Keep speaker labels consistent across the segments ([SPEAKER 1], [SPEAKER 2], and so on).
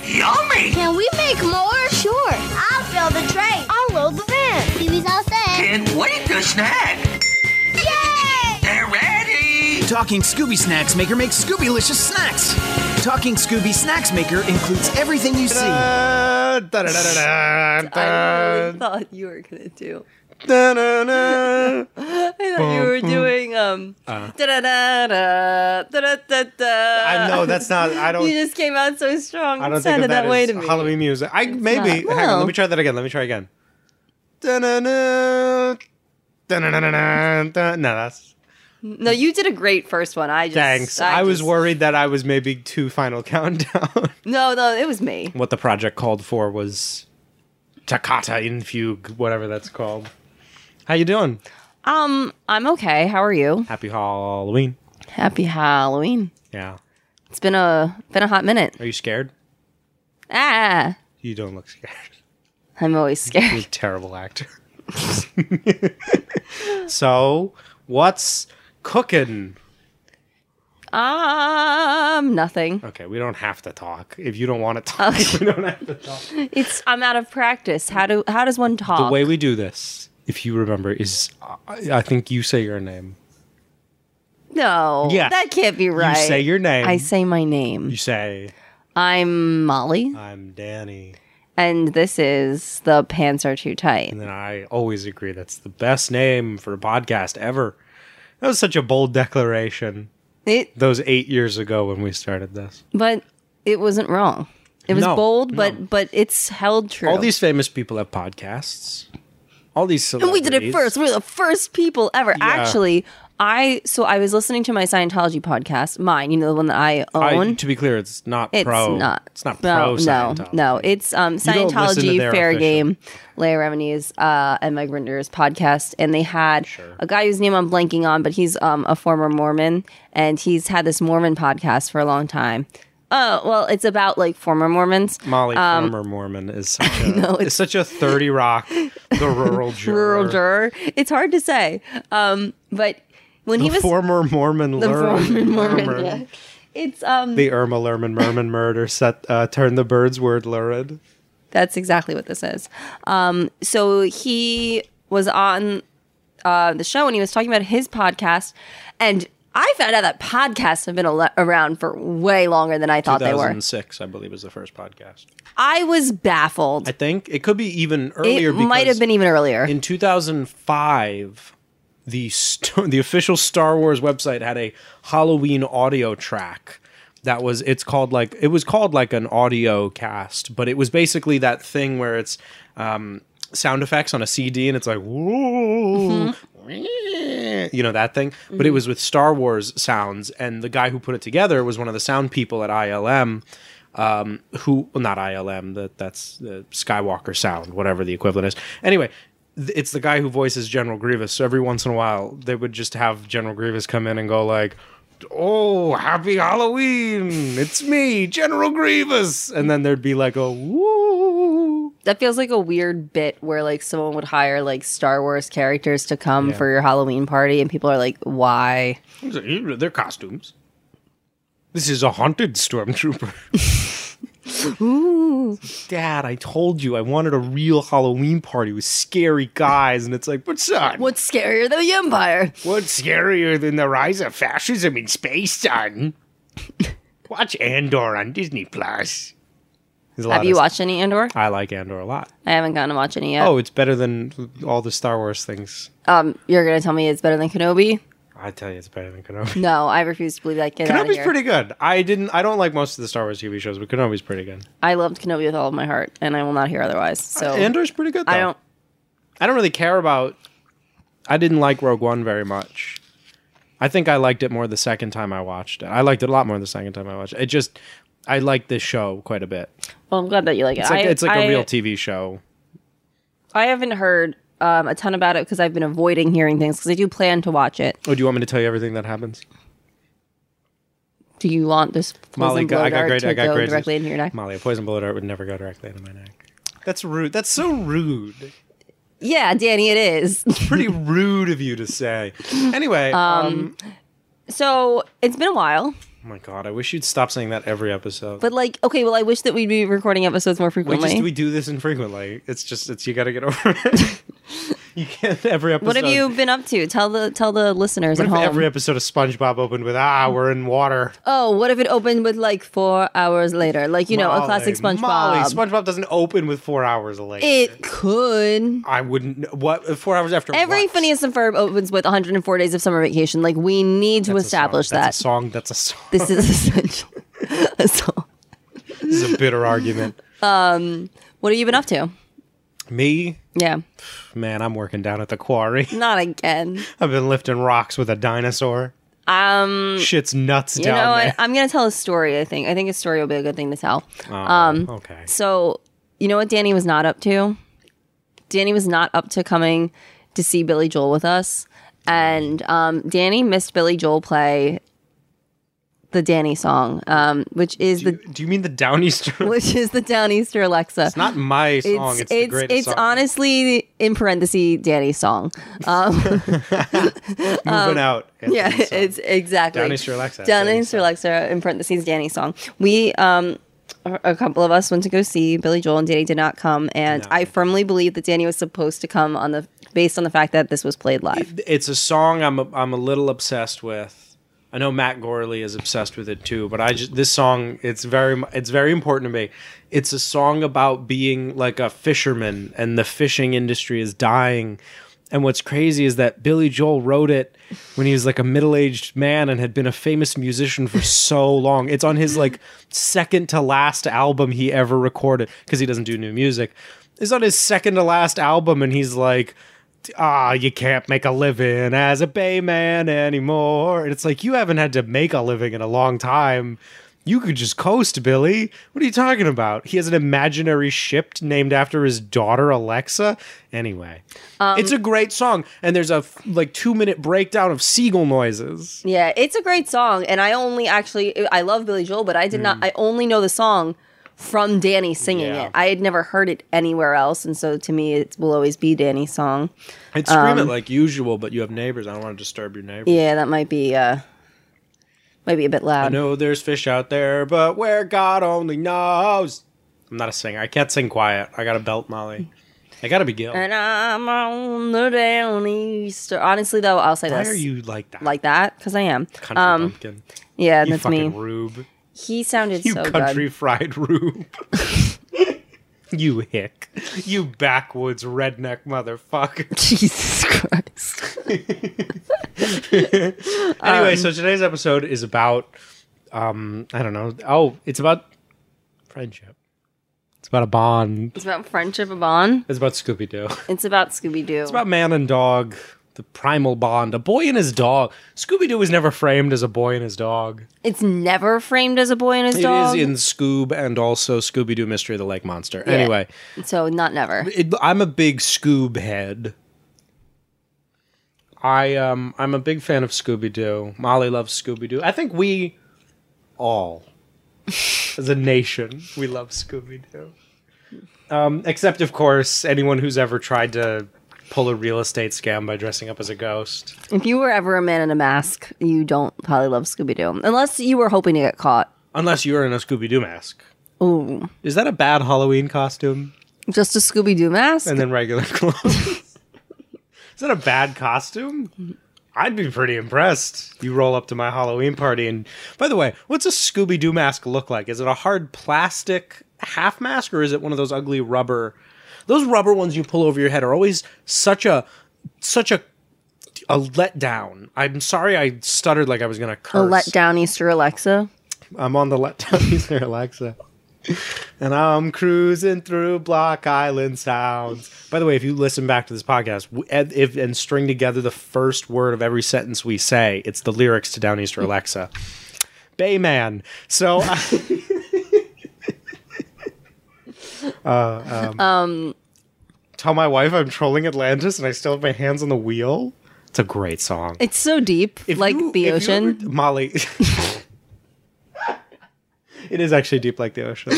[SPEAKER 1] train!
[SPEAKER 2] Can we make more? Sure.
[SPEAKER 3] I'll fill the train.
[SPEAKER 2] I'll load the van.
[SPEAKER 3] Phoebe's all set.
[SPEAKER 1] Can't wait to snack!
[SPEAKER 3] Yay!
[SPEAKER 1] They're ready!
[SPEAKER 4] Talking Scooby Snacks Maker makes Scoobylicious snacks. Talking Scooby Snacks Maker includes everything you see.
[SPEAKER 5] Da, da, da, da,
[SPEAKER 6] I
[SPEAKER 5] da,
[SPEAKER 6] really thought you were gonna do.
[SPEAKER 5] da, da, da.
[SPEAKER 6] I thought you were doing um. Da da da da da da da.
[SPEAKER 5] Uh. I know that's not. I
[SPEAKER 6] You
[SPEAKER 5] don't.
[SPEAKER 6] just came out so strong.
[SPEAKER 5] I
[SPEAKER 6] It
[SPEAKER 5] don't think
[SPEAKER 6] sounded
[SPEAKER 5] of
[SPEAKER 6] that,
[SPEAKER 5] that,
[SPEAKER 6] way
[SPEAKER 5] as
[SPEAKER 6] to me.
[SPEAKER 5] Halloween music. I maybe.
[SPEAKER 6] not.
[SPEAKER 5] Hang on.
[SPEAKER 6] No.
[SPEAKER 5] Let me try that again. Let me try again. Da, na, na, da, na, na, na, na, da. No, that's.
[SPEAKER 6] No, you did a great first one. I just
[SPEAKER 5] Thanks. I was
[SPEAKER 6] just-
[SPEAKER 5] worried that I was maybe too final countdown.
[SPEAKER 6] No, no, it was me.
[SPEAKER 5] what the project called for was Takata in Fugue, whatever that's called. How you doing?
[SPEAKER 6] Um, I'm okay. How are you?
[SPEAKER 5] Happy Halloween.
[SPEAKER 6] Happy Halloween.
[SPEAKER 5] Yeah.
[SPEAKER 6] It's been a been a hot minute.
[SPEAKER 5] Are you scared?
[SPEAKER 6] Ah,
[SPEAKER 5] You don't look scared.
[SPEAKER 6] I'm always
[SPEAKER 5] You're a
[SPEAKER 6] scared.
[SPEAKER 5] terrible actor. so, what's cooking?
[SPEAKER 6] Um, nothing.
[SPEAKER 5] Okay, we don't have to talk. If you don't want to talk,
[SPEAKER 6] Okay.
[SPEAKER 5] we don't have to talk.
[SPEAKER 6] It's I'm out of practice. How do how does one talk?
[SPEAKER 5] The way we do this, if you remember, is I, I think you say your name.
[SPEAKER 6] no,
[SPEAKER 5] Yeah.
[SPEAKER 6] that can't be right.
[SPEAKER 5] You say your name.
[SPEAKER 6] I say my name.
[SPEAKER 5] you Uh. say,
[SPEAKER 6] I'm Molly,
[SPEAKER 5] I'm Danny.
[SPEAKER 6] and this is the pants are too tight.
[SPEAKER 5] And then I always agree that's the best name for a podcast ever. That was such a bold declaration
[SPEAKER 6] It,
[SPEAKER 5] those eight years ago when we started this.
[SPEAKER 6] but it wasn't wrong. It was
[SPEAKER 5] No,
[SPEAKER 6] bold,
[SPEAKER 5] no.
[SPEAKER 6] but but it's held true.
[SPEAKER 5] All these famous people have podcasts. All these
[SPEAKER 6] And we did it
[SPEAKER 5] celebrities.
[SPEAKER 6] first. We We're the first people ever. Actually, I so I was listening to my Scientology podcast, mine, you know, the one that I
[SPEAKER 5] I-
[SPEAKER 6] own.
[SPEAKER 5] to be clear, it's not
[SPEAKER 6] it's
[SPEAKER 5] pro.
[SPEAKER 6] not.
[SPEAKER 5] It's not pro.
[SPEAKER 6] no, no,
[SPEAKER 5] Scientology.
[SPEAKER 6] no. It's um
[SPEAKER 5] don't listen to
[SPEAKER 6] Scientology
[SPEAKER 5] their
[SPEAKER 6] Fair
[SPEAKER 5] official.
[SPEAKER 6] Game, Leah Remini's uh, and Meg Rinder's podcast, and they had a guy whose name I'm blanking on, but he's um a former Mormon, and he's had this Mormon podcast for a long time. Oh well, it's about like former Mormons.
[SPEAKER 5] Molly former Mormon is such a
[SPEAKER 6] Um, know,
[SPEAKER 5] is
[SPEAKER 6] it's-
[SPEAKER 5] such a thirty rock the rural juror.
[SPEAKER 6] rural juror. It's hard to say. Um, but when
[SPEAKER 5] The
[SPEAKER 6] he was
[SPEAKER 5] former Mormon the
[SPEAKER 6] former Mormon, yeah. it's um
[SPEAKER 5] The Irma Lerman Merman murder set uh, turned the bird's word lurid.
[SPEAKER 6] that's exactly what this is. Um, so he was on uh, the show and he was talking about his podcast, and I found out that podcasts have been al- around for way longer than I thought they were.
[SPEAKER 5] 2006, I believe, was the first podcast.
[SPEAKER 6] I was baffled.
[SPEAKER 5] I think it could be even earlier.
[SPEAKER 6] it might
[SPEAKER 5] because
[SPEAKER 6] have been even earlier.
[SPEAKER 5] in 2005. The st- the official Star Wars website had a Halloween audio track that was it's called like it was called like an audio cast, but it was basically that thing where it's um, sound effects on a CD and it's like whoa. You know that thing, but it was with Star Wars sounds, and the guy who put it together was one of the sound people at ILM, um, who well, not ILM that that's the Skywalker sound, whatever the equivalent is. Anyway, th- it's the guy who voices General Grievous. So every once in a while, they would just have General Grievous come in and go like, "Oh, happy Halloween! It's me, General Grievous," and then there'd be like a woo.
[SPEAKER 6] that feels like a weird bit where like someone would hire like Star Wars characters to come for your Halloween party, and people are like, "Why?"
[SPEAKER 5] These are- these are Their costumes. This is a haunted stormtrooper.
[SPEAKER 6] Ooh.
[SPEAKER 5] Dad, I told you I wanted a real Halloween party with scary guys, and it's like, but son,
[SPEAKER 6] What's scarier than the Empire?
[SPEAKER 5] What's scarier than the rise of fascism in space, son? Watch Andor on Disney Plus.
[SPEAKER 6] Have you watched any Andor?
[SPEAKER 5] I like Andor a lot.
[SPEAKER 6] I haven't gotten to watch any yet.
[SPEAKER 5] Oh, it's better than all the Star Wars things.
[SPEAKER 6] Um, you're gonna tell me it's better than Kenobi?
[SPEAKER 5] I tell you, it's better than Kenobi.
[SPEAKER 6] No, I refuse to believe that. Get out of
[SPEAKER 5] Kenobi's
[SPEAKER 6] here.
[SPEAKER 5] pretty good. I didn't. I don't like most of the Star Wars TV shows, but Kenobi's pretty good.
[SPEAKER 6] I loved Kenobi with all of my heart, and I will not hear otherwise. So
[SPEAKER 5] Andor's pretty good. Though.
[SPEAKER 6] I don't.
[SPEAKER 5] I don't really care about. I didn't like Rogue One very much. I think I liked it more the second time I watched it. I liked it a lot more the second time I watched it. It just, I liked this show quite a bit.
[SPEAKER 6] Well, I'm glad that you like it.
[SPEAKER 5] It's like,
[SPEAKER 6] I,
[SPEAKER 5] it's like a
[SPEAKER 6] I-
[SPEAKER 5] real TV show.
[SPEAKER 6] I haven't heard um, a ton about it because I've been avoiding hearing things because I do plan to watch it.
[SPEAKER 5] Oh, do you want me to tell you everything that happens?
[SPEAKER 6] Do you want this
[SPEAKER 5] Molly,
[SPEAKER 6] Molly,
[SPEAKER 5] go- I got great-
[SPEAKER 6] to
[SPEAKER 5] I got
[SPEAKER 6] go
[SPEAKER 5] great-
[SPEAKER 6] directly into your neck?
[SPEAKER 5] Molly, a poison bullet dart would never go directly into my neck. That's rude. That's so rude.
[SPEAKER 6] Yeah, Danny, it is.
[SPEAKER 5] Pretty rude of you to say. Anyway, um,
[SPEAKER 6] so it's been a while.
[SPEAKER 5] Oh my god, I wish you'd stop saying that every episode.
[SPEAKER 6] But like, okay, well, I wish that we'd be recording episodes more
[SPEAKER 5] we
[SPEAKER 6] frequently.
[SPEAKER 5] just we do this infrequently. It's just it's you got to get over it. you can't every episode.
[SPEAKER 6] what have you been up to? Tell the tell the listeners
[SPEAKER 5] What
[SPEAKER 6] at
[SPEAKER 5] if
[SPEAKER 6] home.
[SPEAKER 5] every episode of SpongeBob opened with ah we're in water?
[SPEAKER 6] oh, what if it opened with like four hours later? Like you know, a
[SPEAKER 5] Molly,
[SPEAKER 6] classic SpongeBob.
[SPEAKER 5] Molly, SpongeBob doesn't open with four hours late.
[SPEAKER 6] it could.
[SPEAKER 5] I wouldn't. kn- What four hours after
[SPEAKER 6] Every
[SPEAKER 5] what?
[SPEAKER 6] Phineas and Ferb opens with 104 days of summer vacation. Like we need to
[SPEAKER 5] That's a
[SPEAKER 6] establish
[SPEAKER 5] song.
[SPEAKER 6] that.
[SPEAKER 5] That's a song. That's a song.
[SPEAKER 6] This is essential. so,
[SPEAKER 5] This is a bitter argument.
[SPEAKER 6] what have you been up to?
[SPEAKER 5] Me,
[SPEAKER 6] Yeah,
[SPEAKER 5] man, I'm working down at the quarry.
[SPEAKER 6] not again.
[SPEAKER 5] I've been lifting rocks with a dinosaur. Um, shit's nuts
[SPEAKER 6] You
[SPEAKER 5] down
[SPEAKER 6] know what?
[SPEAKER 5] there.
[SPEAKER 6] I'm gonna tell a story. I think. I think a story will be a good thing to tell.
[SPEAKER 5] um, okay.
[SPEAKER 6] So, you know what Danny was not up to? Danny was not up to coming to see Billy Joel with us. And um, Danny missed Billy Joel play the Danny song, um, which is the
[SPEAKER 5] Do you mean the Downeaster?
[SPEAKER 6] which is the Downeaster Alexa.
[SPEAKER 5] it's not my song. It's, the greatest
[SPEAKER 6] it's
[SPEAKER 5] song.
[SPEAKER 6] honestly in parentheses Danny's song.
[SPEAKER 5] Moving out.
[SPEAKER 6] um, Yeah,
[SPEAKER 5] Anthony's song.
[SPEAKER 6] it's exactly
[SPEAKER 5] Down Easter Alexa,
[SPEAKER 6] Down
[SPEAKER 5] Danny's
[SPEAKER 6] Easter Alexa uh, in parentheses Danny song. We um a a couple of us went to go see Billy Joel and Danny did not come, and
[SPEAKER 5] No.
[SPEAKER 6] I firmly believe that Danny was supposed to come on the based on the fact that this was played live.
[SPEAKER 5] it's a song I'm a, I'm a little obsessed with. I know Matt Gorley is obsessed with it too, but I just this song it's very mu- it's very important to me. It's a song about being like a fisherman and the fishing industry is dying. And what's crazy is that Billy Joel wrote it when he was like a middle-aged man and had been a famous musician for so long. It's on his like second to last album he ever recorded because he doesn't do new music. It's on his second to last album and he's like ah, you can't make a living as a bayman anymore. And it's like, you haven't had to make a living in a long time. You could just coast, Billy. What are you talking about? He has an imaginary ship named after his daughter, Alexa. Anyway,
[SPEAKER 6] Um,
[SPEAKER 5] it's a great song. And there's a f- like two minute breakdown of seagull noises.
[SPEAKER 6] Yeah, it's a great song, and I only actually I love Billy Joel, but I did not. I only know the song from Danny singing
[SPEAKER 5] Mm. Yeah.
[SPEAKER 6] it. I had never heard it anywhere else, and so to me, it will always be Danny's song.
[SPEAKER 5] I'd scream it like usual, but you have neighbors. I don't want to disturb your neighbors.
[SPEAKER 6] Um, Yeah, that might be uh might be a bit
[SPEAKER 5] I
[SPEAKER 6] loud.
[SPEAKER 5] know there's fish out there, but where God only knows. I'm not a singer. I can't sing quiet. I got to belt Molly. I got to be Gil.
[SPEAKER 6] And I'm on the down easter. Honestly, though, I'll say
[SPEAKER 5] Why
[SPEAKER 6] this.
[SPEAKER 5] are you like that?
[SPEAKER 6] like that? Because I am.
[SPEAKER 5] country
[SPEAKER 6] Um,
[SPEAKER 5] pumpkin.
[SPEAKER 6] yeah,
[SPEAKER 5] You
[SPEAKER 6] that's me.
[SPEAKER 5] fucking rube.
[SPEAKER 6] He sounded
[SPEAKER 5] You
[SPEAKER 6] so
[SPEAKER 5] country
[SPEAKER 6] good.
[SPEAKER 5] fried rube. you hick. You backwoods redneck motherfucker.
[SPEAKER 6] Jesus Christ.
[SPEAKER 5] anyway,
[SPEAKER 6] Um,
[SPEAKER 5] so today's episode is about um I don't know. Oh, it's about friendship. It's about a bond.
[SPEAKER 6] It's about friendship a bond.
[SPEAKER 5] It's about Scooby Doo.
[SPEAKER 6] It's about Scooby Doo.
[SPEAKER 5] It's about man and dog. The primal bond. A boy and his dog. Scooby Doo was never framed as a boy and his dog.
[SPEAKER 6] It's never framed as a boy and his dog.
[SPEAKER 5] It is in Scoob and also Scooby Doo Mystery of the Lake Monster. Anyway,
[SPEAKER 6] so not never.
[SPEAKER 5] it, I'm a big Scoob head. I um I'm a big fan of Scooby Doo. Molly loves Scooby Doo. I think we all as a nation we love Scooby Doo. Um, except of course anyone who's ever tried to pull a real estate scam by dressing up as a ghost.
[SPEAKER 6] If you were ever a man in a mask, you don't probably love Scooby Doo unless you were hoping to get caught.
[SPEAKER 5] Unless you're in a Scooby Doo mask.
[SPEAKER 6] Ooh,
[SPEAKER 5] Is that a bad Halloween costume?
[SPEAKER 6] just a Scooby Doo mask.
[SPEAKER 5] And then regular clothes. Is that a bad costume? I'd be pretty impressed. You roll up to my Halloween party, and by the way, what's a Scooby Doo mask look like? Is it a hard plastic half mask, or is it one of those ugly rubber? Those rubber ones you pull over your head are always such a such a a letdown. I'm sorry, I stuttered like I was gonna
[SPEAKER 6] a
[SPEAKER 5] curse.
[SPEAKER 6] let down Easter Alexa.
[SPEAKER 5] I'm on the letdown user Alexa. And I'm cruising through Block Island sounds. By the way, if you listen back to this podcast w- and, if, and string together the first word of every sentence we say, it's the lyrics to Down Easter Alexa. Bayman. So, I, Uh, um, tell my wife I'm trolling Atlantis and I still have my hands on the wheel. It's a great song.
[SPEAKER 6] It's so deep,
[SPEAKER 5] If
[SPEAKER 6] like
[SPEAKER 5] you-
[SPEAKER 6] the
[SPEAKER 5] if you
[SPEAKER 6] ocean.
[SPEAKER 5] ever- Molly. it is actually deep like the ocean.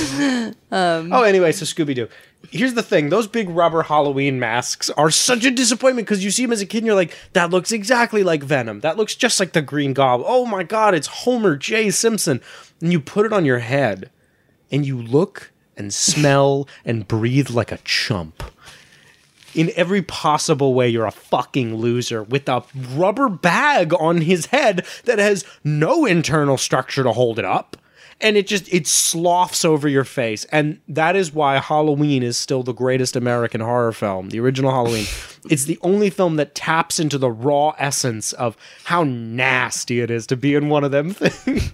[SPEAKER 5] oh, anyway, so Scooby Doo. Here's the thing: those big rubber Halloween masks are such a disappointment because you see them as a kid, and you're like, "That looks exactly like Venom. That looks just like the Green Goblin. Oh my God, it's Homer J. Simpson." And you put it on your head, and you look and smell and breathe like a chump. In every possible way, you're a fucking loser with a rubber bag on his head that has no internal structure to hold it up. And it just, it sloughs over your face. And that is why Halloween is still the greatest American horror film, the original Halloween. it's the only film that taps into the raw essence of how nasty it is to be in one of them things.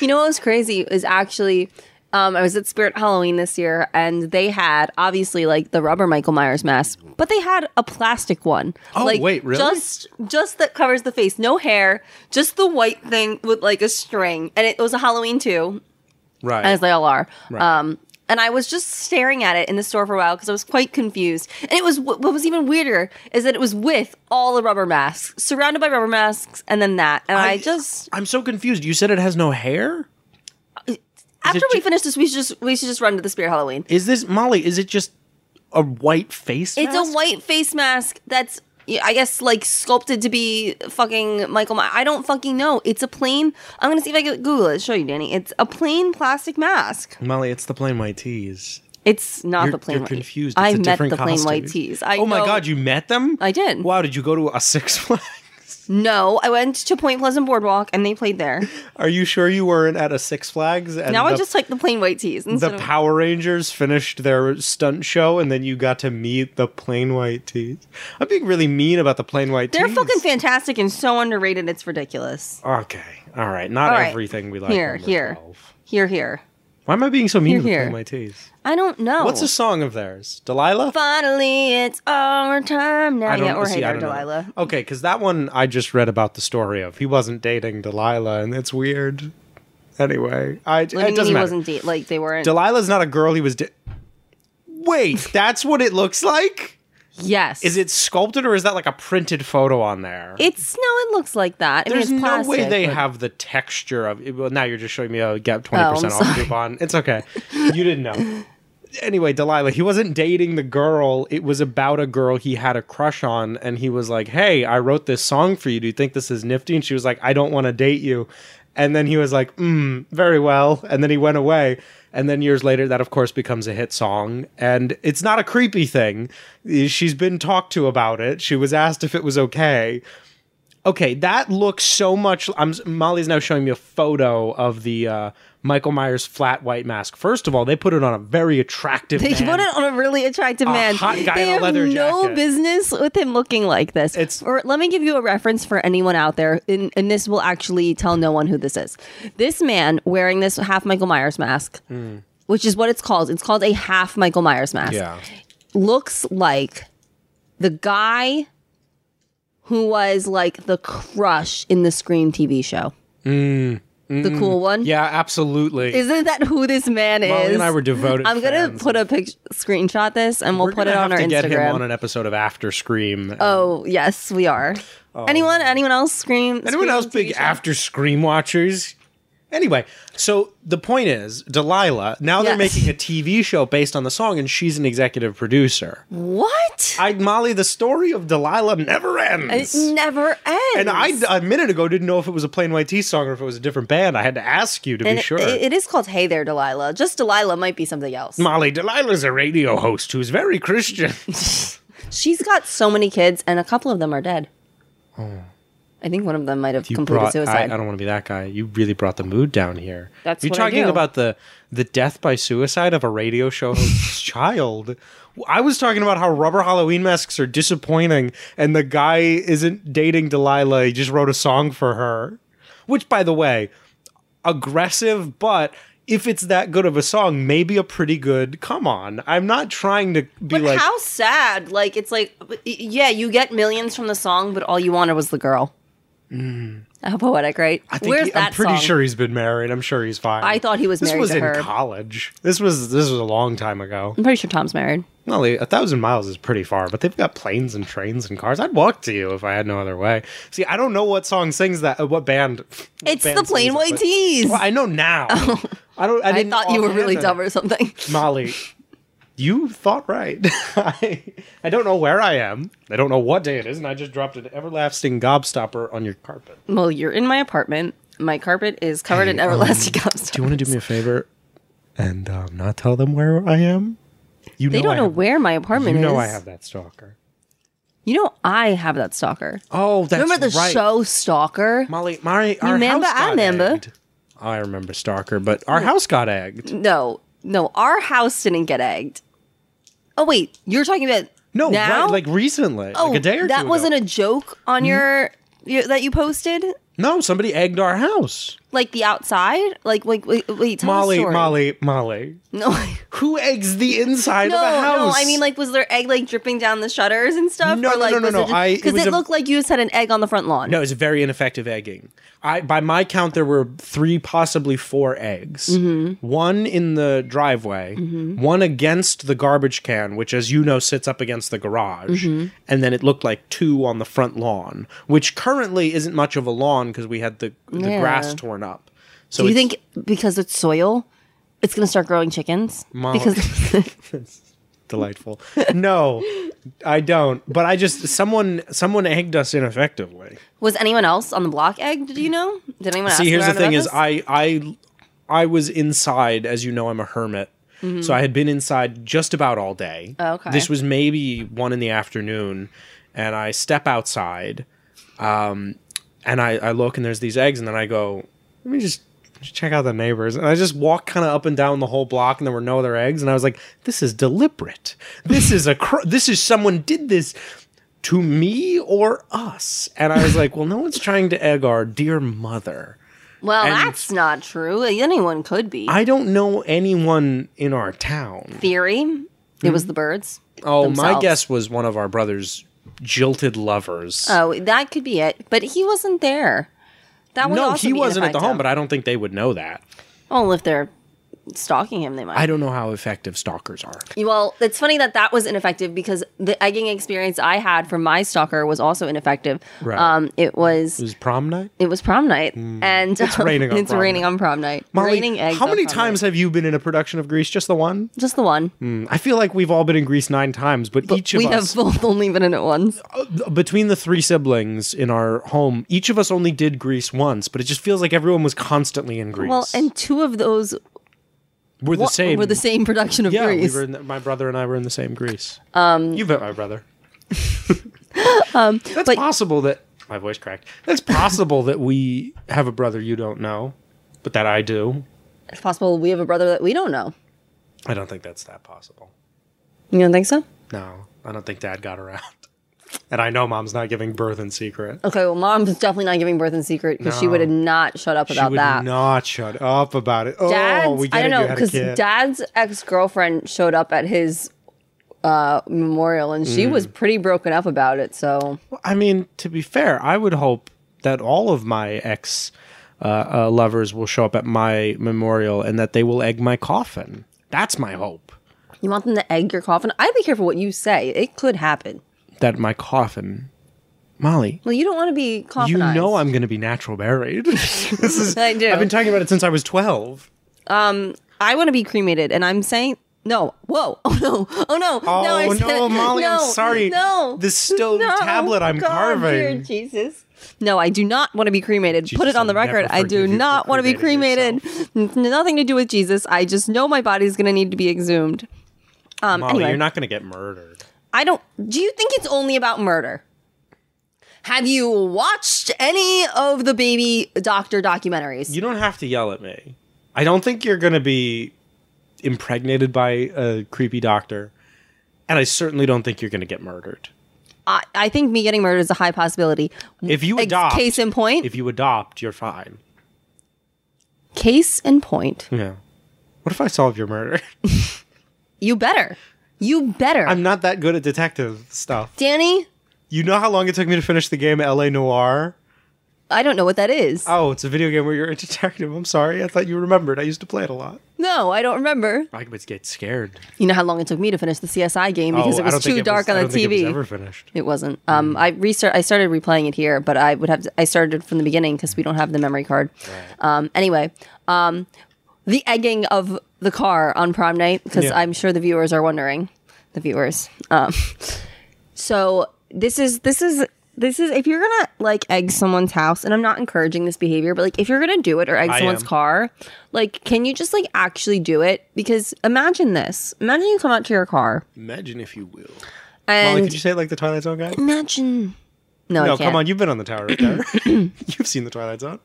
[SPEAKER 6] You know what was crazy is actually um, I was at Spirit Halloween this year and they had obviously like the rubber Michael Myers mask, but they had a plastic one.
[SPEAKER 5] Oh,
[SPEAKER 6] like,
[SPEAKER 5] wait, really?
[SPEAKER 6] Just just that covers the face, no hair, just the white thing with like a string, and it was a Halloween too,
[SPEAKER 5] Right.
[SPEAKER 6] as they all are.
[SPEAKER 5] Right.
[SPEAKER 6] Um, and I was just staring at it in the store for a while because I was quite confused. And it was what was even weirder is that it was with all the rubber masks, surrounded by rubber masks, and then that. And I, just
[SPEAKER 5] I'm so confused. You said it has no hair?
[SPEAKER 6] after we
[SPEAKER 5] ju-
[SPEAKER 6] finish this, we should just we should just run to the Spirit Halloween.
[SPEAKER 5] Is this, Molly, is it just a white face?
[SPEAKER 6] It's
[SPEAKER 5] mask?
[SPEAKER 6] a white face mask that's yeah, I guess like sculpted to be fucking Michael. My- I don't fucking know. It's a plain. I'm gonna see if I can Google it. Show you, Danny. It's a plain plastic mask.
[SPEAKER 5] Molly, it's the plain white tees.
[SPEAKER 6] It's not
[SPEAKER 5] You're,
[SPEAKER 6] the plain.
[SPEAKER 5] you're
[SPEAKER 6] white.
[SPEAKER 5] confused.
[SPEAKER 6] I
[SPEAKER 5] It's a
[SPEAKER 6] met
[SPEAKER 5] different
[SPEAKER 6] the plain
[SPEAKER 5] costume.
[SPEAKER 6] white tees. I
[SPEAKER 5] oh my
[SPEAKER 6] know-
[SPEAKER 5] god, you met them?
[SPEAKER 6] I did.
[SPEAKER 5] Wow, did you go to a Six Flags?
[SPEAKER 6] No, I went to Point Pleasant Boardwalk and they played there.
[SPEAKER 5] Are you sure you weren't at a Six Flags? And
[SPEAKER 6] Now
[SPEAKER 5] the,
[SPEAKER 6] I just like the plain white tees instead
[SPEAKER 5] the
[SPEAKER 6] of-
[SPEAKER 5] Power Rangers finished their stunt show, and then you got to meet the plain white tees. I'm being really mean about the plain white
[SPEAKER 6] They're
[SPEAKER 5] tees.
[SPEAKER 6] fucking fantastic and so underrated. It's ridiculous.
[SPEAKER 5] Okay, all right. Not
[SPEAKER 6] All right.
[SPEAKER 5] everything we like.
[SPEAKER 6] Here,
[SPEAKER 5] when we're
[SPEAKER 6] here,
[SPEAKER 5] 12.
[SPEAKER 6] here, here.
[SPEAKER 5] Why am I being so mean
[SPEAKER 6] Here,
[SPEAKER 5] to the
[SPEAKER 6] here.
[SPEAKER 5] plain white tees?
[SPEAKER 6] I don't know.
[SPEAKER 5] What's a song of theirs? Delilah.
[SPEAKER 6] Finally, it's our time now.
[SPEAKER 5] I don't
[SPEAKER 6] Yeah, or
[SPEAKER 5] see,
[SPEAKER 6] Hader
[SPEAKER 5] I don't know.
[SPEAKER 6] Delilah.
[SPEAKER 5] Okay, because that one I just read about the story of. He wasn't dating Delilah, and it's weird. Anyway, I it
[SPEAKER 6] What do you mean
[SPEAKER 5] doesn't
[SPEAKER 6] he
[SPEAKER 5] matter.
[SPEAKER 6] wasn't date like they weren't?
[SPEAKER 5] Delilah's not a girl. He was. Da- Wait, that's what it looks like.
[SPEAKER 6] yes.
[SPEAKER 5] Is it sculpted or is that like a printed photo on there?
[SPEAKER 6] It's no. It looks like that. I mean,
[SPEAKER 5] There's
[SPEAKER 6] it's
[SPEAKER 5] no way
[SPEAKER 6] plastic,
[SPEAKER 5] they
[SPEAKER 6] but-
[SPEAKER 5] have the texture of. Well, now you're just showing me a get twenty
[SPEAKER 6] Oh, I'm
[SPEAKER 5] percent off
[SPEAKER 6] sorry.
[SPEAKER 5] coupon. It's okay. You didn't know. Anyway, Delilah, he wasn't dating the girl. It was about a girl he had a crush on, and he was like, "Hey, I wrote this song for you. Do you think this is nifty?" And she was like, "I don't want to date you." And then he was like, mm, "Very well." And then he went away. And then years later, that of course becomes a hit song, and it's not a creepy thing. She's been talked to about it. She was asked if it was okay. Okay, that looks so much. I'm Molly's now showing me a photo of the uh, Michael Myers flat white mask. First of all, they put it on a very attractive.
[SPEAKER 6] They
[SPEAKER 5] man.
[SPEAKER 6] put it on a really attractive man.
[SPEAKER 5] hot guy
[SPEAKER 6] they
[SPEAKER 5] in a
[SPEAKER 6] have
[SPEAKER 5] leather
[SPEAKER 6] no
[SPEAKER 5] jacket.
[SPEAKER 6] business with him looking like this.
[SPEAKER 5] It's-
[SPEAKER 6] or let me give you a reference for anyone out there, and, and this will actually tell no one who this is. This man wearing this half Michael Myers mask, which is what it's called. It's called a half Michael Myers mask.
[SPEAKER 5] Hmm. Yeah,
[SPEAKER 6] looks like the guy who was like the crush in the Scream TV show. the cool one.
[SPEAKER 5] Mm. yeah, absolutely.
[SPEAKER 6] Isn't that who this man is?
[SPEAKER 5] Molly and I were devoted.
[SPEAKER 6] I'm gonna
[SPEAKER 5] fans.
[SPEAKER 6] put a pic- screenshot this, and we'll
[SPEAKER 5] We're
[SPEAKER 6] put
[SPEAKER 5] gonna
[SPEAKER 6] it on
[SPEAKER 5] have
[SPEAKER 6] our
[SPEAKER 5] to
[SPEAKER 6] Instagram.
[SPEAKER 5] Get him on an episode of After Scream.
[SPEAKER 6] oh yes, we are. anyone? Anyone else? Scream.
[SPEAKER 5] Oh, Anyone
[SPEAKER 6] Scream
[SPEAKER 5] else
[SPEAKER 6] TV
[SPEAKER 5] big
[SPEAKER 6] show?
[SPEAKER 5] after Scream watchers? Anyway, so the point is, Delilah. Now they're
[SPEAKER 6] Yes.
[SPEAKER 5] making a TV show based on the song, and she's an executive producer.
[SPEAKER 6] What?
[SPEAKER 5] I Molly, the story of Delilah never
[SPEAKER 6] it
[SPEAKER 5] ends.
[SPEAKER 6] never ends.
[SPEAKER 5] And I a minute ago didn't know if it was a plain white tea song or if it was a different band. I had to ask you to
[SPEAKER 6] And
[SPEAKER 5] be sure.
[SPEAKER 6] it- it is called "Hey There, Delilah." Just Delilah might be something else.
[SPEAKER 5] Molly, Delilah's a radio host who's very Christian.
[SPEAKER 6] She's got so many kids, and a couple of them are dead.
[SPEAKER 5] Oh.
[SPEAKER 6] I think one of them might have completed suicide.
[SPEAKER 5] I, I don't want to be that guy. You really brought the mood down here.
[SPEAKER 6] That's
[SPEAKER 5] You're
[SPEAKER 6] what I
[SPEAKER 5] talking
[SPEAKER 6] do.
[SPEAKER 5] about the the death by suicide of a radio show host's child. I was talking about how rubber Halloween masks are disappointing, and the guy isn't dating Delilah. He just wrote a song for her, which, by the way, aggressive, but. If it's that good of a song, maybe a pretty good come on. I'm not trying to be
[SPEAKER 6] but
[SPEAKER 5] like
[SPEAKER 6] how sad! Like it's like, yeah, you get millions from the song, but all you wanted was the girl. How poetic, right?
[SPEAKER 5] Mm. I think
[SPEAKER 6] Where's
[SPEAKER 5] he-
[SPEAKER 6] that
[SPEAKER 5] I'm pretty
[SPEAKER 6] song?
[SPEAKER 5] sure he's been married. I'm sure he's fine.
[SPEAKER 6] I thought he was
[SPEAKER 5] this
[SPEAKER 6] married
[SPEAKER 5] was
[SPEAKER 6] to
[SPEAKER 5] in
[SPEAKER 6] her.
[SPEAKER 5] college. This was this was a long time ago.
[SPEAKER 6] I'm pretty sure Tom's married.
[SPEAKER 5] Well, they- a thousand miles is pretty far, but they've got planes and trains and cars. I'd walk to you if I had no other way. See, I don't know what song sings that. uh, What band?
[SPEAKER 6] It's
[SPEAKER 5] band
[SPEAKER 6] the
[SPEAKER 5] sings
[SPEAKER 6] Plain
[SPEAKER 5] it,
[SPEAKER 6] White
[SPEAKER 5] but-
[SPEAKER 6] Tees.
[SPEAKER 5] Well, I know now. I don't. I,
[SPEAKER 6] I
[SPEAKER 5] didn't
[SPEAKER 6] thought you were really
[SPEAKER 5] offhand.
[SPEAKER 6] dumb or something.
[SPEAKER 5] Molly. You thought right. I, I don't know where I am. I don't know what day it is, and I just dropped an everlasting gobstopper on your carpet.
[SPEAKER 6] Well, you're in my apartment. My carpet is covered in
[SPEAKER 5] Hey, um,
[SPEAKER 6] everlasting gobstoppers.
[SPEAKER 5] Do you want to do me a favor and um, not tell them where I am? You
[SPEAKER 6] They
[SPEAKER 5] know
[SPEAKER 6] don't
[SPEAKER 5] I
[SPEAKER 6] know
[SPEAKER 5] have-
[SPEAKER 6] where my apartment
[SPEAKER 5] You know I
[SPEAKER 6] is.
[SPEAKER 5] have that stalker.
[SPEAKER 6] You know I have that stalker.
[SPEAKER 5] Oh, that's
[SPEAKER 6] Remember the
[SPEAKER 5] right.
[SPEAKER 6] show Stalker?
[SPEAKER 5] Molly, Mari, our
[SPEAKER 6] remember?
[SPEAKER 5] house
[SPEAKER 6] I
[SPEAKER 5] got
[SPEAKER 6] remember.
[SPEAKER 5] egged. I remember Stalker, but our house got egged.
[SPEAKER 6] No, no, our house didn't get egged. Oh wait, you're talking about
[SPEAKER 5] No,
[SPEAKER 6] now?
[SPEAKER 5] right, like recently,
[SPEAKER 6] oh,
[SPEAKER 5] like a day or
[SPEAKER 6] that
[SPEAKER 5] two
[SPEAKER 6] wasn't
[SPEAKER 5] ago. Mm-hmm.
[SPEAKER 6] a joke on your, your that you posted,
[SPEAKER 5] No, somebody egged our house.
[SPEAKER 6] like the outside, like like wait, wait tell the
[SPEAKER 5] Molly,
[SPEAKER 6] story.
[SPEAKER 5] Molly, Molly.
[SPEAKER 6] no,
[SPEAKER 5] Who eggs the inside
[SPEAKER 6] no,
[SPEAKER 5] of a
[SPEAKER 6] no.
[SPEAKER 5] house?
[SPEAKER 6] I mean, like, was there egg like dripping down the shutters and stuff?
[SPEAKER 5] No,
[SPEAKER 6] or,
[SPEAKER 5] no,
[SPEAKER 6] like,
[SPEAKER 5] no, no, no, I- it
[SPEAKER 6] because
[SPEAKER 5] was
[SPEAKER 6] it,
[SPEAKER 5] a-
[SPEAKER 6] looked like you just had an egg on the front lawn.
[SPEAKER 5] No, it's very ineffective egging. I by my count there were three, possibly four eggs.
[SPEAKER 6] Mm-hmm.
[SPEAKER 5] One in the driveway, one against the garbage can, which as you know sits up against the garage,
[SPEAKER 6] Mm-hmm.
[SPEAKER 5] and then it looked like two on the front lawn, which currently isn't much of a lawn because we had the the
[SPEAKER 6] Yeah.
[SPEAKER 5] grass torn up. So
[SPEAKER 6] Do you
[SPEAKER 5] it's-
[SPEAKER 6] think because it's soil, it's gonna start growing chickens?
[SPEAKER 5] Molly.
[SPEAKER 6] Because
[SPEAKER 5] delightful. no, I don't. But I just someone someone egged us ineffectively.
[SPEAKER 6] was anyone else on the block egg? Did you know? Did anyone ask
[SPEAKER 5] See, here's the
[SPEAKER 6] around
[SPEAKER 5] thing:
[SPEAKER 6] about
[SPEAKER 5] is
[SPEAKER 6] this?
[SPEAKER 5] I I I was inside, as you know, I'm a hermit, so I had been inside just about all day.
[SPEAKER 6] Mm-hmm. Oh, Okay.
[SPEAKER 5] this was maybe one in the afternoon, and I step outside, um, and I, I look and there's these eggs, and then I go, let me just check out the neighbors, and I just walk kind of up and down the whole block, and there were no other eggs, and I was like, this is deliberate. This is a cr- this is someone did this to me or us. And I was like, well, no one's trying to egg our dear mother.
[SPEAKER 6] Well,
[SPEAKER 5] And-
[SPEAKER 6] that's not true. Anyone could be.
[SPEAKER 5] I don't know anyone in our town.
[SPEAKER 6] Theory, it was the birds.
[SPEAKER 5] Oh, my
[SPEAKER 6] themselves.
[SPEAKER 5] guess was one of our brother's jilted lovers.
[SPEAKER 6] Oh, that could be it. But he wasn't there. That would
[SPEAKER 5] no,
[SPEAKER 6] also
[SPEAKER 5] he
[SPEAKER 6] be
[SPEAKER 5] wasn't at the home,
[SPEAKER 6] ineffective.
[SPEAKER 5] but I don't think they would know that.
[SPEAKER 6] well, if they're stalking him, they might.
[SPEAKER 5] I don't know how effective stalkers are.
[SPEAKER 6] Well, it's funny that that was ineffective because the egging experience I had from my stalker was also ineffective.
[SPEAKER 5] Right.
[SPEAKER 6] Um, it was
[SPEAKER 5] Is prom night?
[SPEAKER 6] it was prom night, and it's
[SPEAKER 5] raining on
[SPEAKER 6] it's
[SPEAKER 5] prom
[SPEAKER 6] raining
[SPEAKER 5] night.
[SPEAKER 6] on prom night.
[SPEAKER 5] Molly,
[SPEAKER 6] raining eggs.
[SPEAKER 5] how
[SPEAKER 6] on
[SPEAKER 5] many
[SPEAKER 6] prom
[SPEAKER 5] times have you been in a production of Grease? Just the one?
[SPEAKER 6] night. Just the one.
[SPEAKER 5] I feel like we've all been in Grease nine times, but, each of
[SPEAKER 6] we
[SPEAKER 5] us
[SPEAKER 6] have both only been in it once.
[SPEAKER 5] between the three siblings in our home, each of us only did Grease once, but it just feels like everyone was constantly in Grease.
[SPEAKER 6] Well, and two of those
[SPEAKER 5] we're the
[SPEAKER 6] wa-
[SPEAKER 5] same.
[SPEAKER 6] were the same production of
[SPEAKER 5] Yeah,
[SPEAKER 6] Grease.
[SPEAKER 5] we were in the, my brother and I were in the same Grease. Um, you met my brother. That's
[SPEAKER 6] Um, but-
[SPEAKER 5] possible that my voice cracked. That's possible that we have a brother you don't know, but that I do.
[SPEAKER 6] It's possible we have a brother that we don't know.
[SPEAKER 5] I don't think that's that possible.
[SPEAKER 6] You don't think so?
[SPEAKER 5] No, I don't think Dad got around. And I know Mom's not giving birth in secret.
[SPEAKER 6] Okay, well, mom's definitely not giving birth in secret because she would have not shut up
[SPEAKER 5] she
[SPEAKER 6] about
[SPEAKER 5] would
[SPEAKER 6] that.
[SPEAKER 5] not shut up about it. Oh,
[SPEAKER 6] Dad's,
[SPEAKER 5] we get
[SPEAKER 6] I don't
[SPEAKER 5] it.
[SPEAKER 6] know,
[SPEAKER 5] you had a
[SPEAKER 6] because
[SPEAKER 5] kid.
[SPEAKER 6] dad's ex girlfriend showed up at his uh, memorial and she was
[SPEAKER 5] Mm.
[SPEAKER 6] pretty broken up about it. So
[SPEAKER 5] I mean, to be fair, I would hope that all of my ex uh, uh, lovers will show up at my memorial and that they will egg my coffin. That's my hope.
[SPEAKER 6] you want them to egg your coffin? I'd be careful what you say. It could happen.
[SPEAKER 5] That my coffin, Molly.
[SPEAKER 6] Well, you don't want to be coffinized.
[SPEAKER 5] You know I'm going to be natural buried. this is,
[SPEAKER 6] I do.
[SPEAKER 5] I've been talking about it since I was 12.
[SPEAKER 6] I want to be cremated, and I'm saying no. Whoa! Oh no! Oh no!
[SPEAKER 5] Oh
[SPEAKER 6] I
[SPEAKER 5] no, Molly, I'm sorry.
[SPEAKER 6] No,
[SPEAKER 5] This stone
[SPEAKER 6] No.
[SPEAKER 5] tablet I'm
[SPEAKER 6] God,
[SPEAKER 5] carving.
[SPEAKER 6] dear Jesus. No, I do not want to be cremated. Put
[SPEAKER 5] Jesus
[SPEAKER 6] it on the
[SPEAKER 5] will never
[SPEAKER 6] record. I do
[SPEAKER 5] forgive you
[SPEAKER 6] not
[SPEAKER 5] for
[SPEAKER 6] want to be
[SPEAKER 5] cremating
[SPEAKER 6] cremated. N- Nothing to do with Jesus. I just know my body's going to need to be exhumed. Um.
[SPEAKER 5] Molly,
[SPEAKER 6] anyway,
[SPEAKER 5] you're not going to get murdered.
[SPEAKER 6] I don't. Do you think it's only about murder? Have you watched any of the baby doctor documentaries?
[SPEAKER 5] You don't have to yell at me. I don't think you're going to be impregnated by a creepy doctor. And I certainly don't think you're going to get murdered.
[SPEAKER 6] I, I think me getting murdered is a high possibility.
[SPEAKER 5] If you
[SPEAKER 6] Ex-
[SPEAKER 5] adopt,
[SPEAKER 6] case in point.
[SPEAKER 5] If you adopt, you're fine.
[SPEAKER 6] Case in point.
[SPEAKER 5] Yeah. What if I solve your murder?
[SPEAKER 6] You better. You better.
[SPEAKER 5] I'm not that good at detective stuff.
[SPEAKER 6] Danny,
[SPEAKER 5] You know how long it took me to finish the game LA Noir?
[SPEAKER 6] I don't know what that is.
[SPEAKER 5] Oh, it's a video game where you're a detective. I'm sorry. I thought you remembered. I used to play it a lot.
[SPEAKER 6] no, I don't remember.
[SPEAKER 5] I would get scared
[SPEAKER 6] You know how long it took me to finish the CSI game because
[SPEAKER 5] Oh, I
[SPEAKER 6] it
[SPEAKER 5] don't
[SPEAKER 6] was
[SPEAKER 5] think
[SPEAKER 6] too
[SPEAKER 5] it was-
[SPEAKER 6] dark
[SPEAKER 5] I
[SPEAKER 6] on
[SPEAKER 5] don't
[SPEAKER 6] the
[SPEAKER 5] think
[SPEAKER 6] TV.
[SPEAKER 5] It was ever finished.
[SPEAKER 6] It wasn't.
[SPEAKER 5] Mm.
[SPEAKER 6] Um, I restart. I started replaying it here, but I would have. To, I started from the beginning because we don't have the memory card. Um, anyway, um, the egging of the car on prom night because
[SPEAKER 5] Yeah.
[SPEAKER 6] I'm sure the viewers are wondering. The viewers. Um, so this is this is this is if you're gonna like egg someone's house, and I'm not encouraging this behavior, but like if you're gonna do it or egg
[SPEAKER 5] I
[SPEAKER 6] someone's
[SPEAKER 5] am.
[SPEAKER 6] car, like can you just like actually do it? Because imagine this. Imagine you come out to your car
[SPEAKER 5] Imagine if you will.
[SPEAKER 6] and
[SPEAKER 5] Molly, could you say it like the Twilight Zone guy?
[SPEAKER 6] imagine. No, I
[SPEAKER 5] No,
[SPEAKER 6] can't.
[SPEAKER 5] come on. You've been on the Tower of Terror. You've seen the Twilight Zone.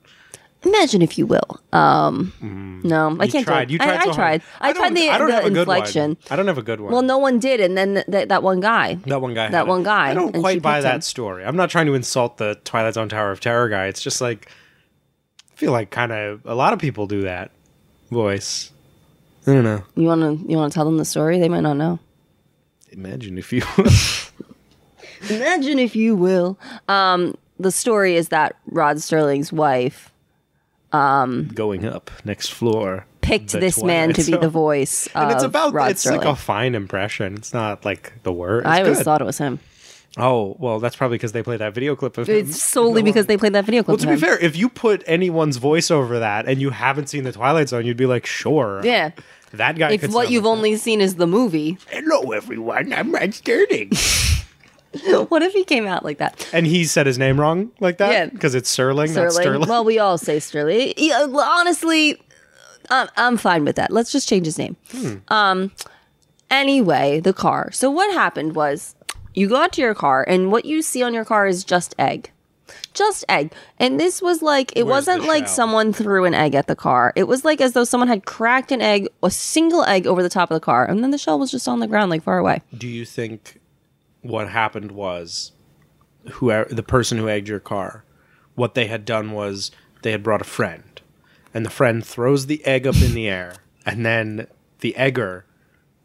[SPEAKER 6] imagine if you will. Um, no, I can't.
[SPEAKER 5] Tried.
[SPEAKER 6] do it.
[SPEAKER 5] Mm. You tried. so
[SPEAKER 6] I, I tried.
[SPEAKER 5] Hard.
[SPEAKER 6] I, tried
[SPEAKER 5] don't-
[SPEAKER 6] the,
[SPEAKER 5] I don't
[SPEAKER 6] the
[SPEAKER 5] have a good
[SPEAKER 6] inflection.
[SPEAKER 5] One. I don't have a good one.
[SPEAKER 6] Well, no one did, and then th- that one guy.
[SPEAKER 5] That one guy. had it.
[SPEAKER 6] That one guy.
[SPEAKER 5] I don't
[SPEAKER 6] and she
[SPEAKER 5] quite buy
[SPEAKER 6] picked
[SPEAKER 5] that
[SPEAKER 6] him.
[SPEAKER 5] story. I'm not trying to insult the Twilight Zone Tower of Terror guy. It's just like I feel like kind of a lot of people do that voice. I don't know.
[SPEAKER 6] You want to you want to tell them the story? They might not know.
[SPEAKER 5] Imagine if you.
[SPEAKER 6] Imagine if you will. Um, the story is that Rod Sterling's wife
[SPEAKER 5] going up next floor.
[SPEAKER 6] picked
[SPEAKER 5] The
[SPEAKER 6] this man
[SPEAKER 5] Twilight
[SPEAKER 6] to be
[SPEAKER 5] Zone.
[SPEAKER 6] the voice of
[SPEAKER 5] And it's about
[SPEAKER 6] Rod
[SPEAKER 5] it's
[SPEAKER 6] Sterling.
[SPEAKER 5] like a fine impression. It's not like the word.
[SPEAKER 6] I always
[SPEAKER 5] good.
[SPEAKER 6] thought it was him.
[SPEAKER 5] Oh well, that's probably because they played that video clip of him.
[SPEAKER 6] It's solely because they played that video clip.
[SPEAKER 5] Mm-hmm. Well, to
[SPEAKER 6] of
[SPEAKER 5] be
[SPEAKER 6] him.
[SPEAKER 5] fair, if you put anyone's voice over that and you haven't seen the Twilight Zone, you'd be like, sure,
[SPEAKER 6] yeah.
[SPEAKER 5] that guy.
[SPEAKER 6] If
[SPEAKER 5] could
[SPEAKER 6] what
[SPEAKER 5] sound
[SPEAKER 6] you've
[SPEAKER 5] like
[SPEAKER 6] only seen is the movie,
[SPEAKER 5] that. hello everyone, I'm Rod Sterling,
[SPEAKER 6] what if he came out like that?
[SPEAKER 5] and he said his name wrong like that,
[SPEAKER 6] Yeah.
[SPEAKER 5] because it's Sterling, not
[SPEAKER 6] Sterling.
[SPEAKER 5] Sterling.
[SPEAKER 6] Well, we all say Sterling. Yeah, well, honestly, I'm, I'm fine with that. Let's just change his name. Um.
[SPEAKER 5] Hmm.
[SPEAKER 6] Anyway, the car. So what happened was, you go out to your car, and what you see on your car is just egg, just egg. And this was like it
[SPEAKER 5] Where's the
[SPEAKER 6] wasn't like
[SPEAKER 5] shell?
[SPEAKER 6] someone threw an egg at the car. It was like as though someone had cracked an egg, a single egg over the top of the car, and then the shell was just on the ground, like far away.
[SPEAKER 5] Do you think what happened was whoever the person who egged your car, what they had done was they had brought a friend, and the friend throws the egg up in the air, and then the egger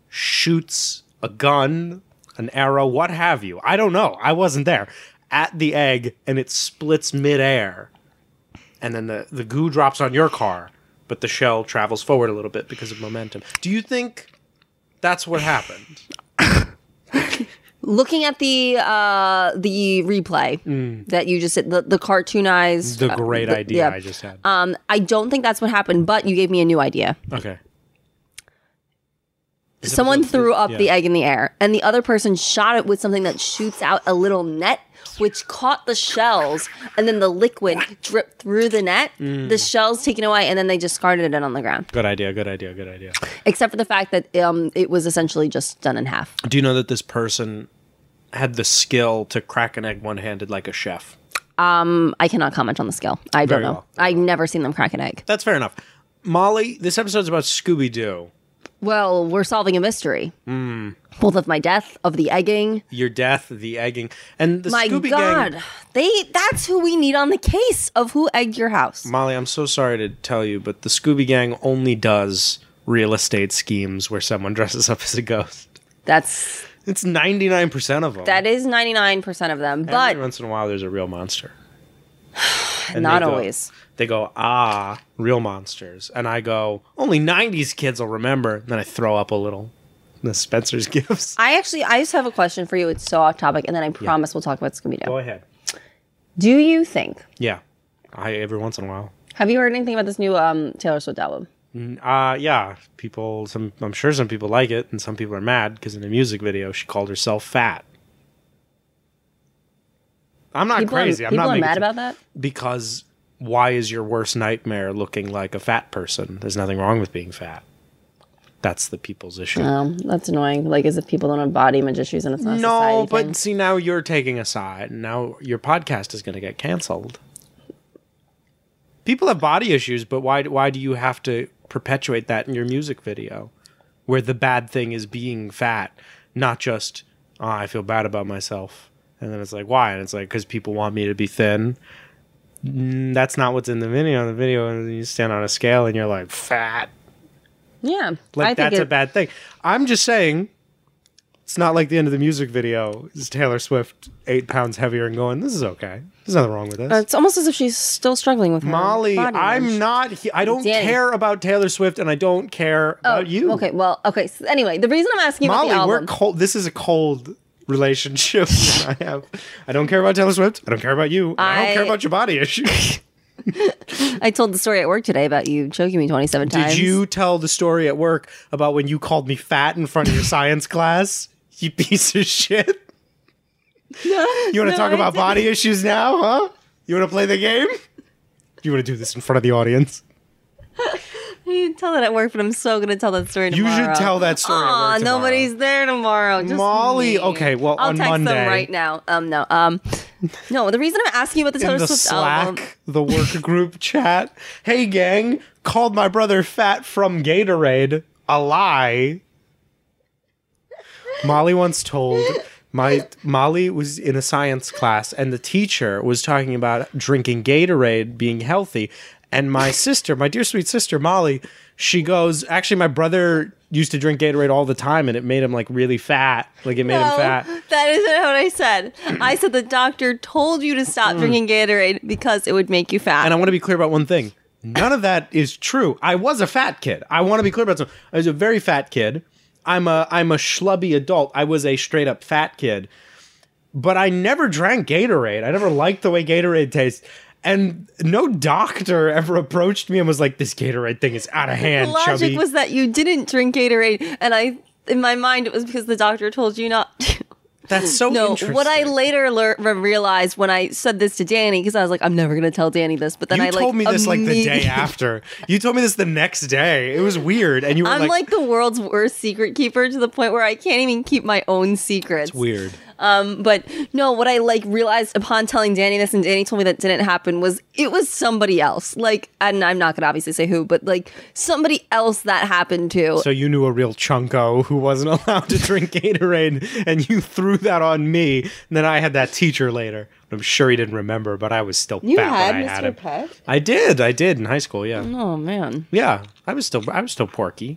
[SPEAKER 5] shoots a gun, an arrow, what have you. I don't know. I wasn't there. At the egg, and it splits midair, and then the, the goo drops on your car, but the shell travels forward a little bit because of momentum. Do you think that's what happened?
[SPEAKER 6] Looking at the uh the replay that you just said, the, the cartoonized
[SPEAKER 5] Mm.
[SPEAKER 6] uh,
[SPEAKER 5] the great
[SPEAKER 6] the-
[SPEAKER 5] idea
[SPEAKER 6] yeah.
[SPEAKER 5] I just had.
[SPEAKER 6] Um, I don't think that's what happened, but you gave me a new idea.
[SPEAKER 5] okay.
[SPEAKER 6] Someone threw up the
[SPEAKER 5] yeah.
[SPEAKER 6] egg in the air, and the other person shot it with something that shoots out a little net, which caught the shells, and then the liquid dripped through the net.
[SPEAKER 5] Mm.
[SPEAKER 6] The shells taken away, and then they discarded it on the ground.
[SPEAKER 5] Good idea. Good idea. Good idea.
[SPEAKER 6] Except for the fact that um, it was essentially just done in half.
[SPEAKER 5] Do you know that this person had the skill to crack an egg one handed like a chef?
[SPEAKER 6] Um, I cannot comment on the scale. I don't
[SPEAKER 5] Very
[SPEAKER 6] know.
[SPEAKER 5] well.
[SPEAKER 6] I've never seen them crack an egg.
[SPEAKER 5] That's fair enough. Molly, this episode's about Scooby Doo.
[SPEAKER 6] Well, we're solving a mystery. Both of my death, of the egging.
[SPEAKER 5] Your death, the egging, and the
[SPEAKER 6] My
[SPEAKER 5] Scooby
[SPEAKER 6] God,
[SPEAKER 5] Gang.
[SPEAKER 6] they—that's who we need on the case of who egged your house.
[SPEAKER 5] Molly, I'm so sorry to tell you, but the Scooby Gang only does real estate schemes where someone dresses up as a ghost.
[SPEAKER 6] That's
[SPEAKER 5] It's 99% of them.
[SPEAKER 6] that is ninety nine percent of them,
[SPEAKER 5] Every
[SPEAKER 6] but
[SPEAKER 5] once in a while, there's a real monster. And
[SPEAKER 6] not
[SPEAKER 5] they go-
[SPEAKER 6] always.
[SPEAKER 5] They go, ah, real monsters. And I go, only 90s kids will remember. And then I throw up a little. The Spencer's gifts.
[SPEAKER 6] I actually, I just have a question for you. It's so off topic, and then I promise we'll talk about Scooby
[SPEAKER 5] go
[SPEAKER 6] Doo.
[SPEAKER 5] ahead.
[SPEAKER 6] Do you think?
[SPEAKER 5] Yeah. I every once in a while.
[SPEAKER 6] Have you heard anything about this new um, Taylor Swift album?
[SPEAKER 5] Uh yeah, people some I'm sure some people like it and some people are mad because in the music video she called herself fat. I'm not
[SPEAKER 6] People
[SPEAKER 5] crazy.
[SPEAKER 6] Are,
[SPEAKER 5] I'm
[SPEAKER 6] people
[SPEAKER 5] not
[SPEAKER 6] are
[SPEAKER 5] making
[SPEAKER 6] mad
[SPEAKER 5] some-
[SPEAKER 6] about that.
[SPEAKER 5] because why is your worst nightmare looking like a fat person? There's nothing wrong with being fat. That's the people's issue.
[SPEAKER 6] Um, that's annoying. Like, as if people don't have body image issues, and it's not a
[SPEAKER 5] No,
[SPEAKER 6] society
[SPEAKER 5] but
[SPEAKER 6] thing.
[SPEAKER 5] see, now you're taking a side. Now your podcast is going to get canceled. People have body issues, but why? Why do you have to perpetuate that in your music video, where the bad thing is being fat, not just "Ah, I feel bad about myself? And then it's like, why? And it's like because people want me to be thin. Mm, That's not what's in the video. The video, you stand on a scale and you're like fat.
[SPEAKER 6] yeah,
[SPEAKER 5] Like
[SPEAKER 6] I think
[SPEAKER 5] that's
[SPEAKER 6] it,
[SPEAKER 5] a bad thing. I'm just saying It's not like the end of the music video is Taylor Swift eight pounds heavier and going, this is okay. There's nothing wrong with this.
[SPEAKER 6] It's almost as if she's still struggling with her
[SPEAKER 5] Molly,
[SPEAKER 6] body
[SPEAKER 5] I'm
[SPEAKER 6] image.
[SPEAKER 5] not. He- I don't
[SPEAKER 6] Danny.
[SPEAKER 5] care about Taylor Swift, and I don't care about you.
[SPEAKER 6] Oh, Okay, well, okay. So anyway, the reason I'm asking about the
[SPEAKER 5] Molly,
[SPEAKER 6] album,
[SPEAKER 5] we're cold. This is a cold relationship that I have. I don't care about Taylor Swift. I don't care about you. I, don't
[SPEAKER 6] I-
[SPEAKER 5] care about your body issues.
[SPEAKER 6] I told the story at work today about you choking me 27 times.
[SPEAKER 5] Did you tell the story at work about when you called me fat in front of your science class? You piece of shit. you want to
[SPEAKER 6] no,
[SPEAKER 5] talk
[SPEAKER 6] I
[SPEAKER 5] about body issues now, huh? You want to play the game? You want to do this in front of the audience?
[SPEAKER 6] You didn't tell that at work, but I'm so gonna tell that story
[SPEAKER 5] You should
[SPEAKER 6] tomorrow.
[SPEAKER 5] tell that story at
[SPEAKER 6] Aw,
[SPEAKER 5] work tomorrow.
[SPEAKER 6] nobody's there tomorrow. Just
[SPEAKER 5] Molly,
[SPEAKER 6] me.
[SPEAKER 5] okay, well,
[SPEAKER 6] I'll
[SPEAKER 5] on
[SPEAKER 6] text
[SPEAKER 5] Monday.
[SPEAKER 6] them right now. Um, no, um, no. The reason I'm asking you about the Taylor
[SPEAKER 5] in the
[SPEAKER 6] Swift
[SPEAKER 5] Slack,
[SPEAKER 6] album,
[SPEAKER 5] the work group chat. Hey, gang, called my brother fat from Gatorade. A lie. Molly once told my Molly was in a science class, and the teacher was talking about drinking Gatorade, being healthy. And my sister, my dear sweet sister Molly, she goes, actually, my brother used to drink Gatorade all the time, and it made him like really fat. Like it made him
[SPEAKER 6] No,
[SPEAKER 5] fat.
[SPEAKER 6] that isn't what I said. I said the doctor told you to stop drinking Gatorade because it would make you fat.
[SPEAKER 5] Mm. And I want to be clear about one thing. None of that is true. I was a fat kid. I want to be clear about something. I was a very fat kid. I'm a I'm a schlubby adult. I was a straight up fat kid. But I never drank Gatorade. I never liked the way Gatorade tastes. And no doctor ever approached me and was like, "This Gatorade thing is out of hand,
[SPEAKER 6] the logic
[SPEAKER 5] chubby."
[SPEAKER 6] was that you didn't drink Gatorade, and I, in my mind, it was because the doctor told you not. to.
[SPEAKER 5] That's so
[SPEAKER 6] No,
[SPEAKER 5] interesting.
[SPEAKER 6] what I later lear- re- realized when I said this to Danny, because I was like, I'm never gonna tell Danny this, but then
[SPEAKER 5] you
[SPEAKER 6] I like
[SPEAKER 5] told me this like the
[SPEAKER 6] immediately-
[SPEAKER 5] day after. You told me this the next day. It was weird, and you were
[SPEAKER 6] I'm like,
[SPEAKER 5] like,
[SPEAKER 6] the world's worst secret keeper to the point where I can't even keep my own secrets.
[SPEAKER 5] "Weird."
[SPEAKER 6] But no, what I like realized upon telling Danny this, and Danny told me that didn't happen, was it was somebody else. Like, and I'm not gonna obviously say who, but like somebody else that happened to.
[SPEAKER 5] So you knew a real chunko who wasn't allowed to drink Gatorade, and you threw that on me. And then I had that teacher later. I'm sure he didn't remember, but I was still
[SPEAKER 6] You
[SPEAKER 5] fat
[SPEAKER 6] had
[SPEAKER 5] when I had
[SPEAKER 6] Mr.
[SPEAKER 5] him.
[SPEAKER 6] Peck?
[SPEAKER 5] I did. I did in high school. Yeah,
[SPEAKER 6] oh man,
[SPEAKER 5] yeah. I was still. I was still porky.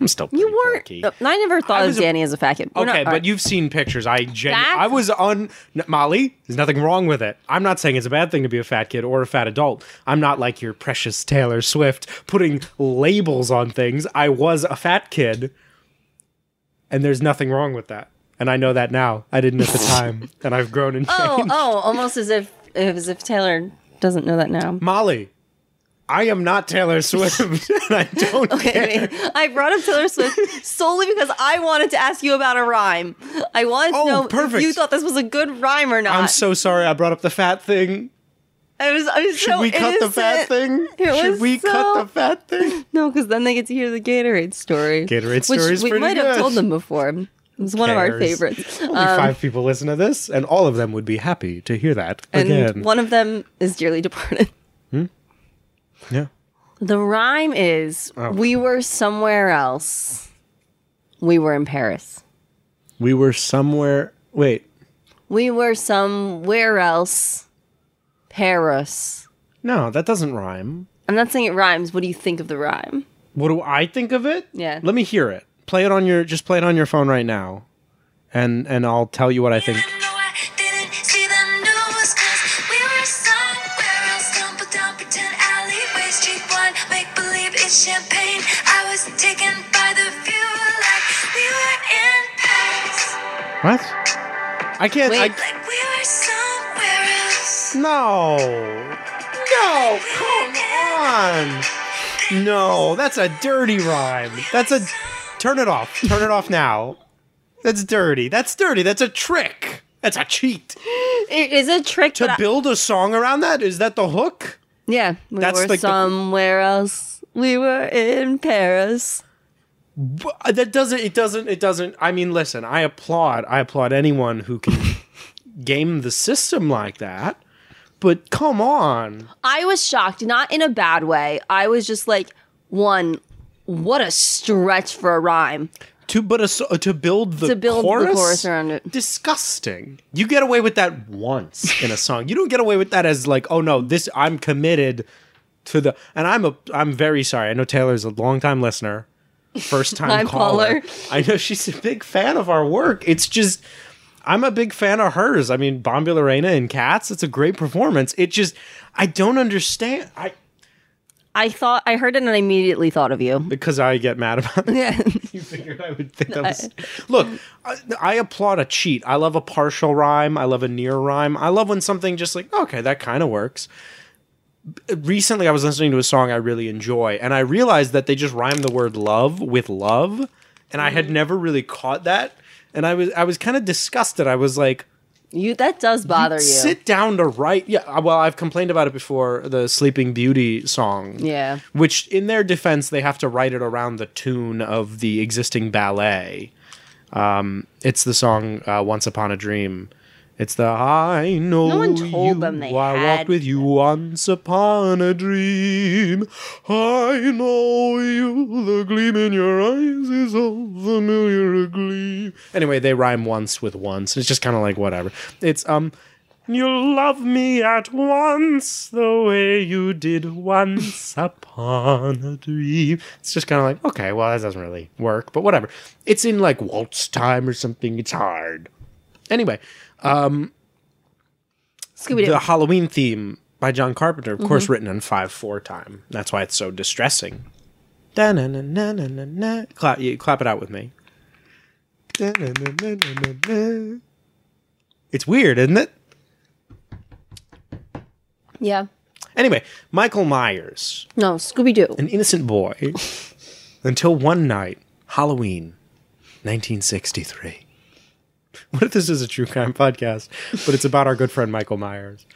[SPEAKER 5] I'm still.
[SPEAKER 6] you
[SPEAKER 5] pretty
[SPEAKER 6] weren't.
[SPEAKER 5] Porky.
[SPEAKER 6] I never
[SPEAKER 5] I
[SPEAKER 6] thought of
[SPEAKER 5] was a-
[SPEAKER 6] Danny as a fat kid. We're
[SPEAKER 5] Okay,
[SPEAKER 6] not- all
[SPEAKER 5] but
[SPEAKER 6] right.
[SPEAKER 5] you've seen pictures. I genu-
[SPEAKER 6] That's-
[SPEAKER 5] I was on n- Molly. There's nothing wrong with it. I'm not saying it's a bad thing to be a fat kid or a fat adult. I'm not like your precious Taylor Swift putting labels on things. I was a fat kid, and there's nothing wrong with that. And I know that now. I didn't at the time, and I've grown and changed.
[SPEAKER 6] Oh, oh, almost as if as if Taylor doesn't know that now.
[SPEAKER 5] Molly, I am not Taylor Swift, and I don't care.
[SPEAKER 6] Anyway, I brought up Taylor Swift solely because I wanted to ask you about a rhyme. I wanted
[SPEAKER 5] Oh,
[SPEAKER 6] to know
[SPEAKER 5] perfect.
[SPEAKER 6] if you thought this was a good rhyme or not.
[SPEAKER 5] I'm so sorry I brought up the fat thing.
[SPEAKER 6] I was, I was
[SPEAKER 5] Should
[SPEAKER 6] so
[SPEAKER 5] we cut the fat
[SPEAKER 6] innocent.
[SPEAKER 5] thing?
[SPEAKER 6] It
[SPEAKER 5] Should
[SPEAKER 6] was
[SPEAKER 5] we
[SPEAKER 6] so-
[SPEAKER 5] cut the fat thing?
[SPEAKER 6] No, because then they get to hear the Gatorade story.
[SPEAKER 5] Gatorade
[SPEAKER 6] which
[SPEAKER 5] story's
[SPEAKER 6] we
[SPEAKER 5] pretty
[SPEAKER 6] might have
[SPEAKER 5] good.
[SPEAKER 6] told them before. It was one of our
[SPEAKER 5] cares?
[SPEAKER 6] favorites.
[SPEAKER 5] Only five people listen to this, and all of them would be happy to hear that
[SPEAKER 6] And
[SPEAKER 5] again.
[SPEAKER 6] one of them is dearly departed.
[SPEAKER 5] yeah.
[SPEAKER 6] The rhyme is
[SPEAKER 5] Oh.
[SPEAKER 6] we were somewhere else. We were in Paris.
[SPEAKER 5] We were somewhere. Wait.
[SPEAKER 6] We were somewhere else. Paris.
[SPEAKER 5] No, that doesn't rhyme.
[SPEAKER 6] I'm not saying it rhymes. What do you think of the rhyme?
[SPEAKER 5] What do I think of it?
[SPEAKER 6] Yeah.
[SPEAKER 5] Let me hear it. Play it on your. Just play it on your phone right now, and and I'll tell you what I think.
[SPEAKER 7] No, I didn't see the news 'cause we were somewhere else. Tumble down pretend alleyways, cheap wine, make believe it's champagne. I was taken by the view like we were in Paris,
[SPEAKER 5] What? I can't.
[SPEAKER 6] Wait.
[SPEAKER 5] I,
[SPEAKER 7] like we were somewhere else.
[SPEAKER 5] no. No. Come on. No, that's a dirty rhyme. That's a. Turn it off. Turn it off now. That's dirty. That's dirty. That's a trick. That's a cheat.
[SPEAKER 6] It is a trick
[SPEAKER 5] to
[SPEAKER 6] but I-
[SPEAKER 5] build a song around that is that the hook
[SPEAKER 6] yeah, we
[SPEAKER 5] That's
[SPEAKER 6] were
[SPEAKER 5] like the-
[SPEAKER 6] somewhere else. We were in Paris.
[SPEAKER 5] B- uh, that doesn't it doesn't it doesn't i mean listen i applaud i applaud anyone who can game the system like that but come on
[SPEAKER 6] I was shocked, not in a bad way. I was just like, one, what a stretch for a rhyme.
[SPEAKER 5] to but a, s- uh, to build the
[SPEAKER 6] To build the
[SPEAKER 5] chorus,
[SPEAKER 6] chorus around it.
[SPEAKER 5] disgusting you get away with that once in a song you don't get away with that as like oh no this i'm committed to the and i'm a i'm very sorry i know taylor's a long time listener first time
[SPEAKER 6] Time
[SPEAKER 5] caller.
[SPEAKER 6] caller.
[SPEAKER 5] I know she's a big fan of our work. It's just I'm a big fan of hers. I mean, Bombi Lorena and Cats, it's a great performance. It just I don't understand. I
[SPEAKER 6] I thought I heard it and I immediately thought of you.
[SPEAKER 5] because I get mad about it.
[SPEAKER 6] Yeah.
[SPEAKER 5] You figured I would think that was. Look, I, I applaud a cheat. I love a partial rhyme. I love a near rhyme. I love when something just like, okay, that kind of works. B- Recently, I was listening to a song I really enjoy, and I realized that they just rhyme the word love with love, and I
[SPEAKER 6] Mm.
[SPEAKER 5] had never really caught that. And I was I was kind of disgusted. I was like,
[SPEAKER 6] You that does bother you.
[SPEAKER 5] sit down to write. Yeah, uh, well, I've complained about it before. The Sleeping Beauty song.
[SPEAKER 6] Yeah.
[SPEAKER 5] Which, in their defense, they have to write it around the tune of the existing ballet. Um, it's the song uh, "Once Upon a Dream." It's the I know
[SPEAKER 6] one told
[SPEAKER 5] you,
[SPEAKER 6] them they
[SPEAKER 5] I
[SPEAKER 6] had-
[SPEAKER 5] walked with you once upon a dream. I know you. The gleam in your eyes is so familiar a gleam. Anyway, they rhyme once with once. It's just kind of like whatever. It's um, you love me at once the way you did once upon a dream. It's just kind of like okay, well that doesn't really work, but whatever. It's in like waltz time or something. It's hard. Anyway,
[SPEAKER 6] Scooby Doo.
[SPEAKER 5] the Halloween theme by John Carpenter, of course, written in five four time. That's why it's so distressing. Da-na-na-na-na-na-na. Clap, you, clap it out with me. Da-na-na-na-na-na. It's weird, isn't it?
[SPEAKER 6] Yeah.
[SPEAKER 5] Anyway, Michael Myers,
[SPEAKER 6] No, Scooby Doo.
[SPEAKER 5] an innocent boy, until one night, Halloween, 1963. What if this is a true crime podcast, but it's about our good friend Michael Myers?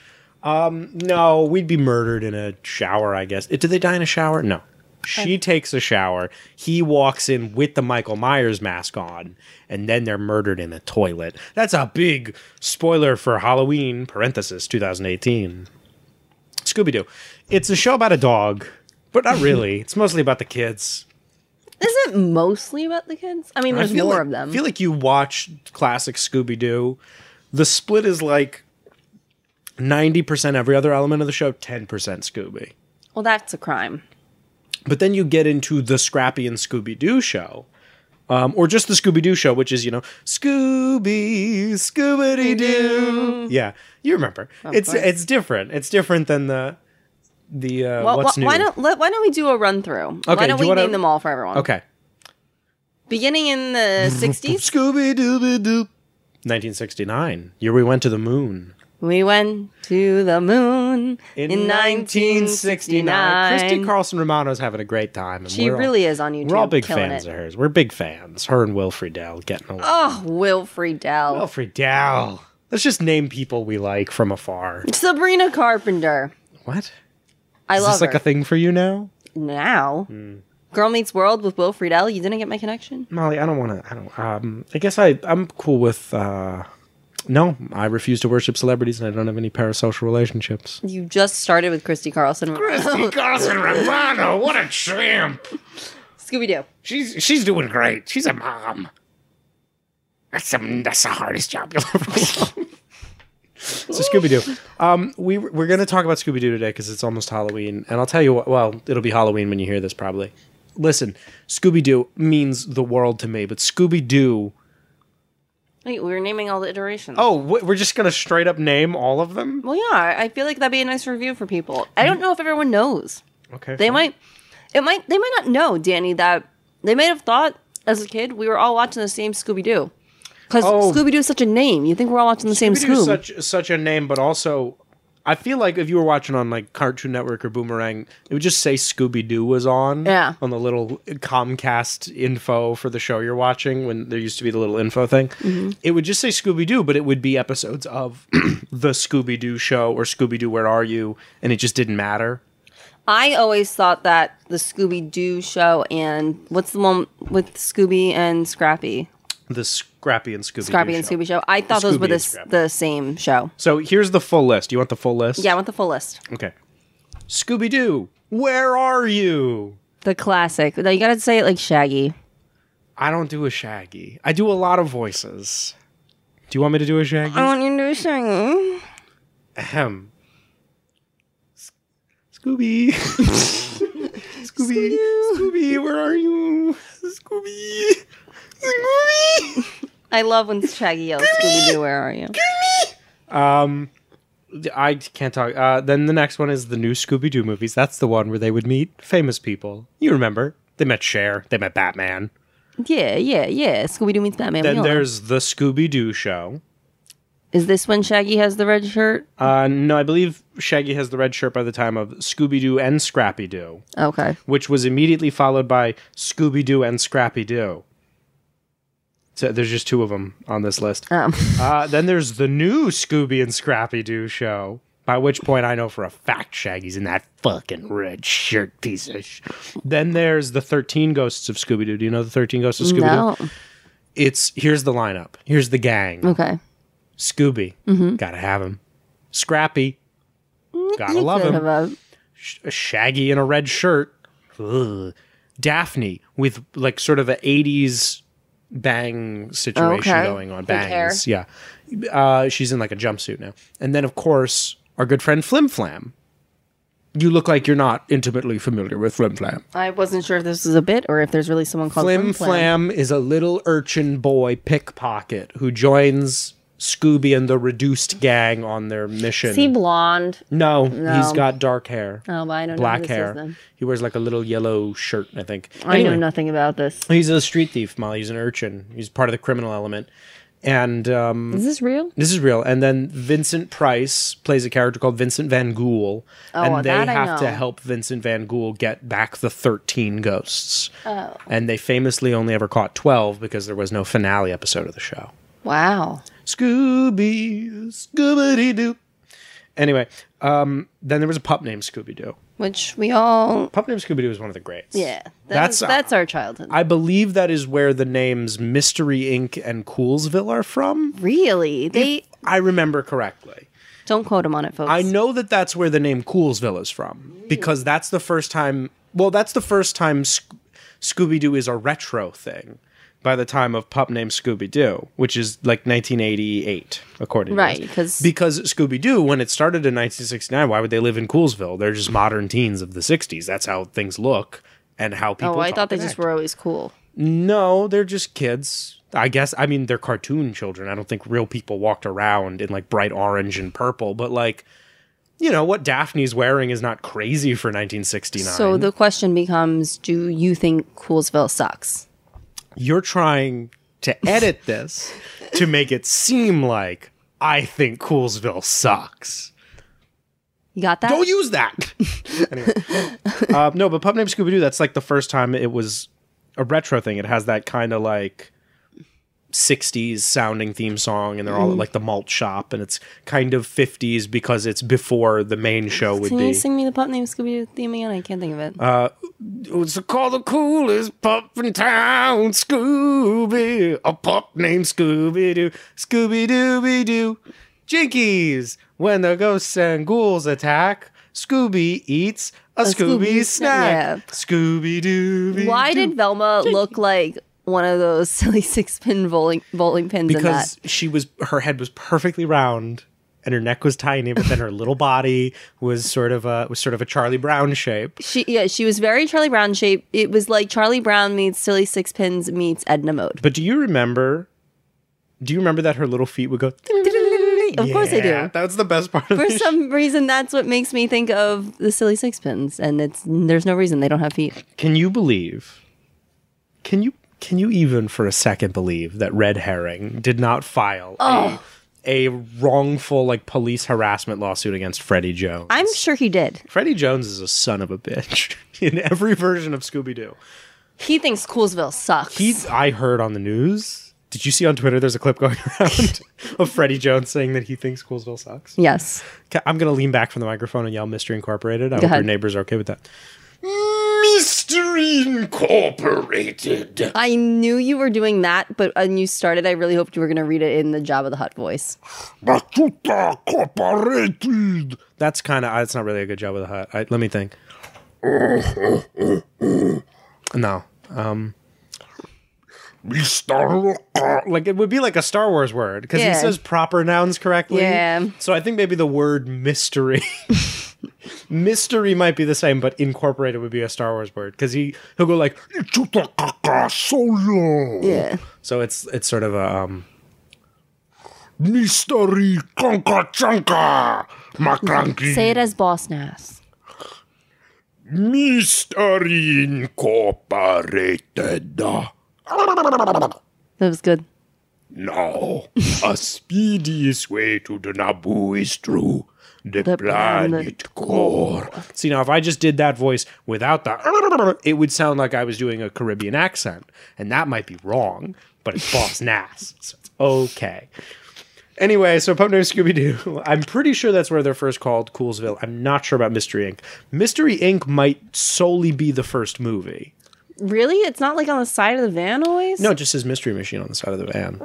[SPEAKER 5] Um, no, we'd be murdered in a shower, I guess. It, did they die in a shower? No. She takes a shower. He walks in with the Michael Myers mask on, and then they're murdered in a toilet. That's a big spoiler for Halloween, parenthesis 2018. Scooby Doo. It's a show about a dog, but not really. it's mostly about the kids.
[SPEAKER 6] Is it mostly about the kids? I mean, there's
[SPEAKER 5] I feel
[SPEAKER 6] more
[SPEAKER 5] like,
[SPEAKER 6] of them.
[SPEAKER 5] feel like you watch classic Scooby Doo. The split is like 90% every other element of the show, 10% Scooby.
[SPEAKER 6] well, that's a crime.
[SPEAKER 5] But then you get into the Scrappy and Scooby Doo show. Um, or just the Scooby Doo show, which is, you know, Scooby, Scooby Doo. Yeah, you remember. it's
[SPEAKER 6] course.
[SPEAKER 5] it's different. It's different than the the uh,
[SPEAKER 6] Well,
[SPEAKER 5] what's
[SPEAKER 6] wh-
[SPEAKER 5] new.
[SPEAKER 6] why don't let, why don't we do a run through?
[SPEAKER 5] Okay,
[SPEAKER 6] why don't
[SPEAKER 5] do you
[SPEAKER 6] we
[SPEAKER 5] wanna-
[SPEAKER 6] name them all for everyone?
[SPEAKER 5] okay,
[SPEAKER 6] Beginning in the '60s,
[SPEAKER 5] Scooby Dooby Doo. 1969, year we went to the moon.
[SPEAKER 6] we went to the moon in, 1969.
[SPEAKER 5] Christy Carlson Romano's having a great time. And
[SPEAKER 6] She
[SPEAKER 5] we're all-
[SPEAKER 6] really is on YouTube.
[SPEAKER 5] We're all big
[SPEAKER 6] killing
[SPEAKER 5] fans
[SPEAKER 6] it.
[SPEAKER 5] of hers. We're big fans. Her and Wilfred Dell getting along.
[SPEAKER 6] Oh, Wilfrey Dell,
[SPEAKER 5] Wilfred Dell. Let's just name people we like from afar.
[SPEAKER 6] Sabrina Carpenter.
[SPEAKER 5] What?
[SPEAKER 6] I
[SPEAKER 5] Is
[SPEAKER 6] love
[SPEAKER 5] this like
[SPEAKER 6] her.
[SPEAKER 5] a Hmm. thing for you now?
[SPEAKER 6] now. Girl Meets World with Will Friedle. You didn't get my connection.
[SPEAKER 5] Molly, I don't want to. I don't. Um, I guess I, I'm cool with. Uh, no, I refuse to worship celebrities and I don't have any parasocial relationships.
[SPEAKER 6] You just started with Christy Carlson.
[SPEAKER 1] Carlson Romano, what a champ.
[SPEAKER 6] Scooby Doo.
[SPEAKER 1] She's she's doing great. She's a mom. That's some that's the hardest job you'll ever
[SPEAKER 5] So Scooby Doo. Um, we we're gonna talk about Scooby Doo today because it's almost Halloween, and I'll tell you what. Well, it'll be Halloween when you hear this, probably. Listen, Scooby Doo means the world to me, but Scooby Doo.
[SPEAKER 6] Wait, we were naming all the iterations.
[SPEAKER 5] Oh, wh- we're just gonna straight up name all of them.
[SPEAKER 6] Well, yeah, I feel like that'd be a nice review for people. I
[SPEAKER 5] Mm.
[SPEAKER 6] don't know if everyone knows.
[SPEAKER 5] Okay.
[SPEAKER 6] They might, it might, they might not know, Danny, that they might have thought as a kid we were all watching the same Scooby Doo. Because
[SPEAKER 5] Oh.
[SPEAKER 6] Scooby Doo is such a name. You think we're all watching the same
[SPEAKER 5] Scooby Doo
[SPEAKER 6] Scoob.
[SPEAKER 5] is such such a name, but also. I feel like if you were watching on like Cartoon Network or Boomerang, it would just say Scooby Doo was on.
[SPEAKER 6] Yeah.
[SPEAKER 5] On the little Comcast info for the show you're watching, when there used to be the little info thing,
[SPEAKER 6] Mm-hmm.
[SPEAKER 5] it would just say Scooby Doo, but it would be episodes of the Scooby Doo show or Scooby Doo Where Are You, and it just didn't matter.
[SPEAKER 6] I always thought that the Scooby Doo show and what's the one with Scooby and Scrappy?
[SPEAKER 5] The Scrappy and Scooby Doo.
[SPEAKER 6] Scrappy and Scooby Show. I thought those were
[SPEAKER 5] Scooby and
[SPEAKER 6] the, s-
[SPEAKER 5] Scrappy.
[SPEAKER 6] the same show.
[SPEAKER 5] So here's the full list. You want the full list?
[SPEAKER 6] Yeah, I want the full list.
[SPEAKER 5] Okay. Scooby Doo, Where Are You?
[SPEAKER 6] The classic. No, you gotta say it like Shaggy.
[SPEAKER 5] I don't do a Shaggy. I do a lot of voices. Do you want me to do a Shaggy?
[SPEAKER 6] I want you to do Shaggy.
[SPEAKER 5] Ahem. Sc- Scooby. Scooby. Scooby, where are you? Scooby. Scooby.
[SPEAKER 6] I love when Shaggy yells, Scooby Doo, where are you?
[SPEAKER 5] Um, I can't talk. Uh, then the next one is the new Scooby Doo movies. That's the one where they would meet famous people. You remember? They met Cher. They met Batman.
[SPEAKER 6] Yeah, yeah, yeah. Scooby Doo meets Batman. We
[SPEAKER 5] Then
[SPEAKER 6] all know.
[SPEAKER 5] there's the Scooby Doo show.
[SPEAKER 6] Is this when Shaggy has the red shirt?
[SPEAKER 5] Uh, no, I believe Shaggy has the red shirt by the time of Scooby Doo and Scrappy Doo,
[SPEAKER 6] Okay.
[SPEAKER 5] which was immediately followed by Scooby Doo and Scrappy Doo. So there's just two of them on this list.
[SPEAKER 6] Um,
[SPEAKER 5] Uh, then there's the new Scooby and Scrappy Doo show. By which point I know for a fact Shaggy's in that fucking red shirt piece of sh- Then there's the 13 Ghosts of Scooby Doo. Do you know the 13 Ghosts of Scooby Doo?
[SPEAKER 6] no.
[SPEAKER 5] It's here's the lineup. Here's the gang.
[SPEAKER 6] Okay.
[SPEAKER 5] Scooby,
[SPEAKER 6] Mm-hmm.
[SPEAKER 5] gotta have him. Scrappy, gotta love
[SPEAKER 6] Could Mm, have
[SPEAKER 5] him.
[SPEAKER 6] a-
[SPEAKER 5] Sh- Shaggy in a red shirt. Ugh. Daphne with like sort of a 80s bang situation
[SPEAKER 6] Okay.
[SPEAKER 5] going on.
[SPEAKER 6] Big hair.
[SPEAKER 5] Bangs. Yeah. Uh, she's in like a jumpsuit now. And then, of course, our good friend Flim Flam. You look like you're not intimately familiar with Flim Flam.
[SPEAKER 6] I wasn't sure if this was a bit or if there's really someone called
[SPEAKER 5] Flim
[SPEAKER 6] Oh, Flim Flam.
[SPEAKER 5] Flam is a little urchin boy pickpocket who joins Scooby and the reduced gang on their mission.
[SPEAKER 6] Is he blonde?
[SPEAKER 5] no, he's
[SPEAKER 6] No.
[SPEAKER 5] got dark hair.
[SPEAKER 6] Oh, but I don't
[SPEAKER 5] black
[SPEAKER 6] know who this
[SPEAKER 5] hair.
[SPEAKER 6] is then.
[SPEAKER 5] He wears like a little yellow shirt, I think.
[SPEAKER 6] I know
[SPEAKER 5] Anyway,
[SPEAKER 6] nothing about this.
[SPEAKER 5] He's a street thief, Molly. He's an urchin. He's part of the criminal element. And um,
[SPEAKER 6] Is this real?
[SPEAKER 5] this is real. And then Vincent Price plays a character called Vincent Van Gool. and they
[SPEAKER 6] Oh, that I
[SPEAKER 5] have to
[SPEAKER 6] know.
[SPEAKER 5] help Vincent Van Gool get back the 13 ghosts. Oh. And they famously only ever caught 12 because there was no finale episode of the show.
[SPEAKER 6] Wow.
[SPEAKER 5] Scooby, Scooby Doo. Anyway, um, then there was a pup named Scooby Doo.
[SPEAKER 6] Which we all
[SPEAKER 5] Pup named Scooby Doo is one of the greats.
[SPEAKER 6] Yeah.
[SPEAKER 5] That's- uh,
[SPEAKER 6] That's that's our childhood.
[SPEAKER 5] I believe that is where the names Mystery Inc. and Coolsville are from.
[SPEAKER 6] really? They
[SPEAKER 5] I remember correctly.
[SPEAKER 6] don't quote him on it, folks.
[SPEAKER 5] I know that that's where the name Coolsville is from because that's the first time. Well, that's the first time Sc- Scooby Doo is a retro thing. By the time of Pup Named Scooby Doo, which is like 1988, according
[SPEAKER 6] Right,
[SPEAKER 5] to this.
[SPEAKER 6] 'cause-
[SPEAKER 5] because Scooby Doo, when it started in 1969, why would they live in Coolsville? They're just modern teens of the 60s. That's how things look and how people.
[SPEAKER 6] Oh, I
[SPEAKER 5] talk
[SPEAKER 6] thought they
[SPEAKER 5] and
[SPEAKER 6] just
[SPEAKER 5] act.
[SPEAKER 6] were always cool.
[SPEAKER 5] No, they're just kids. I guess I mean they're cartoon children. I don't think real people walked around in like bright orange and purple, but like you know what Daphne's wearing is not crazy for 1969.
[SPEAKER 6] So the question becomes: Do you think Coolsville sucks?
[SPEAKER 5] You're trying to edit this to make it seem like I think Coolsville sucks.
[SPEAKER 6] You got that?
[SPEAKER 5] Don't use that. anyway, uh, no, but Pup Named Scooby Doo. That's like the first time it was a retro thing. It has that kind of like '60s sounding theme song, and they're all at like the malt shop, and it's kind of '50s because it's before the main show would
[SPEAKER 6] Can
[SPEAKER 5] be.
[SPEAKER 6] you sing me the pup named Scooby Doo theme again? I can't think of it.
[SPEAKER 1] It's called the coolest pup in town, Scooby.
[SPEAKER 5] a pup named Scooby Doo, Scooby Dooby Doo, Jinkies. When the ghosts and ghouls attack, Scooby eats a, Scooby,
[SPEAKER 6] Scooby
[SPEAKER 5] snack.
[SPEAKER 6] snack.
[SPEAKER 5] Scooby Dooby.
[SPEAKER 6] Why
[SPEAKER 5] Doo.
[SPEAKER 6] did Velma look like one of those silly six pin bowling bowling pins in
[SPEAKER 5] because
[SPEAKER 6] that?
[SPEAKER 5] she was her head was perfectly round and her neck was tiny, but then her little body was sort of a was sort of a Charlie Brown shape.
[SPEAKER 6] She yeah, she was very Charlie Brown shaped. It was like Charlie Brown meets Silly Six Pins meets Edna Mode.
[SPEAKER 5] But do you remember? Do you remember that her little feet would go?
[SPEAKER 6] Of course I do.
[SPEAKER 5] That was the best part of
[SPEAKER 6] For
[SPEAKER 5] the
[SPEAKER 6] some reason, that's what makes me think of the silly sixpence, and it's there's no reason they don't have feet.
[SPEAKER 5] Can you believe? Can you can you even for a second believe that Red Herring did not file
[SPEAKER 6] Oh.
[SPEAKER 5] a, a wrongful like police harassment lawsuit against Freddie Jones?
[SPEAKER 6] I'm sure he did.
[SPEAKER 5] Freddie Jones is a son of a bitch in every version of Scooby Doo.
[SPEAKER 6] He thinks Coolsville sucks.
[SPEAKER 5] He's, I heard on the news. Did you see on Twitter? There's a clip going around of Freddie Jones saying that he thinks Coolsville sucks.
[SPEAKER 6] yes,
[SPEAKER 5] Okay, I'm gonna lean back from the microphone and yell "Mystery Incorporated." I hope your
[SPEAKER 6] ahead.
[SPEAKER 5] neighbors are okay with that.
[SPEAKER 1] Mystery Incorporated.
[SPEAKER 6] I knew you were doing that, but when you started, I really hoped you were going to read it in the Job of the Hut voice.
[SPEAKER 1] Batuta Corporated.
[SPEAKER 5] That's kind of that's not really a good job with the hut. I, let me think. No,
[SPEAKER 1] Mr. Car-
[SPEAKER 5] like it would be like a Star Wars word because he
[SPEAKER 6] Yeah.
[SPEAKER 5] says proper nouns correctly.
[SPEAKER 6] Yeah.
[SPEAKER 5] So I think maybe the word mystery mystery might be the same, but incorporated would be a Star Wars word because he he'll go like "Chupacabra solo.
[SPEAKER 6] Yeah.
[SPEAKER 5] So it's it's sort of a um,
[SPEAKER 1] Mystery conka chunka makranki.
[SPEAKER 6] Say it as Boss Nass.
[SPEAKER 1] Mystery Incorporated.
[SPEAKER 6] That was good.
[SPEAKER 1] Now, a speediest way to the Naboo is through the, planet
[SPEAKER 6] planet
[SPEAKER 1] core.
[SPEAKER 5] See now, if I just did that voice without the, it would sound like I was doing a Caribbean accent, and that might be wrong. But it's Boss Nass, so it's okay. Anyway, so Pump Name Scooby Doo. I'm pretty sure that's where they're first called Coolsville. I'm not sure about Mystery Inc. Mystery Inc. might solely be the first movie.
[SPEAKER 6] Really? It's not like on the side of the van always?
[SPEAKER 5] No, it just says Mystery Machine on the side of the van.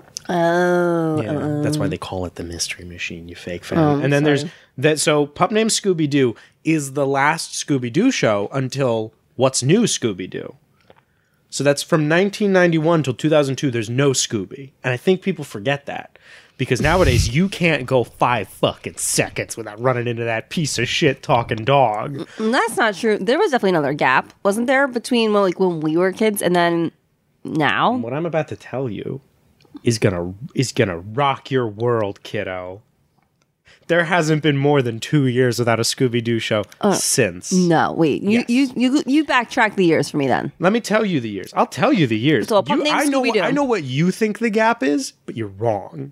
[SPEAKER 6] Oh.
[SPEAKER 5] Yeah, that's why they call it the Mystery Machine. You fake fan. and then there's that. So Pup Named Scooby Doo is the last Scooby Doo show until What's New Scooby Doo. So that's from 1991 till 2002. There's no Scooby, and I think people forget that because nowadays you can't go five fucking seconds without running into that piece of shit talking dog.
[SPEAKER 6] Mm, That's not true. There was definitely another gap, wasn't there, between well, like when we were kids and then now?
[SPEAKER 5] What I'm about to tell you is gonna is gonna rock your world, kiddo. There hasn't been more than two years without a Scooby Doo show since.
[SPEAKER 6] Uh, No, wait. You
[SPEAKER 5] Yes.
[SPEAKER 6] you you you backtrack the years for me then.
[SPEAKER 5] Let me tell you the years. I'll tell you the years.
[SPEAKER 6] So a pup
[SPEAKER 5] You-
[SPEAKER 6] named
[SPEAKER 5] I know
[SPEAKER 6] Scooby-Doo.
[SPEAKER 5] I know what you think the gap is, but you're wrong.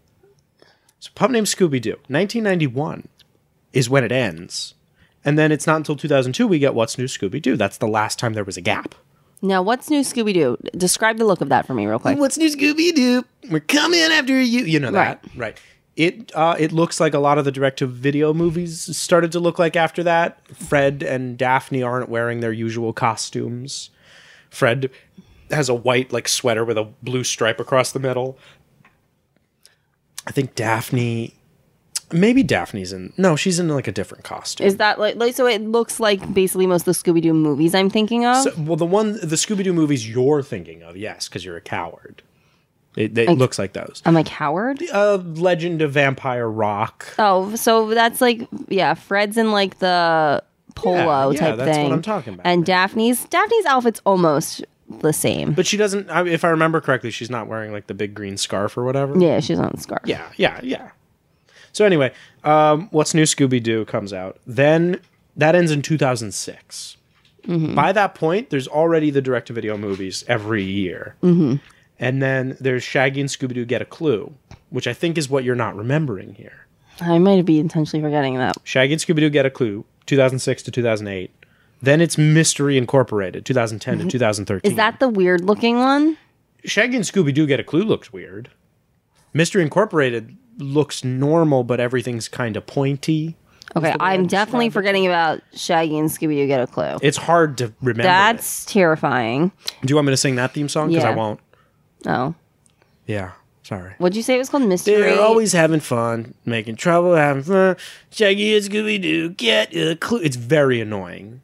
[SPEAKER 5] So pup named Scooby Doo, 1991 is when it ends, and then it's not until 2002 we get What's New Scooby Doo. That's the last time there was a gap.
[SPEAKER 6] Now, what's new Scooby Doo? Describe the look of that for me real quick.
[SPEAKER 5] What's new, Scooby Doo? We're coming after you. You know that, right? It uh, it looks like a lot of the direct to video movies started to look like after that. Fred and Daphne aren't wearing their usual costumes. Fred has a white like sweater with a blue stripe across the middle. I think Daphne, maybe Daphne's in. No, she's in like a different costume.
[SPEAKER 6] Is that like, like so? It looks like basically most of the Scooby Doo movies I'm thinking of.
[SPEAKER 5] So- well, the one the Scooby Doo movies you're thinking of, yes, because you're a coward. It, it looks like those.
[SPEAKER 6] I'm like Howard.
[SPEAKER 5] uh, Legend of Vampire Rock
[SPEAKER 6] Oh, so that's like yeah, Fred's in like the polo
[SPEAKER 5] yeah,
[SPEAKER 6] type
[SPEAKER 5] that's what
[SPEAKER 6] thing.
[SPEAKER 5] I'm talking about.
[SPEAKER 6] And Daphne's Daphne's outfit's almost the same.
[SPEAKER 5] but she doesn't. I- If I remember correctly, she's not wearing like the big green scarf or whatever.
[SPEAKER 6] yeah, she's on the scarf.
[SPEAKER 5] yeah, yeah. yeah. So anyway, um, what's new? Scooby Doo comes out. Then that ends in 2006.
[SPEAKER 6] Mm-hmm.
[SPEAKER 5] By that point, there's already the direct-to-video movies every year,
[SPEAKER 6] Mm-hmm.
[SPEAKER 5] and then there's Shaggy and Scooby Doo Get a Clue, which I think is what you're not remembering here.
[SPEAKER 6] I might be intentionally forgetting that.
[SPEAKER 5] Shaggy and Scooby Doo Get a Clue, 2006 to 2008. Then it's Mystery Incorporated, 2010 to 2013.
[SPEAKER 6] Mm-hmm. Is that the weird looking one?
[SPEAKER 5] Shaggy and Scooby Doo Get a Clue looks weird. Mystery Incorporated looks normal, but everything's kind of pointy.
[SPEAKER 6] Okay, I'm definitely forgetting about Shaggy and Scooby Doo Get a Clue.
[SPEAKER 5] It's hard to remember. That's...
[SPEAKER 6] That's terrifying.
[SPEAKER 5] Do you want me to sing that theme song? Because I
[SPEAKER 6] Yeah.
[SPEAKER 5] won't.
[SPEAKER 6] Oh,
[SPEAKER 5] Yeah. Sorry.
[SPEAKER 6] what'd you say it was called? Mystery.
[SPEAKER 5] They're always having fun, making trouble, having fun. Shaggy and Scooby Doo get a clue. It's very annoying.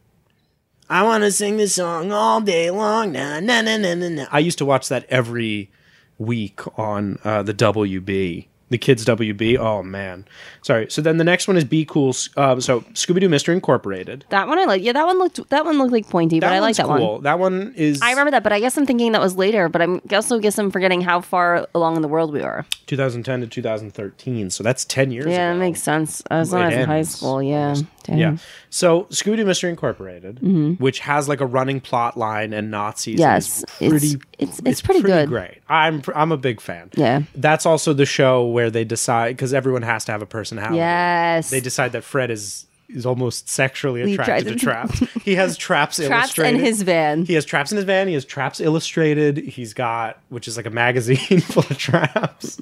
[SPEAKER 5] I want to sing this song all day long. Na na na na na. na. I used to watch that every week on uh, the WB, the kids WB. Oh man, sorry. So then the next one is Be Cool. Uh, so Scooby Doo Mystery Incorporated.
[SPEAKER 6] that one I like. Yeah, that one looked that one looked like pointy, but I like
[SPEAKER 5] one's
[SPEAKER 6] that one.
[SPEAKER 5] cool. That one is
[SPEAKER 6] I remember that, but I guess I'm thinking that was later. But I'm I also guess I'm forgetting how far along in the world we are.
[SPEAKER 5] 2010 to 2013. So that's 10 years.
[SPEAKER 6] Yeah,
[SPEAKER 5] ago.
[SPEAKER 6] that makes sense. I was when I was in high
[SPEAKER 5] ends.
[SPEAKER 6] school. Yeah, Damn. Mm-hmm.
[SPEAKER 5] Yeah. So Scooby Doo Mystery Incorporated, which has like a running plot line and Nazis.
[SPEAKER 6] Yes,
[SPEAKER 5] Is
[SPEAKER 6] it's-
[SPEAKER 5] pretty,
[SPEAKER 6] it's- it's pretty good.
[SPEAKER 5] Great. I'm pr- I'm a big fan.
[SPEAKER 6] Yeah.
[SPEAKER 5] That's also the show where they decide because everyone has to have a personality.
[SPEAKER 6] Yes.
[SPEAKER 5] They decide that Fred is is almost sexually
[SPEAKER 6] He
[SPEAKER 5] attracted to
[SPEAKER 6] tries-
[SPEAKER 5] traps. he has traps,
[SPEAKER 6] Traps in
[SPEAKER 5] illustrated.
[SPEAKER 6] his van.
[SPEAKER 5] He has traps in his van. He has traps illustrated. He's got which is like a magazine full of traps.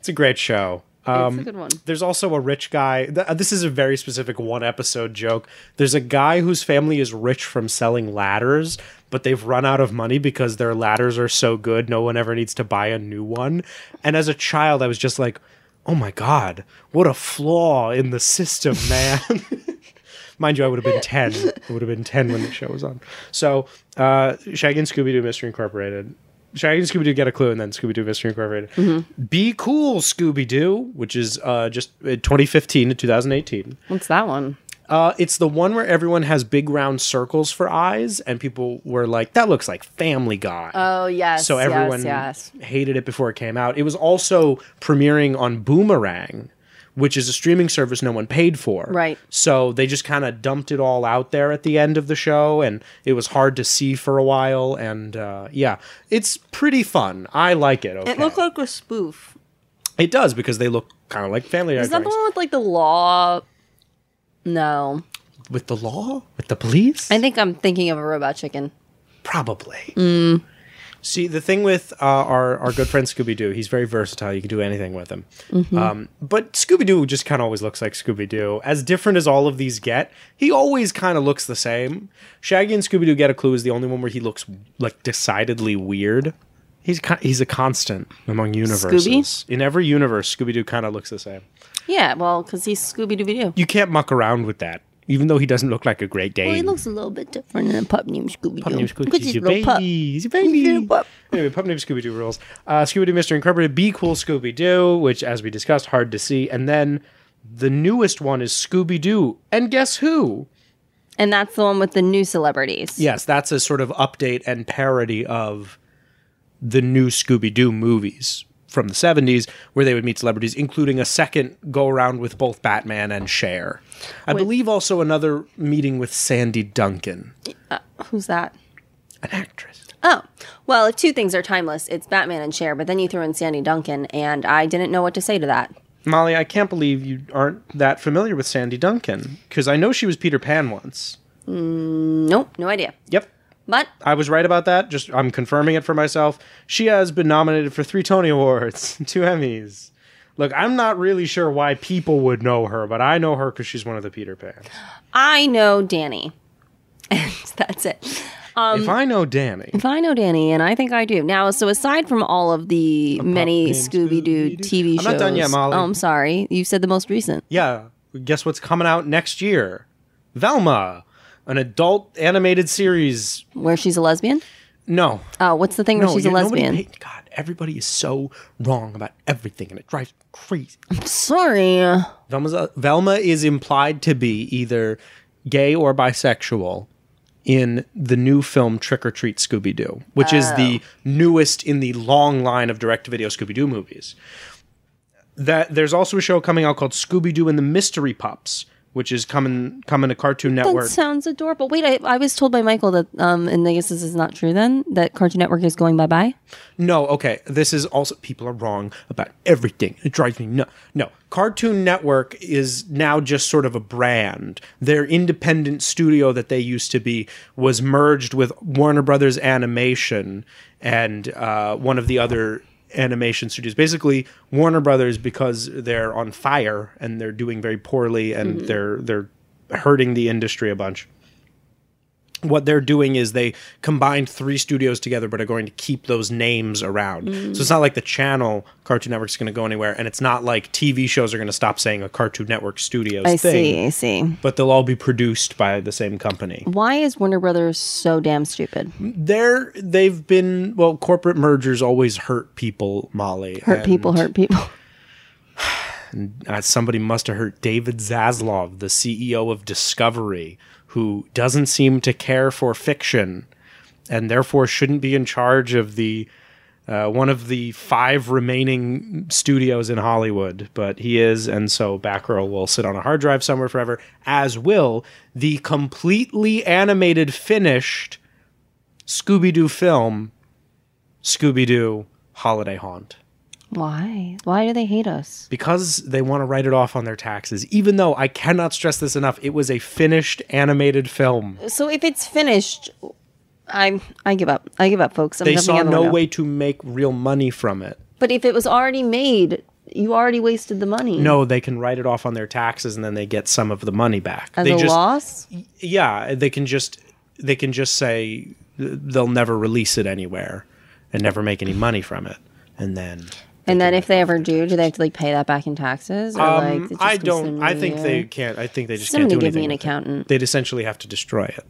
[SPEAKER 5] It's a great show. um,
[SPEAKER 6] it's a good one.
[SPEAKER 5] There's also a rich guy. Th- uh, this is a very specific one episode joke. There's a guy whose family is rich from selling ladders, but they've run out of money because their ladders are so good, no one ever needs to buy a new one. And as a child, I was just like, oh my God, what a flaw in the system, man. Mind you, I would have been 10. I would have been 10 when the show was on. So, uh, Shaggy and Scooby Doo Mystery Incorporated. Shaggy and Scooby Doo get a clue, and then Scooby Doo Mystery Incorporated. Be cool, Scooby Doo, which is uh, just uh, 2015 to 2018.
[SPEAKER 6] What's that one?
[SPEAKER 5] Uh, it's the one where everyone has big round circles for eyes, and people were like, "That looks like Family Guy."
[SPEAKER 6] Oh yes.
[SPEAKER 5] so everyone
[SPEAKER 6] Yes. yes.
[SPEAKER 5] hated it before it came out. It was also premiering on Boomerang, which is a streaming service no one paid for.
[SPEAKER 6] Right.
[SPEAKER 5] So they just kind of dumped it all out there at the end of the show, and it was hard to see for a while. And uh, yeah, it's pretty fun. I like it. Okay.
[SPEAKER 6] It looked like a spoof.
[SPEAKER 5] it does because they look kind of like Family Guy
[SPEAKER 6] Is that the
[SPEAKER 5] drawings.
[SPEAKER 6] one with like the law? No,
[SPEAKER 5] with the law, with the police.
[SPEAKER 6] I think I'm thinking of a robot chicken.
[SPEAKER 5] Probably. See, the thing with uh, our our good friend Scooby Doo, he's very versatile. You can do anything with him. Um, but Scooby Doo just kind of always looks like Scooby Doo. As different as all of these get, he always kind of looks the same. Shaggy and Scooby Doo Get a Clue is the only one where he looks like decidedly weird. He's con- he's a constant among universes. In every universe, Scooby Doo kind of looks the same.
[SPEAKER 6] Yeah, well, because he's Scooby Dooby Doo.
[SPEAKER 5] You can't muck around with that, even though he doesn't look like a Great Dane.
[SPEAKER 6] Well, he looks a little bit different than a pup named Scooby Doo.
[SPEAKER 5] Pup named Scooby.
[SPEAKER 6] Look at
[SPEAKER 5] He's
[SPEAKER 6] his
[SPEAKER 5] a
[SPEAKER 6] little pup.
[SPEAKER 5] baby. He's a
[SPEAKER 6] He's a little
[SPEAKER 5] baby.
[SPEAKER 6] pup.
[SPEAKER 5] Anyway, pup named Scooby Doo rules. Uh, Scooby Doo Mystery Incorporated, Be Cool Scooby Doo, which, as we discussed, hard to see. And then the newest one is Scooby Doo. And guess who?
[SPEAKER 6] And that's the one with the new celebrities.
[SPEAKER 5] Yes, that's a sort of update and parody of the new Scooby Doo movies from the 70s, where they would meet celebrities, including a second go around with both Batman and Cher. I believe also another meeting with Sandy Duncan,
[SPEAKER 6] Who's that?
[SPEAKER 5] an actress.
[SPEAKER 6] Oh, well, if two things are timeless, it's Batman and Cher, but then you threw in Sandy Duncan, and I didn't know what to say to that.
[SPEAKER 5] Molly, I can't believe you aren't that familiar with Sandy Duncan because I know she was Peter Pan once.
[SPEAKER 6] Nope, no idea.
[SPEAKER 5] Yep.
[SPEAKER 6] But
[SPEAKER 5] I was right about that. Just I'm confirming it for myself. She has been nominated for three Tony Awards, two Emmys. Look, I'm not really sure why people would know her, but I know her because she's one of the Peter Pans.
[SPEAKER 6] I know Danny. And that's it. Um,
[SPEAKER 5] if I know Danny,
[SPEAKER 6] If I know Danny, and I think I do. Now, so aside from all of the many
[SPEAKER 5] named
[SPEAKER 6] Scooby
[SPEAKER 5] Scooby-Doo.
[SPEAKER 6] Doo TV
[SPEAKER 5] I'm
[SPEAKER 6] shows.
[SPEAKER 5] not done yet, Molly.
[SPEAKER 6] Oh, I'm sorry. You said the most recent.
[SPEAKER 5] yeah, guess what's coming out next year? Velma, an adult animated series.
[SPEAKER 6] Where she's a lesbian?
[SPEAKER 5] No,
[SPEAKER 6] Oh, what's the thing where she's a
[SPEAKER 5] you- nobody
[SPEAKER 6] lesbian?
[SPEAKER 5] pa- God, everybody is so wrong about everything, and it drives me crazy.
[SPEAKER 6] Sorry.
[SPEAKER 5] Velma's Velma is implied to be either gay or bisexual in the new film Trick or Treat Scooby Doo, which is the newest in the long line of direct to video Scooby Doo movies. That there's also a show coming out called Scooby Doo and the Mystery Pups, which is coming coming to Cartoon
[SPEAKER 6] That
[SPEAKER 5] Network.
[SPEAKER 6] sounds adorable. Wait, I, I was told by Michael that, um, and I guess this is not true then, that Cartoon Network is going bye bye.
[SPEAKER 5] No, okay. This is also people are wrong about everything. It drives me no. No, Cartoon Network is now just sort of a brand. Their independent studio that they used to be was merged with Warner Brothers Animation and uh, one of the other animation studios. Basically, Warner Brothers because they're on fire and they're doing very poorly and they're they're hurting the industry a bunch what they're doing is they combined three studios together but are going to keep those names around so it's not like the channel cartoon network's going to go anywhere and it's not like tv shows are going to stop saying a cartoon network studios
[SPEAKER 6] I see,
[SPEAKER 5] thing
[SPEAKER 6] I see.
[SPEAKER 5] but they'll all be produced by the same company
[SPEAKER 6] Why is Warner Brothers so damn stupid?
[SPEAKER 5] they're they've been well corporate mergers always hurt people molly
[SPEAKER 6] Hurt
[SPEAKER 5] and,
[SPEAKER 6] people, hurt people.
[SPEAKER 5] uh, somebody must have hurt david zaslav the ceo of discovery who doesn't seem to care for fiction and therefore shouldn't be in charge of the uh, one of the five remaining studios in Hollywood, but he is, and so Batgirl will sit on a hard drive somewhere forever, as will the completely animated, finished Scooby Doo film, Scooby Doo Holiday Haunt,
[SPEAKER 6] Why? Why do they hate us?
[SPEAKER 5] because they want to write it off on their taxes, even though I cannot stress this enough, it was a finished animated film.
[SPEAKER 6] So if it's finished, I'm I give up. I give up, folks. I'm
[SPEAKER 5] They
[SPEAKER 6] jumping
[SPEAKER 5] saw
[SPEAKER 6] out the
[SPEAKER 5] no
[SPEAKER 6] window.
[SPEAKER 5] way to make real money from it.
[SPEAKER 6] But if it was already made, you already wasted the money.
[SPEAKER 5] No, they can write it off on their taxes and then they get some of the money back.
[SPEAKER 6] as
[SPEAKER 5] they
[SPEAKER 6] a
[SPEAKER 5] just
[SPEAKER 6] loss.
[SPEAKER 5] yeah, they can just they can just say they'll never release it anywhere and never make any money from it. And then
[SPEAKER 6] And then if they ever do, do they have to like pay that back in taxes? Or, like, it just
[SPEAKER 5] Um, I
[SPEAKER 6] goes through
[SPEAKER 5] don't I
[SPEAKER 6] the
[SPEAKER 5] think
[SPEAKER 6] year?
[SPEAKER 5] they can't I think they just
[SPEAKER 6] Somebody
[SPEAKER 5] can't do
[SPEAKER 6] give me
[SPEAKER 5] anything with
[SPEAKER 6] an
[SPEAKER 5] it.
[SPEAKER 6] accountant.
[SPEAKER 5] They'd essentially have to destroy it.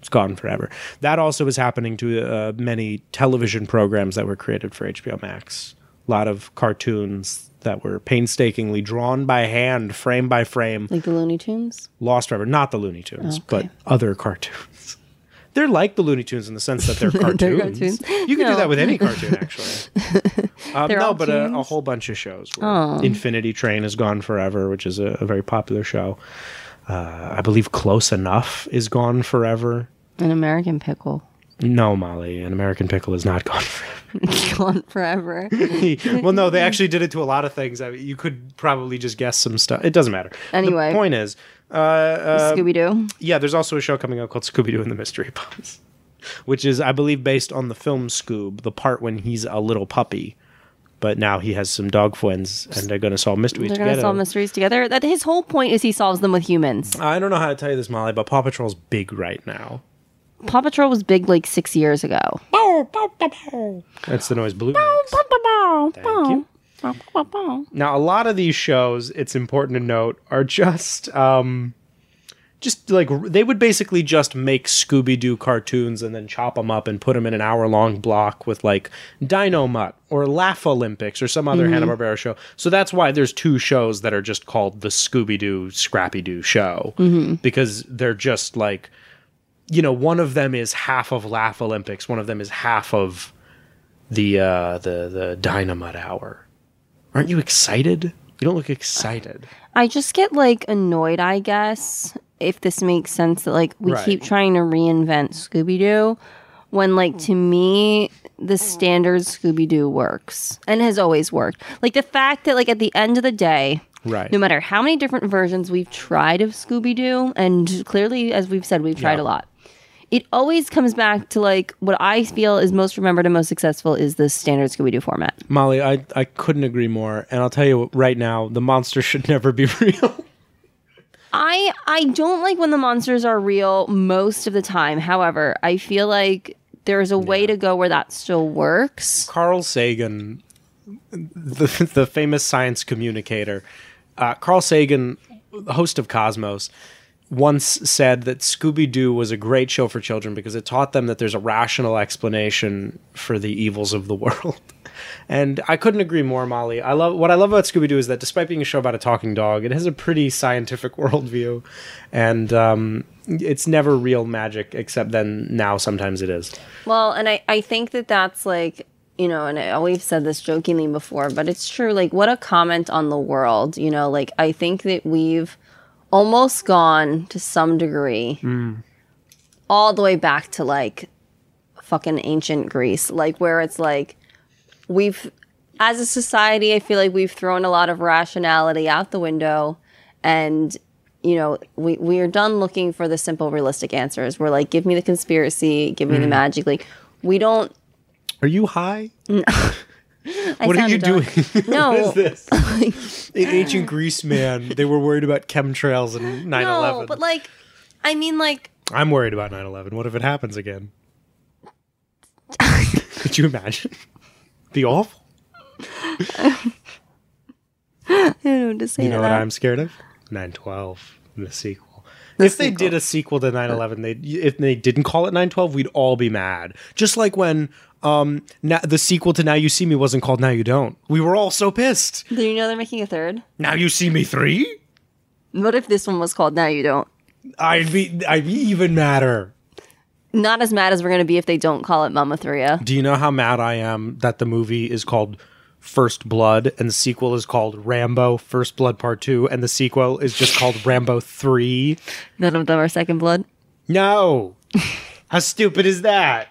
[SPEAKER 5] It's gone forever. That also is happening to uh, many television programs that were created for HBO Max. lot of cartoons that were painstakingly drawn by hand, frame by frame.
[SPEAKER 6] Like the Looney Tunes?
[SPEAKER 5] Lost Forever, not the Looney Tunes,
[SPEAKER 6] Okay.
[SPEAKER 5] but other cartoons. They're like the Looney Tunes in the sense that they're cartoons.
[SPEAKER 6] cartoons.
[SPEAKER 5] You can do
[SPEAKER 6] No.
[SPEAKER 5] that with any cartoon, actually. Um,
[SPEAKER 6] They're
[SPEAKER 5] no,
[SPEAKER 6] all Oh.
[SPEAKER 5] but a, a
[SPEAKER 6] tunes?
[SPEAKER 5] whole bunch of shows. Were Infinity Train is gone forever, which is a, a very popular show. Uh, I believe Close Enough is gone forever.
[SPEAKER 6] An American Pickle.
[SPEAKER 5] No, Molly, an American Pickle is not gone forever.
[SPEAKER 6] Gone forever.
[SPEAKER 5] Um, well, no, they actually did it to a lot of things. I mean, you could probably just guess some stuff. It doesn't matter.
[SPEAKER 6] Anyway.
[SPEAKER 5] the point is,
[SPEAKER 6] Scooby Doo.
[SPEAKER 5] yeah, there's also a show coming out called Scooby Doo and the Mystery Pups, which is, I believe, based on the film Scoob, the part when he's a little puppy, but now he has some dog friends and they're going to solve mysteries
[SPEAKER 6] They're going to
[SPEAKER 5] together.
[SPEAKER 6] solve mysteries together. That His whole point is he solves them with humans.
[SPEAKER 5] I don't know how to tell you this, Molly, but Paw Patrol's big right now.
[SPEAKER 6] Paw Patrol was big like six years ago.
[SPEAKER 5] That's the noise blue. makes. Thank you. Now, a lot of these shows, it's important to note, are just, um, just like r- they would basically just make Scooby Doo cartoons and then chop them up and put them in an hour long block with like Dino Mutt or Laugh Olympics or some other Hanna Barbera show. So that's why there's two shows that are just called the Scooby Doo Scrappy Doo show because they're just like, you know, one of them is half of Laugh Olympics, one of them is half of the uh, the the Dynamite Hour. Aren't you excited? You don't look excited.
[SPEAKER 6] I just get like annoyed, I guess, if this makes sense that like we
[SPEAKER 5] Right.
[SPEAKER 6] keep trying to reinvent Scooby Doo when like to me the standard Scooby Doo works and has always worked. Like the fact that like at the end of the day,
[SPEAKER 5] Right.
[SPEAKER 6] no matter how many different versions we've tried of Scooby Doo and clearly as we've said we've tried
[SPEAKER 5] Yeah.
[SPEAKER 6] a lot. It always comes back to like what I feel is most remembered and most successful is the standard Scooby Doo format.
[SPEAKER 5] Molly, I, I couldn't agree more. And I'll tell you right now, the monster should never be real.
[SPEAKER 6] I I don't like when the monsters are real most of the time. However, I feel like there's a way to go where that still works.
[SPEAKER 5] Carl Sagan, the, the famous science communicator, uh, Carl Sagan, host of Cosmos, once said that Scooby Doo was a great show for children because it taught them that there's a rational explanation for the evils of the world. And I couldn't agree more, Molly. I love what I love about Scooby Doo is that despite being a show about a talking dog, it has a pretty scientific worldview, and um, it's never real magic except then now sometimes it is.
[SPEAKER 6] Well, and I I think that that's like you know, and I, we've said this jokingly before, but it's true. Like, what a comment on the world. You know, like I think that we've almost gone to some degree all the way back to like fucking ancient Greece, like where it's like we've as a society, I feel like we've thrown a lot of rationality out the window and you know, we we are done looking for the simple realistic answers. We're like give me the conspiracy, give
[SPEAKER 5] Mm-hmm.
[SPEAKER 6] me the magic like we don't
[SPEAKER 5] Are you high?
[SPEAKER 6] I
[SPEAKER 5] What are
[SPEAKER 6] sound
[SPEAKER 5] you
[SPEAKER 6] dumb.
[SPEAKER 5] doing?
[SPEAKER 6] No.
[SPEAKER 5] what is this? In ancient Greece, man, they were worried about chemtrails and 9
[SPEAKER 6] No,
[SPEAKER 5] 11.
[SPEAKER 6] but like I mean like
[SPEAKER 5] I'm worried about 9 11. What if it happens again? Could you imagine? Be awful.
[SPEAKER 6] I don't know what to say
[SPEAKER 5] You
[SPEAKER 6] to
[SPEAKER 5] know what
[SPEAKER 6] that.
[SPEAKER 5] I'm scared of? 9 12, the sequel. if they did a sequel to 9 11, they if they didn't call it 9 12, we'd all be mad. Just like when um, na the sequel to Now You See Me wasn't called Now You Don't. We were all so pissed.
[SPEAKER 6] Do you know they're making a third?
[SPEAKER 5] Now You See Me 3?
[SPEAKER 6] What if this one was called Now You Don't?
[SPEAKER 5] I'd be, I'd be even madder.
[SPEAKER 6] Not as mad as we're gonna be if they don't call it Mama Thria.
[SPEAKER 5] Do you know how mad I am that the movie is called First Blood and the sequel is called Rambo First Blood Part 2 and the sequel is just called Rambo 3?
[SPEAKER 6] None of them are second blood.
[SPEAKER 5] No. how stupid is that?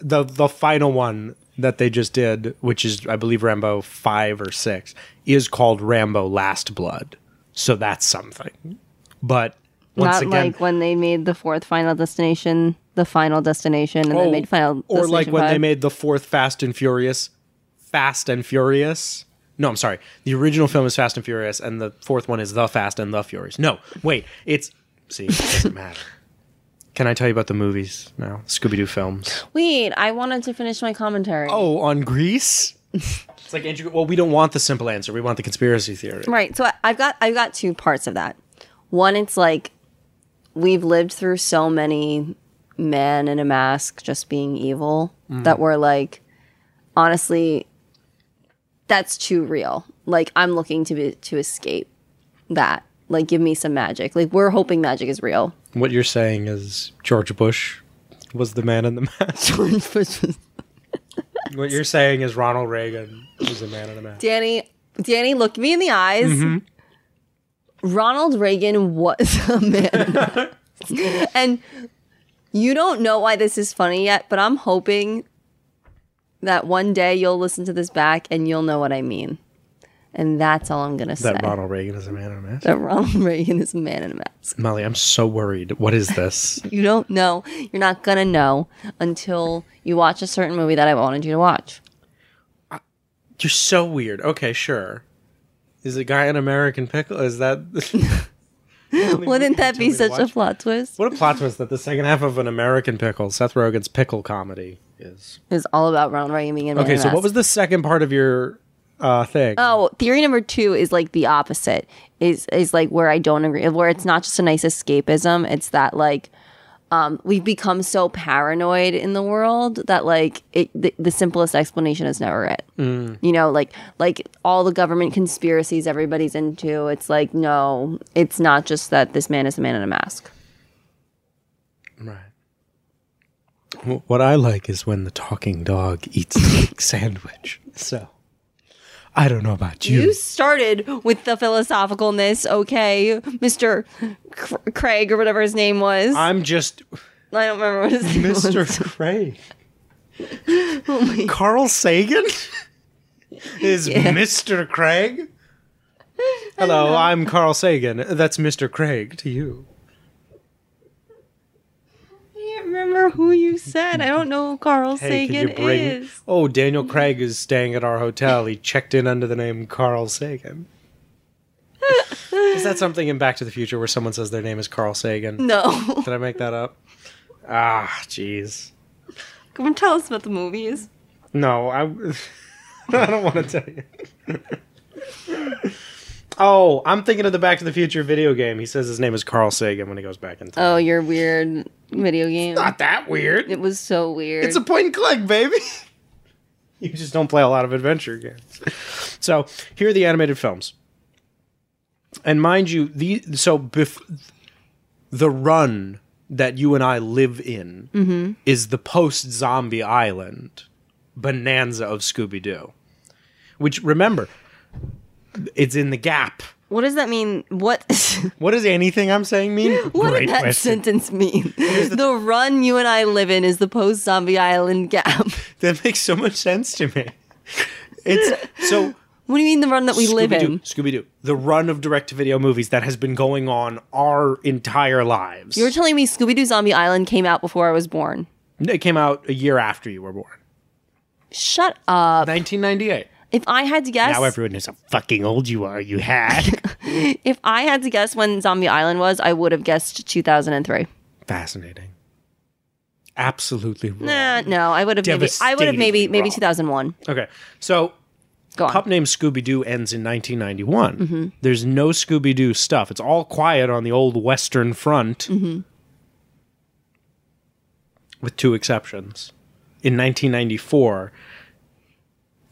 [SPEAKER 5] The the final one that they just did, which is I believe Rambo 5 or 6, is called Rambo Last Blood. So that's something. But once
[SPEAKER 6] Not
[SPEAKER 5] again,
[SPEAKER 6] like when they made the fourth Final Destination, the Final Destination, and they
[SPEAKER 5] Oh,
[SPEAKER 6] made Final
[SPEAKER 5] or like
[SPEAKER 6] Destination
[SPEAKER 5] when they
[SPEAKER 6] five.
[SPEAKER 5] made the fourth Fast and Furious, Fast and Furious. No, I'm sorry. The original film is Fast and Furious, and the fourth one is The Fast and the Furious. No, wait, it's see, it doesn't matter. Can I tell you about the movies now? Scooby Doo films.
[SPEAKER 6] Wait, I wanted to finish my commentary.
[SPEAKER 5] Oh, on Greece. it's like Andrew. Well, we don't want the simple answer. We want the conspiracy theory.
[SPEAKER 6] Right. So I- I've got I've got two parts of that. One, it's like we've lived through so many men in a mask just being evil that we're like, honestly, that's too real. Like I'm looking to be, to escape that. Like give me some magic. Like we're hoping magic is real.
[SPEAKER 5] What you're saying is George Bush was the man in the mask. What you're saying is Ronald Reagan was the man in the mask.
[SPEAKER 6] Danny, Danny, look me in the eyes.
[SPEAKER 5] Mm-hmm.
[SPEAKER 6] Ronald Reagan was a man. and you don't know why this is funny yet, but I'm hoping that one day you'll listen to this back and you'll know what I mean. And that's all I'm going to say.
[SPEAKER 5] That Ronald Reagan is a man in a mask.
[SPEAKER 6] that Ronald Reagan is a man in a mask.
[SPEAKER 5] Molly, I'm so worried. What is this?
[SPEAKER 6] You don't know. You're not going to know until you watch a certain movie that I wanted you to watch.
[SPEAKER 5] You're so weird. Okay, sure. Is the guy an American pickle? Is that
[SPEAKER 6] Wouldn't that be such a plot twist?
[SPEAKER 5] what a plot twist that the second half of an American pickle, Seth Rogen's pickle comedy, is?
[SPEAKER 6] It's all about Ronald Reagan being a man
[SPEAKER 5] Okay,
[SPEAKER 6] in a
[SPEAKER 5] so what
[SPEAKER 6] mask.
[SPEAKER 5] was the second part of your uh, thing?
[SPEAKER 6] Oh, theory number two is like the opposite. Is is like where I don't agree. Where it's not just a nice escapism. It's that like um, we've become so paranoid in the world that like it, the, the simplest explanation is never it. You know, like like all the government conspiracies everybody's into. It's like no, it's not just that this man is a man in a mask.
[SPEAKER 5] Right. W- What I like is when the talking dog eats the egg sandwich. So, I don't know about you.
[SPEAKER 6] You started with the philosophicalness, okay, Mister Cr- Craig or whatever his name was. I,
[SPEAKER 5] I'm just
[SPEAKER 6] don't remember what his name was.
[SPEAKER 5] Mr. Craig.
[SPEAKER 6] Oh
[SPEAKER 5] Carl Sagan is Mr. Craig. Hello, I'm Carl Sagan. That's Mr. Craig to you.
[SPEAKER 6] can't remember who you said. I don't know who Carl
[SPEAKER 5] Hey, can
[SPEAKER 6] Sagan
[SPEAKER 5] you bring?
[SPEAKER 6] is.
[SPEAKER 5] Oh, Daniel Craig is staying at our hotel. He checked in under the name Carl Sagan. is that something in Back to the Future where someone says their name is Carl Sagan?
[SPEAKER 6] No.
[SPEAKER 5] Did I make that up? Ah, jeez.
[SPEAKER 6] Come on, tell us about the movies.
[SPEAKER 5] No, I. I don't want to tell you. oh, I'm thinking of the Back to the Future video game. He says his name is Carl Sagan when he goes back in time.
[SPEAKER 6] Oh, your weird video game.
[SPEAKER 5] not that weird.
[SPEAKER 6] It was so weird.
[SPEAKER 5] It's a point and click, baby. you just don't play a lot of adventure games. So here are the animated films, and mind you, the so bef- the run that you and I live in is the post Zombie Island bonanza of Scooby Doo, which remember, it's in the gap.
[SPEAKER 6] what does that mean? What
[SPEAKER 5] What does anything I'm saying mean?
[SPEAKER 6] What did that sentence mean? The, run you and I live in is the post Zombie Island gap.
[SPEAKER 5] That makes so much sense to me. It's so
[SPEAKER 6] what do you mean the run that we live in?
[SPEAKER 5] Scooby Doo. The run of direct to video movies that has been going on our entire lives.
[SPEAKER 6] You're telling me Scooby Doo Zombie Island came out before I was born.
[SPEAKER 5] it came out a year after you were born.
[SPEAKER 6] Shut up.
[SPEAKER 5] 1998.
[SPEAKER 6] If I had to guess,
[SPEAKER 5] Now everyone knows how fucking old you are, you had.
[SPEAKER 6] if I had to guess when Zombie Island was, I would have guessed 2003.
[SPEAKER 5] Fascinating. Absolutely wrong.
[SPEAKER 6] Nah, no, I would have maybe I would have maybe
[SPEAKER 5] Devastatingly
[SPEAKER 6] maybe
[SPEAKER 5] wrong.
[SPEAKER 6] 2001.
[SPEAKER 5] Okay, so
[SPEAKER 6] Go on.
[SPEAKER 5] Pup Named Scooby Doo ends in 1991.
[SPEAKER 6] Mm-hmm.
[SPEAKER 5] There's no Scooby Doo stuff. It's all quiet on the old Western Front,
[SPEAKER 6] Mm-hmm.
[SPEAKER 5] with two exceptions. In 1994,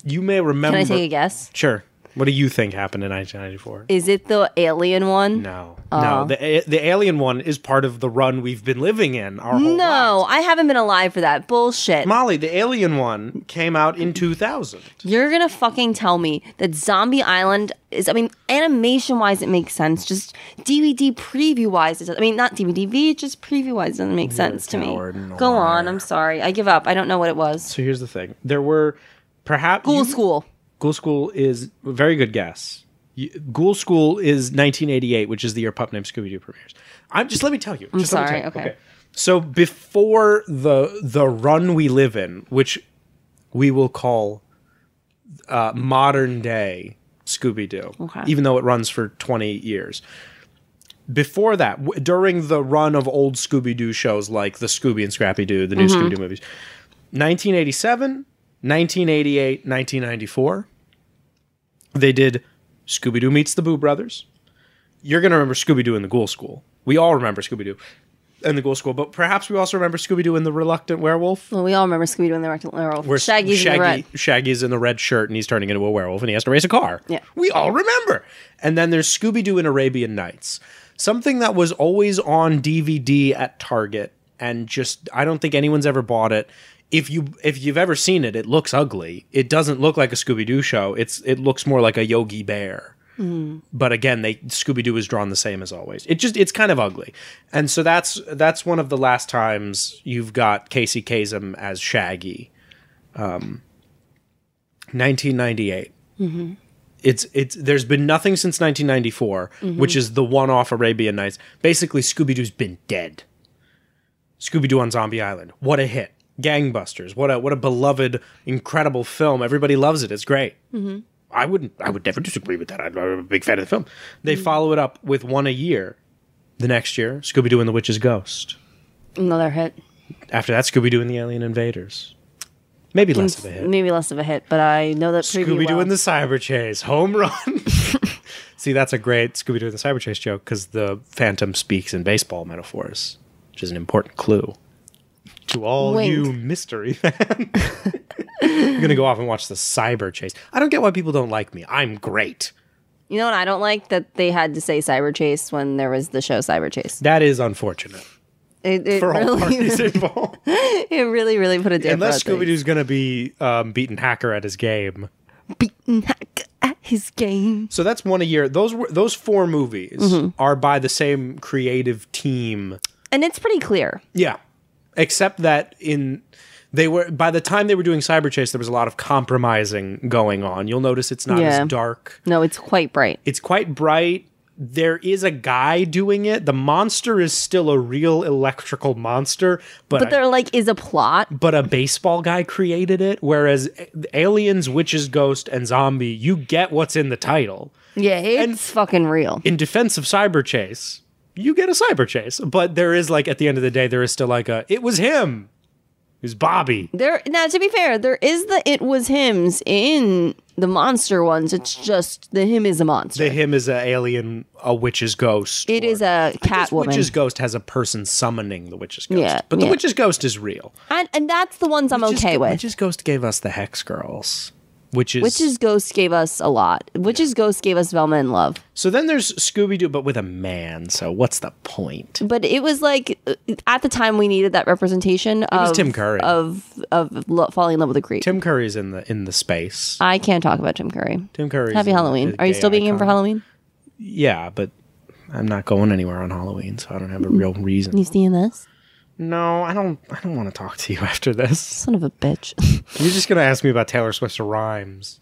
[SPEAKER 5] you may
[SPEAKER 6] Can
[SPEAKER 5] remember.
[SPEAKER 6] I take a guess?
[SPEAKER 5] Sure. What do you think happened in 1994?
[SPEAKER 6] Is it the alien one?
[SPEAKER 5] no,
[SPEAKER 6] Oh.
[SPEAKER 5] no. The the alien one is part of the run we've been living in our whole
[SPEAKER 6] No,
[SPEAKER 5] lives.
[SPEAKER 6] I haven't been alive for that bullshit.
[SPEAKER 5] Molly, the alien one came out in 2000.
[SPEAKER 6] You're gonna fucking tell me that Zombie Island is. I mean, animation wise, it makes sense. Just DVD preview wise, it does. I mean, not DVD VHS, just preview wise doesn't make sense to me.
[SPEAKER 5] coward and a
[SPEAKER 6] Go on.
[SPEAKER 5] liar.
[SPEAKER 6] I'm sorry. I give up. I don't know what it was.
[SPEAKER 5] So here's the thing: there were perhaps
[SPEAKER 6] School,
[SPEAKER 5] you-
[SPEAKER 6] school.
[SPEAKER 5] Ghoul School is a very good guess. You- Ghoul School is 1988, which is the year Pup Named Scooby Doo premieres. I'm just let me tell you. I'm
[SPEAKER 6] sorry, okay.
[SPEAKER 5] So before the the run we live in, which we will call uh, modern day Scooby Doo,
[SPEAKER 6] Okay.
[SPEAKER 5] even though it runs for 20 years. Before that, w- during the run of old Scooby Doo shows like the Scooby and Scrappy Doo, the new Scooby Doo movies, 1987, 1988, 1994. They did Scooby Doo Meets the Boo Brothers. You're going to remember Scooby Doo and the Ghoul School. We all remember Scooby Doo. and the Ghoul School, but perhaps we also remember Scooby Doo and the Reluctant Werewolf.
[SPEAKER 6] Well, we all remember Scooby Doo and the Rectal Werewolf.
[SPEAKER 5] Where
[SPEAKER 6] Shaggy's in the red.
[SPEAKER 5] Shaggy's in the red shirt and he's turning into a werewolf and he has to race a car.
[SPEAKER 6] Yeah.
[SPEAKER 5] We all remember. And then there's Scooby Doo and Arabian Nights, something that was always on DVD at Target and just, I don't think anyone's ever bought it. If you if you've ever seen it, it looks ugly. It doesn't look like a Scooby Doo show. It's it looks more like a Yogi Bear
[SPEAKER 6] Mm-hmm.
[SPEAKER 5] but again they scooby-doo is drawn the same as always it just it's kind of ugly and so that's that's one of the last times you've got casey Kasem as shaggy um 1998 it's it's there's been nothing since 1994 which is the one-off arabian nights basically scooby-doo's been dead scooby-doo on zombie island what a hit gangbusters what a what a beloved incredible film everybody loves it it's great I wouldn't. I would never disagree with that. I'm I'm a big fan of the film. They follow it up with one a year. The next year, Scooby Doo and the Witch's Ghost.
[SPEAKER 6] Another hit.
[SPEAKER 5] After that, Scooby Doo and the Alien Invaders. Maybe less of a hit.
[SPEAKER 6] Maybe less of a hit, but I know that preview
[SPEAKER 5] Scooby Doo
[SPEAKER 6] well.
[SPEAKER 5] and the Cyber Chase. Home run. See, that's a great Scooby Doo and the Cyber Chase joke because the Phantom speaks in baseball metaphors, which is an important clue to all
[SPEAKER 6] Wink.
[SPEAKER 5] you mystery fans. I'm gonna go off and watch the Cyber Chase. I don't get why people don't like me. I'm great.
[SPEAKER 6] You know what I don't like that they had to say Cyber Chase when there was the show Cyber Chase.
[SPEAKER 5] That is unfortunate.
[SPEAKER 6] It, it
[SPEAKER 5] for all
[SPEAKER 6] really,
[SPEAKER 5] parties involved.
[SPEAKER 6] it really, really put a damper
[SPEAKER 5] Unless
[SPEAKER 6] on
[SPEAKER 5] Scooby Doo's going to be um, beating Hacker at his game.
[SPEAKER 6] Doo at his game.
[SPEAKER 5] So that's one a year. Those were, those four movies
[SPEAKER 6] Mm-hmm.
[SPEAKER 5] are by the same creative team.
[SPEAKER 6] And it's pretty clear.
[SPEAKER 5] Yeah. Except that in they were by the time they were doing Cyber Chase there was a lot of compromising going on. You'll notice it's not
[SPEAKER 6] Yeah.
[SPEAKER 5] as dark.
[SPEAKER 6] No, it's quite bright.
[SPEAKER 5] It's quite bright. There is a guy doing it. The monster is still a real electrical monster, but,
[SPEAKER 6] But
[SPEAKER 5] I-
[SPEAKER 6] there like is a plot.
[SPEAKER 5] but a baseball guy created it. Whereas aliens, witches, ghost, and zombie, you get what's in the title.
[SPEAKER 6] Yeah, it's
[SPEAKER 5] And-
[SPEAKER 6] fucking real.
[SPEAKER 5] In defense of Cyber Chase, you get a Cyber Chase, but there is like at the end of the day, there is still like a it was him, it was Bobby.
[SPEAKER 6] There now to be fair, there is the it was hims in the monster ones. It's just the him is a monster.
[SPEAKER 5] The him is a alien, a witch's ghost.
[SPEAKER 6] it is a cat
[SPEAKER 5] This
[SPEAKER 6] woman.
[SPEAKER 5] witch's ghost has a person summoning the witch's ghost,
[SPEAKER 6] Yeah,
[SPEAKER 5] but the
[SPEAKER 6] yeah.
[SPEAKER 5] witch's ghost is real.
[SPEAKER 6] And, and that's the ones I'm
[SPEAKER 5] Witch's-
[SPEAKER 6] okay with.
[SPEAKER 5] Witch's ghost gave us the Hex Girls, which is
[SPEAKER 6] Witch's Ghost gave us a lot. Witch's Ghost gave us Velma and Love.
[SPEAKER 5] so. Then there's Scooby Doo, but with a man. So what's the point?
[SPEAKER 6] But it was like uh, at the time we needed that representation of
[SPEAKER 5] was Tim Curry.
[SPEAKER 6] of of lo- falling in love with a creep.
[SPEAKER 5] Tim Curry's in the in the space.
[SPEAKER 6] I can't talk about Tim Curry.
[SPEAKER 5] Tim Curry.
[SPEAKER 6] Uh, Happy Halloween. Are you still being in for Halloween?
[SPEAKER 5] Yeah, but I'm not going anywhere on Halloween, so I don't have a real reason.
[SPEAKER 6] You seeing this?
[SPEAKER 5] No, I don't. I don't want to talk to you after this.
[SPEAKER 6] Son of a bitch.
[SPEAKER 5] You're just gonna ask me about Taylor Swift's rhymes.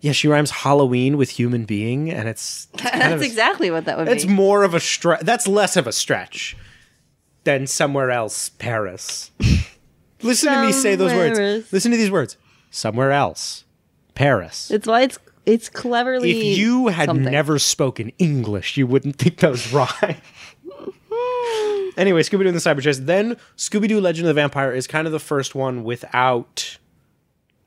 [SPEAKER 5] Yeah, she rhymes Halloween with human being, and it's it's kind of-
[SPEAKER 6] exactly what that would
[SPEAKER 5] It's more of a stretch. That's less of a stretch than somewhere else, Paris. Listen to me say those words.
[SPEAKER 6] Somewhere-else.
[SPEAKER 5] Listen to these words. Somewhere else, Paris.
[SPEAKER 6] It's why it's it's cleverly.
[SPEAKER 5] If you had
[SPEAKER 6] something.
[SPEAKER 5] never spoken English, you wouldn't think those rhyme. anyway, Scooby Doo and the Cyber Chase. Then Scooby Doo Legend of the Vampire is kind of the first one without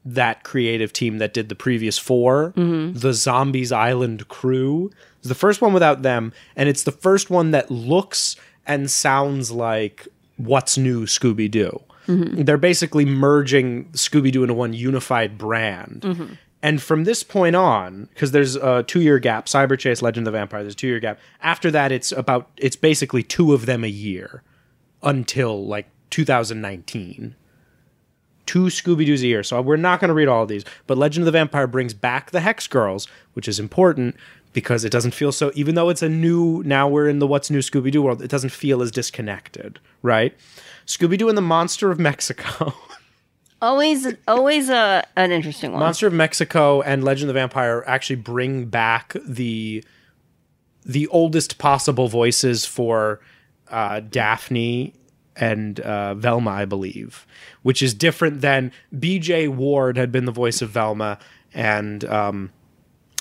[SPEAKER 5] that creative team that did the previous 4 the Zombies Island crew. It's the first one without them, and it's the first one that looks and sounds like what's new Scooby Doo. They're basically merging Scooby Doo into one unified brand. And from this point on, because there's a two year gap, Cyber Chase, Legend of the Vampire, there's a two year gap. After that, it's about, it's basically two of them a year until like 2019 two Scooby Doo's a year. So we're not going to read all of these. But Legend of the Vampire brings back the Hex Girls, which is important because it doesn't feel so, even though it's a new, now we're in the What's New Scooby Doo world, it doesn't feel as disconnected, right? Scooby Doo and the Monster of Mexico.
[SPEAKER 6] always always uh, an interesting one.
[SPEAKER 5] Monster of Mexico and Legend of the Vampire actually bring back the the oldest possible voices for uh, Daphne and uh, Velma, I believe, which is different than B.J. Ward had been the voice of Velma and um,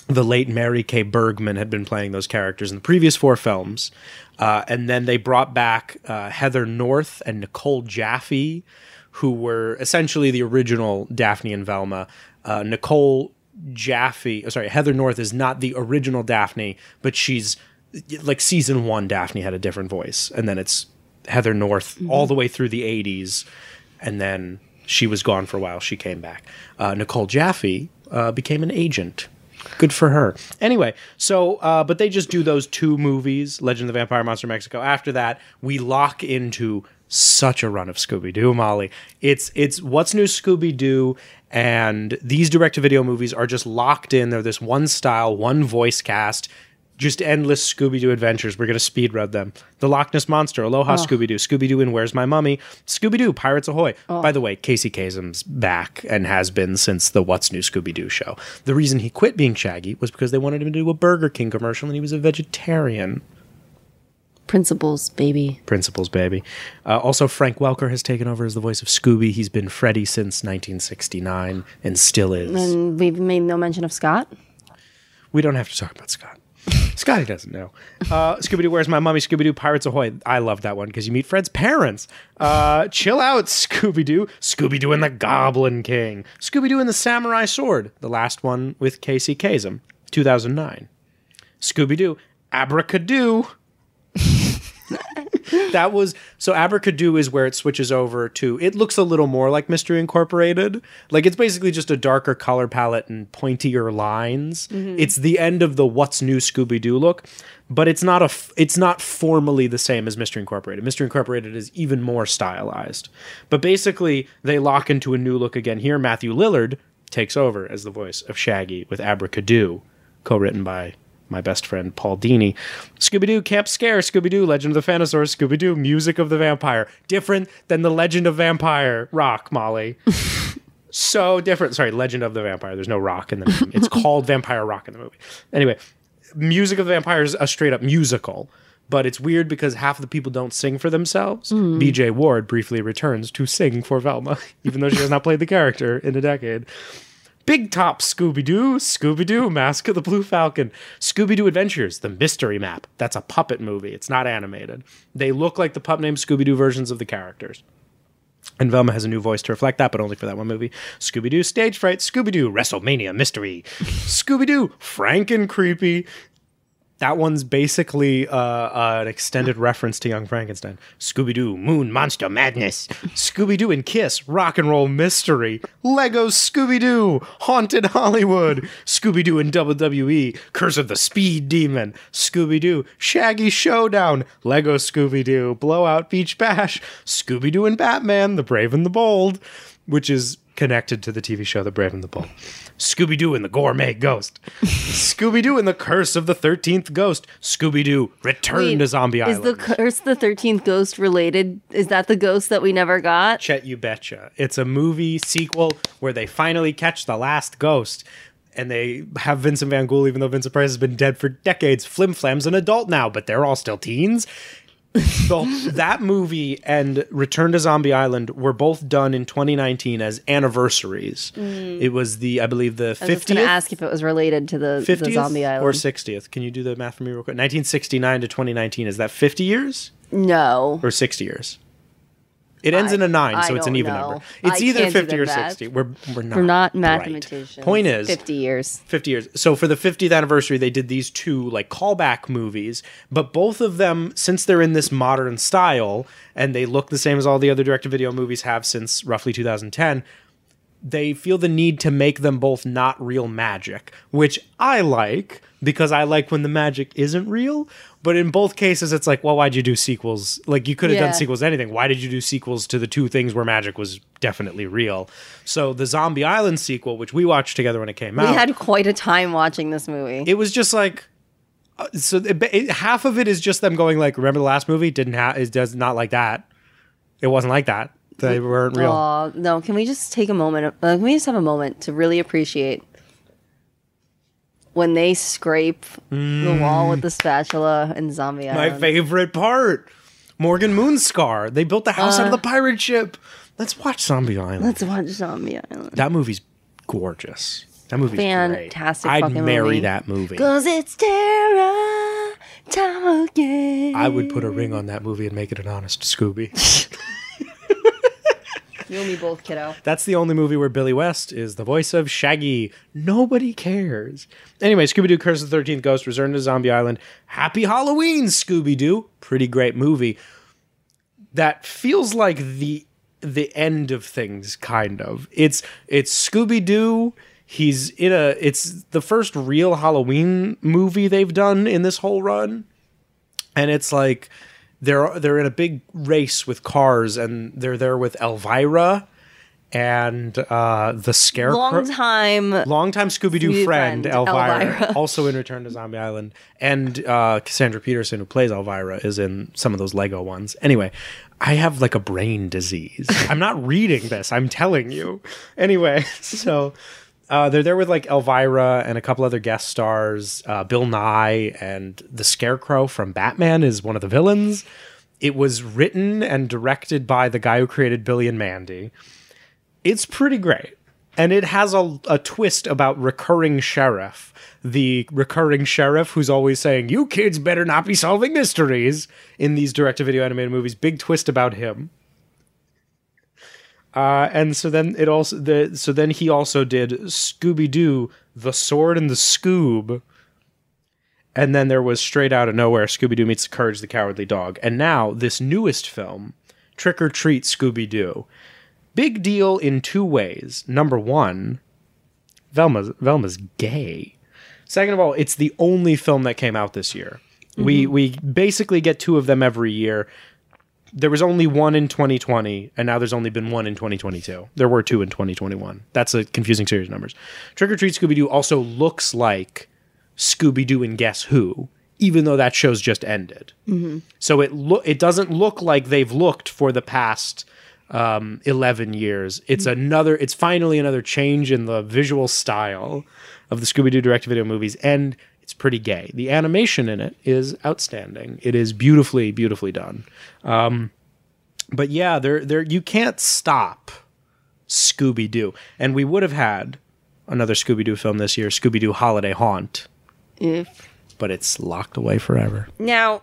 [SPEAKER 5] the late Mary Kay Bergman had been playing those characters in the previous four films. Uh, and then they brought back uh, Heather North and Nicole Jaffe, who were essentially the original Daphne and Velma. Uh, Nicole Jaffe, oh, sorry, Heather North is not the original Daphne, but she's like season one Daphne had a different voice. And then it's Heather North all the way through the 80s. And then she was gone for a while. She came back. Uh, Nicole Jaffe uh, became an agent. Good for her. Anyway, so, uh, but they just do those two movies Legend of the Vampire Monster Mexico. After that, we lock into such a run of Scooby Doo, Molly. It's it's what's new Scooby Doo, and these direct to video movies are just locked in. They're this one style, one voice cast, just endless Scooby Doo adventures. We're gonna speed read them. The Loch Ness Monster, Aloha Scooby Doo, Scooby Doo and Where's My Mummy, Scooby Doo, Pirates Ahoy. By the way, Casey Kasem's back and has been since the What's New Scooby Doo show. The reason he quit being Shaggy was because they wanted him to do a Burger King commercial and he was a vegetarian
[SPEAKER 6] Principles, baby.
[SPEAKER 5] principles, baby. Uh, also, Frank Welker has taken over as the voice of Scooby. He's been Freddy since 1969 and still is.
[SPEAKER 6] And we've made no mention of Scott.
[SPEAKER 5] we don't have to talk about Scott. Scotty doesn't know. Uh, Scooby Doo, where's my mummy? Scooby Doo, Pirates Ahoy. I love that one because you meet Fred's parents. Uh, chill out, Scooby Doo. Scooby Doo and the Goblin King. Scooby Doo and the Samurai Sword. The last one with Casey Kasem, 2009. Scooby Doo, Abracadoo. that was so Abracadoo is where it switches over to it looks a little more like Mystery Incorporated. Like it's basically just a darker color palette and pointier lines. It's the end of the what's new Scooby Doo look, but it's not a f- it's not formally the same as Mystery Incorporated. Mystery Incorporated is even more stylized. But basically they lock into a new look again here. Matthew Lillard takes over as the voice of Shaggy with Abracadoo co-written by my best friend Paul Dini. Scooby Doo Camp Scare, Scooby Doo Legend of the Phanosaur, Scooby Doo Music of the Vampire. Different than the Legend of Vampire rock, Molly. so different. Sorry, Legend of the Vampire. There's no rock in the name. It's called Vampire Rock in the movie. Anyway, Music of the Vampire is a straight up musical. But it's weird because half of the people don't sing for themselves. BJ Ward briefly returns to sing for Velma, even though she has not played the character in a decade. Big Top Scooby Doo, Scooby Doo, Mask of the Blue Falcon, Scooby Doo Adventures, The Mystery Map. That's a puppet movie, it's not animated. They look like the pup named Scooby Doo versions of the characters. And Velma has a new voice to reflect that, but only for that one movie. Scooby Doo Stage Fright, Scooby Doo WrestleMania Mystery, Scooby Doo Frank and Creepy. That one's basically uh, uh, an extended reference to Young Frankenstein. Scooby Doo Moon Monster Madness, Scooby Doo and Kiss Rock and Roll Mystery, Lego Scooby Doo Haunted Hollywood, Scooby Doo and WWE Curse of the Speed Demon, Scooby Doo Shaggy Showdown, Lego Scooby Doo Blowout Beach Bash, Scooby Doo and Batman The Brave and the Bold, which is connected to the TV show The Brave and the Bold. Scooby Doo and the Gourmet Ghost. Scooby Doo and the Curse of the 13th Ghost. Scooby Doo Return to Zombie
[SPEAKER 6] is
[SPEAKER 5] Island.
[SPEAKER 6] the curse the thirteenth ghost related? Is that the ghost that we never got?
[SPEAKER 5] Chet You Betcha. It's a movie sequel where they finally catch the last ghost. And they have Vincent Van Gogh, even though Vincent Price has been dead for decades. Flim Flam's an adult now, but they're all still teens. The- that movie and Return to Zombie Island were both done in 2019 as anniversaries. It was the, I believe, the
[SPEAKER 6] Mm. I was just gonna
[SPEAKER 5] 50th
[SPEAKER 6] ask if it was related to the, the
[SPEAKER 5] 50th
[SPEAKER 6] zombie island.
[SPEAKER 5] or 60th. Can you do the math for me real quick? 1969 to 2019 is that 50 years
[SPEAKER 6] no.
[SPEAKER 5] or 60 years? It ends in a 9,
[SPEAKER 6] I
[SPEAKER 5] so it's an
[SPEAKER 6] don't
[SPEAKER 5] even
[SPEAKER 6] know.
[SPEAKER 5] number. It's
[SPEAKER 6] I
[SPEAKER 5] either
[SPEAKER 6] can't do
[SPEAKER 5] 50
[SPEAKER 6] the
[SPEAKER 5] or
[SPEAKER 6] math.
[SPEAKER 5] 60. We're we're not
[SPEAKER 6] We're not
[SPEAKER 5] bright.
[SPEAKER 6] mathematicians.
[SPEAKER 5] Point is
[SPEAKER 6] fifty years.
[SPEAKER 5] 50 years. So for the 50th anniversary, they did these two like callback movies, but both of them, since they're in this modern style and they look the same as all the other direct to video movies have since roughly 2010, they feel the need to make them both not real magic, which I like because I like when the magic isn't real. But in both cases, it's like, well, why'd you do sequels? Like, you could have
[SPEAKER 6] Yeah.
[SPEAKER 5] done sequels to anything. Why did you do sequels to the two things where magic was definitely real? So, the Zombie Island sequel, which we watched together when it came out
[SPEAKER 6] We had quite a time watching this movie.
[SPEAKER 5] it was just like uh, so it, it, half of it is just them going like remember the last movie didn't have it does not like that it wasn't like that they weren't real
[SPEAKER 6] Mm. Aw, no, can we just take a moment? Uh, can we just have a moment to really appreciate when they scrape the wall with the spatula and zombie
[SPEAKER 5] Mm. my
[SPEAKER 6] Island?
[SPEAKER 5] favorite part morgan moonscar they built the house out of the pirate ship let's watch zombie island
[SPEAKER 6] Uh. Let's watch Zombie Island.
[SPEAKER 5] that movie's gorgeous that movie's
[SPEAKER 6] Fantastic
[SPEAKER 5] great. i'd
[SPEAKER 6] fucking
[SPEAKER 5] marry
[SPEAKER 6] movie.
[SPEAKER 5] that movie
[SPEAKER 6] Cause it's terror time again.
[SPEAKER 5] i would put a ring on that movie and make it an honest scooby
[SPEAKER 6] You and me both, kiddo.
[SPEAKER 5] That's the only movie where Billy West is the voice of Shaggy. Nobody cares. Anyway, Scooby Doo Curse of the 13th Ghost, Return to Zombie Island. Happy Halloween, Scooby Doo. Pretty great movie. that feels like the the end of things kind of it's it's scooby-doo he's in a it's the first real halloween movie they've done in this whole run and it's like they're they're in a big race with cars and they're there with elvira and uh the scarecrow
[SPEAKER 6] Long time.
[SPEAKER 5] longtime Scooby Doo
[SPEAKER 6] Scooby-Doo
[SPEAKER 5] friend,
[SPEAKER 6] friend,
[SPEAKER 5] Elvira,
[SPEAKER 6] Elvira.
[SPEAKER 5] also in Return to Zombie Island, and uh, Cassandra Peterson, who plays Elvira, is in some of those Lego ones. Anyway, I have like a brain disease. I'm not reading this. I'm telling you. Anyway, so. Uh, they're there with like Elvira and a couple other guest stars. Uh, Bill Nye and the Scarecrow from Batman is one of the villains. It was written and directed by the guy who created Billy and Mandy it's pretty great. And it has a, a twist about recurring sheriff. The recurring sheriff who's always saying, You kids better not be solving mysteries in these direct to video animated movies. Big twist about him. Uh, and so then it also the so then he also did Scooby Doo, The Sword and the Scoob, and then there was Straight Out of Nowhere, Scooby Doo meets Courage the Cowardly Dog, and now this newest film, Trick or Treat Scooby Doo, big deal in two ways. Number one, Velma's Velma's gay. Second of all, it's the only film that came out this year. We we basically get two of them every year. There was only one in 2020, and now there's only been one in 2022. There were two in 2021. That's a confusing series of numbers. Trick or Treat Scooby Doo also looks like Scooby Doo and Guess Who, even though that show's just ended. So it lo- it doesn't look like they've looked for the past um, eleven years. It's another. It's finally another change in the visual style of the Scooby Doo direct video movies, and it's pretty gay. The animation in it is outstanding. It is beautifully, beautifully done. Um, but yeah, there, there. You can't stop Scooby Doo, and we would have had another Scooby Doo film this year, Scooby Doo Holiday Haunt,
[SPEAKER 6] If
[SPEAKER 5] but it's locked away forever.
[SPEAKER 6] now,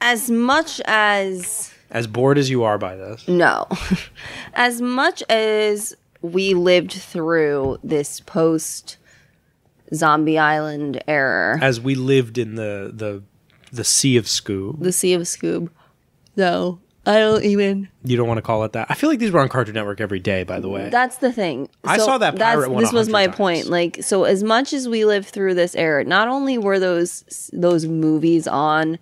[SPEAKER 6] as much as
[SPEAKER 5] As bored as you are by this.
[SPEAKER 6] no, as much as we lived through this post Zombie Island era,
[SPEAKER 5] as we lived in the the the sea of Scoob.
[SPEAKER 6] the Sea of Scoob. No, I don't even.
[SPEAKER 5] You don't want to call it that. I feel like these were on Cartoon Network every day, by the way.
[SPEAKER 6] That's the thing.
[SPEAKER 5] I saw that
[SPEAKER 6] that's-
[SPEAKER 5] pirate one
[SPEAKER 6] This was
[SPEAKER 5] 100
[SPEAKER 6] my
[SPEAKER 5] times.
[SPEAKER 6] point. Like, so as much as we lived through this era, not only were those those movies on,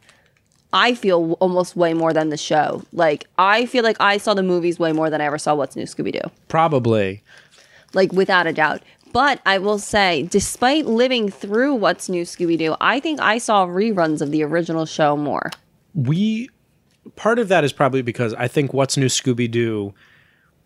[SPEAKER 6] I feel almost way more than the show. Like, I feel like I saw the movies way more than I ever saw What's New Scooby Doo.
[SPEAKER 5] Probably.
[SPEAKER 6] Like, without a doubt. But I will say, despite living through What's New Scooby Doo, I think I saw reruns of the original show more.
[SPEAKER 5] We part of that is probably because I think What's New Scooby Doo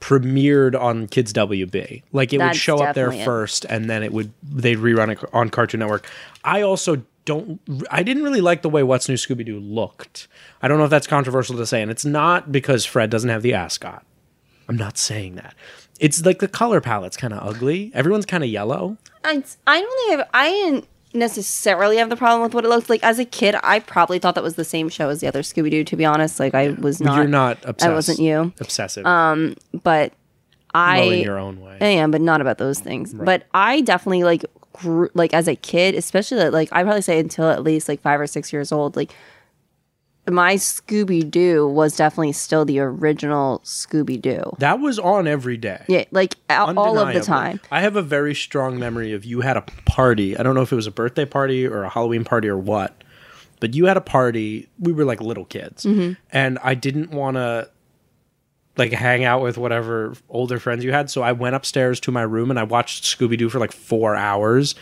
[SPEAKER 5] premiered on Kids WB. Like it would
[SPEAKER 6] That's
[SPEAKER 5] show up there
[SPEAKER 6] definitely it.
[SPEAKER 5] first and then it would they'd rerun it on Cartoon Network. I also don't I didn't really like the way What's New Scooby Doo looked. I don't know if that's controversial to say and it's not because Fred doesn't have the ascot. I'm not saying that. It's like the color palette's kind of ugly. Everyone's kind of yellow.
[SPEAKER 6] I, I don't think I've, I didn't necessarily have the problem with what it looked like as a kid. I probably thought that was the same show as the other Scooby Doo. To be honest, like I was not.
[SPEAKER 5] You're not obsessed.
[SPEAKER 6] I wasn't you,
[SPEAKER 5] Obsessive. Um,
[SPEAKER 6] but I
[SPEAKER 5] in your own way.
[SPEAKER 6] I am, but not about those things. But I definitely like grew like as a kid, especially like I probably say until at least like five or six years old. Like my Scooby Doo was definitely still the original Scooby Doo.
[SPEAKER 5] that was on every day.
[SPEAKER 6] Yeah, like all all of the
[SPEAKER 5] Undeniably.
[SPEAKER 6] time.
[SPEAKER 5] I have a very strong memory of you had a party. I don't know if it was a birthday party or a Halloween party or what, but you had a party. We were like little kids,
[SPEAKER 6] Mm-hmm.
[SPEAKER 5] and I didn't want to like hang out with whatever older friends you had. So I went upstairs to my room and I watched Scooby Doo for like four hours.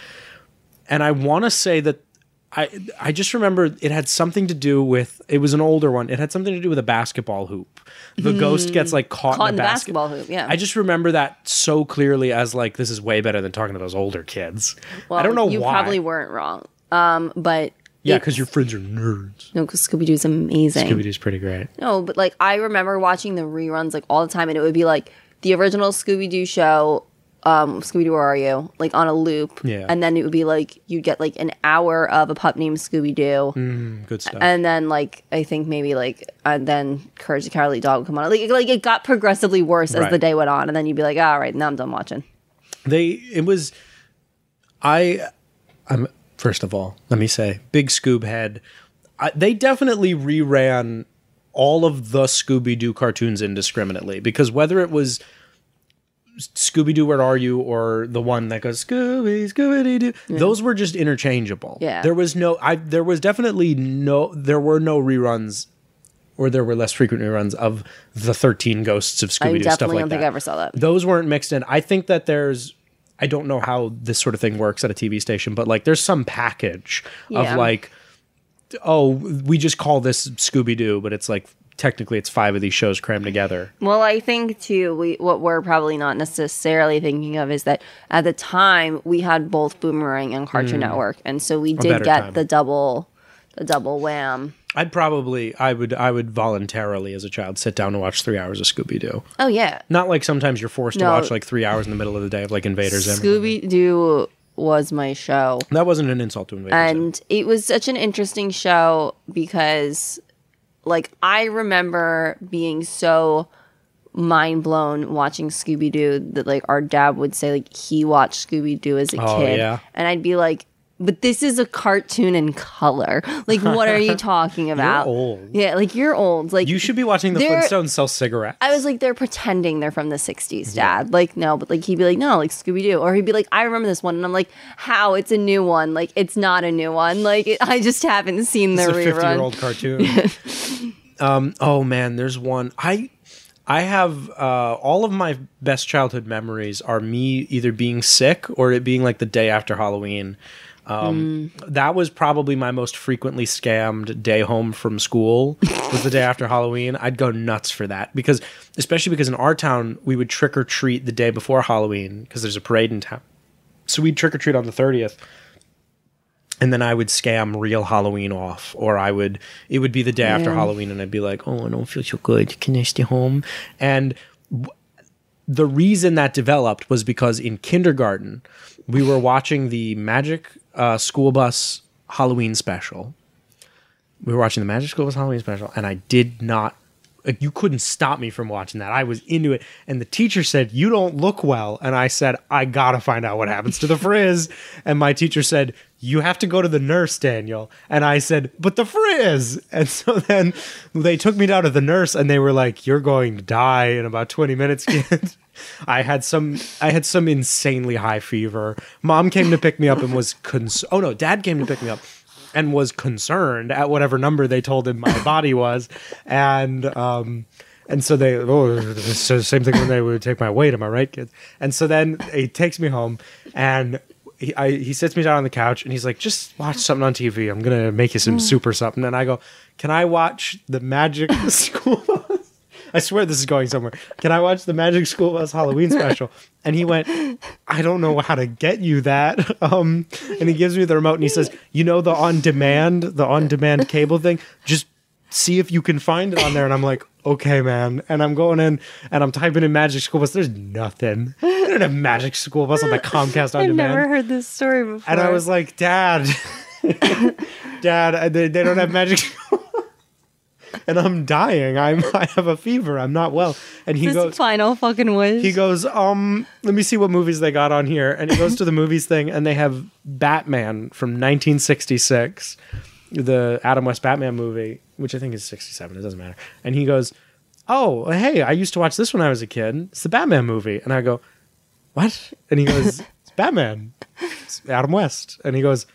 [SPEAKER 5] And I want to say that I I just remember it had something to do with it was an older one. It had something to do with a basketball hoop. The ghost gets like caught, in
[SPEAKER 6] Caught in
[SPEAKER 5] a
[SPEAKER 6] the
[SPEAKER 5] basket-
[SPEAKER 6] basketball hoop, yeah.
[SPEAKER 5] I just remember that so clearly as like this is way better than talking to those older kids. I don't know
[SPEAKER 6] you
[SPEAKER 5] why.
[SPEAKER 6] probably weren't wrong. Um, but
[SPEAKER 5] yeah, because your friends are nerds.
[SPEAKER 6] No, because Scooby Doo's amazing.
[SPEAKER 5] Scooby Doo's pretty great.
[SPEAKER 6] No, but like I remember watching the reruns like all the time, and it would be like the original Scooby Doo show, um, Scooby Doo, where are you? Like on a loop.
[SPEAKER 5] Yeah.
[SPEAKER 6] And then it would be like you'd get like an hour of a pup named Scooby Doo,
[SPEAKER 5] Mm. Good stuff.
[SPEAKER 6] and then like I think maybe like and then Courage the Cowardly Dog would come on. Like like it got progressively worse as
[SPEAKER 5] Right.
[SPEAKER 6] the day went on, and then you'd be like, all right, now I'm done watching.
[SPEAKER 5] they it was i i'm first of all let me say big scoob head I, they definitely reran all of the Scooby Doo cartoons indiscriminately because whether it was Scooby Doo, where are you, or the one that goes Scooby Scooby Doo, those were just interchangeable.
[SPEAKER 6] Yeah.
[SPEAKER 5] there was no, I there was definitely no, there were no reruns. Or there were less frequent reruns of the Thirteen Ghosts of
[SPEAKER 6] I
[SPEAKER 5] Scooby Doo stuff
[SPEAKER 6] definitely
[SPEAKER 5] like
[SPEAKER 6] don't
[SPEAKER 5] that.
[SPEAKER 6] think I ever saw that.
[SPEAKER 5] Those weren't mixed in. I think that there's I don't know how this sort of thing works at a TV station, but like there's some package
[SPEAKER 6] Yeah.
[SPEAKER 5] of like oh, we just call this Scooby Doo, but it's like technically it's five of these shows crammed together.
[SPEAKER 6] Well, I think too, we what we're probably not necessarily thinking of is that at the time we had both Boomerang and Cartoon Network, and so we did
[SPEAKER 5] Hmm. better
[SPEAKER 6] get
[SPEAKER 5] time.
[SPEAKER 6] the double, the double wham.
[SPEAKER 5] I'd probably I would I would voluntarily as a child sit down and watch three hours of Scooby Doo.
[SPEAKER 6] Oh yeah,
[SPEAKER 5] Not like sometimes you're forced to
[SPEAKER 6] No.
[SPEAKER 5] watch like three hours in the middle of the day of like Invaders. Zim.
[SPEAKER 6] Scooby Doo was my show,
[SPEAKER 5] That wasn't an insult to Invaders. Zim.
[SPEAKER 6] and it was such an interesting show because, like, I remember being so mind blown watching Scooby Doo that like our dad would say like he watched Scooby Doo as a
[SPEAKER 5] Oh,
[SPEAKER 6] kid,
[SPEAKER 5] yeah.
[SPEAKER 6] and I'd be like, "But this is a cartoon in color. Like, what are you talking about?
[SPEAKER 5] old.
[SPEAKER 6] Yeah, like you're old. Like
[SPEAKER 5] you should be watching the
[SPEAKER 6] There-
[SPEAKER 5] Flintstones sell cigarettes.
[SPEAKER 6] I was like, they're pretending they're from the 60s, dad. Like, no, but like, he'd be like, no, like Scooby Doo. Or he'd be like, I remember this one. And I'm like, how? It's a new one. Like, it's not a new one. Like, it, I just haven't seen the
[SPEAKER 5] it's a 50 year
[SPEAKER 6] rerun.
[SPEAKER 5] old cartoon um oh man there's one i i have uh all of my best childhood memories are me either being sick or it being like the day after halloween um
[SPEAKER 6] Mm.
[SPEAKER 5] that was probably my most frequently scammed day home from school was the day after halloween i'd go nuts for that because especially because in our town we would trick or treat the day before halloween because there's a parade in town so we'd trick or treat on the 30th and then I would scam real Halloween off, or I would it would be the day after Halloween, and I'd be like, "Oh, I don't feel so good. Can I stay home?" And w- the reason that developed was because in kindergarten we were watching the Magic uh, School Bus Halloween special. We were watching the Magic School Bus Halloween special, and I did not. Like, you couldn't stop me from watching that. I was into it, and the teacher said, "You don't look well," and I said, "I gotta find out what happens to the frizz." And my teacher said, "You have to go to the nurse, Daniel." And I said, "But the frizz." And so then they took me down to the nurse, and they were like, "You're going to die in about twenty minutes, kid." I had some I had some insanely high fever. Mom came to pick me up and was cons- oh no, dad came to pick me up and was concerned at whatever number they told him my body was and um and so they oh so same thing when they would take my weight am I right kids and so then he takes me home and he, I, he sits me down on the couch and he's like just watch something on TV I'm gonna make you some soup or something and I go can I watch the magic school Bus?" I swear this is going somewhere. Can I watch the Magic School Bus Halloween special? And he went, I don't know how to get you that. Um, and he gives me the remote and he says, You know, the on demand, the on demand cable thing? Just see if you can find it on there. And I'm like, Okay, man. And I'm going in and I'm typing in Magic School Bus. There's nothing. They don't have Magic School Bus on the Comcast on
[SPEAKER 6] I've
[SPEAKER 5] demand.
[SPEAKER 6] never heard this story before.
[SPEAKER 5] And I was like, Dad, Dad, I- they, they don't have magic. and I'm dying. I'm I have a fever. I'm not well. And he
[SPEAKER 6] this
[SPEAKER 5] goes.
[SPEAKER 6] final fucking wish.
[SPEAKER 5] He goes, um, let me see what movies they got on here. And he goes to the movies thing, and they have Batman from 1966, the Adam West Batman movie, which I think is 67. It doesn't matter. And he goes, oh, hey, I used to watch this when I was a kid. It's the Batman movie. And I go, what? And he goes, it's Batman. It's Adam West. And he goes,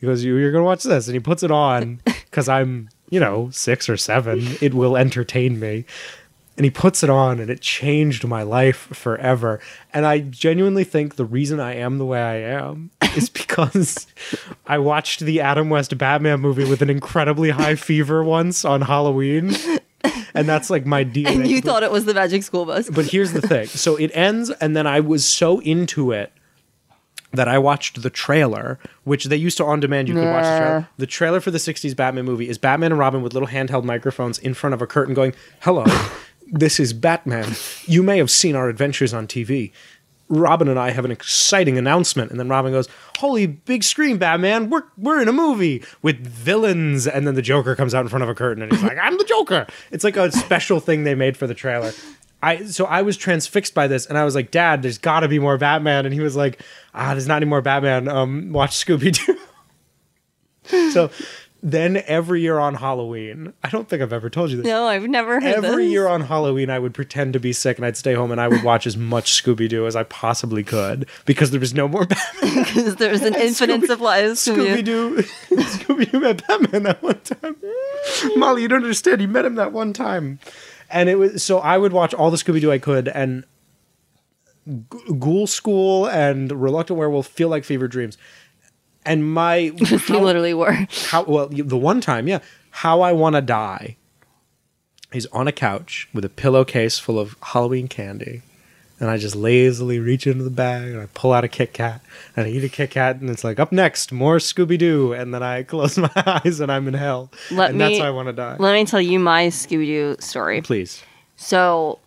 [SPEAKER 5] he goes, you, you're going to watch this. And he puts it on because I'm, you know, six or seven. It will entertain me. And he puts it on and it changed my life forever. And I genuinely think the reason I am the way I am is because I watched the Adam West Batman movie with an incredibly high fever once on Halloween. And that's like my DNA.
[SPEAKER 6] and you thought it was the Magic School Bus.
[SPEAKER 5] But here's the thing. So it ends, and then I was so into it that I watched the trailer, which they used to on demand. You could watch the trailer. The trailer for the 60s Batman movie is Batman and Robin with little handheld microphones in front of a curtain going, Hello, this is Batman. You may have seen our adventures on TV. Robin and I have an exciting announcement. And then Robin goes, Holy big screen, Batman, we're, we're in a movie with villains. And then the Joker comes out in front of a curtain and he's like, I'm the Joker. It's like a special thing they made for the trailer. I so I was transfixed by this and I was like, Dad, there's gotta be more Batman. And he was like, Ah, there's not any more Batman. Um, watch Scooby Doo. so Then every year on Halloween, I don't think I've ever told you this.
[SPEAKER 6] No, I've never heard
[SPEAKER 5] Every
[SPEAKER 6] this.
[SPEAKER 5] year on Halloween, I would pretend to be sick and I'd stay home and I would watch as much Scooby Doo as I possibly could because there was no more Batman.
[SPEAKER 6] There's an infinite of lies.
[SPEAKER 5] Scooby Doo, Scooby Doo met Batman that one time. Molly, you don't understand. You met him that one time, and it was so I would watch all the Scooby Doo I could, and G- Ghoul School and Reluctant Werewolf feel like fever dreams, and my
[SPEAKER 6] You literally were.
[SPEAKER 5] how well the one time yeah how i want to die is on a couch with a pillowcase full of halloween candy and i just lazily reach into the bag and i pull out a kit kat and i eat a kit kat and it's like up next more scooby-doo and then i close my eyes and i'm in hell
[SPEAKER 6] Let
[SPEAKER 5] and
[SPEAKER 6] me,
[SPEAKER 5] that's how i want to die
[SPEAKER 6] Let me tell you my Scooby Doo story.
[SPEAKER 5] please
[SPEAKER 6] So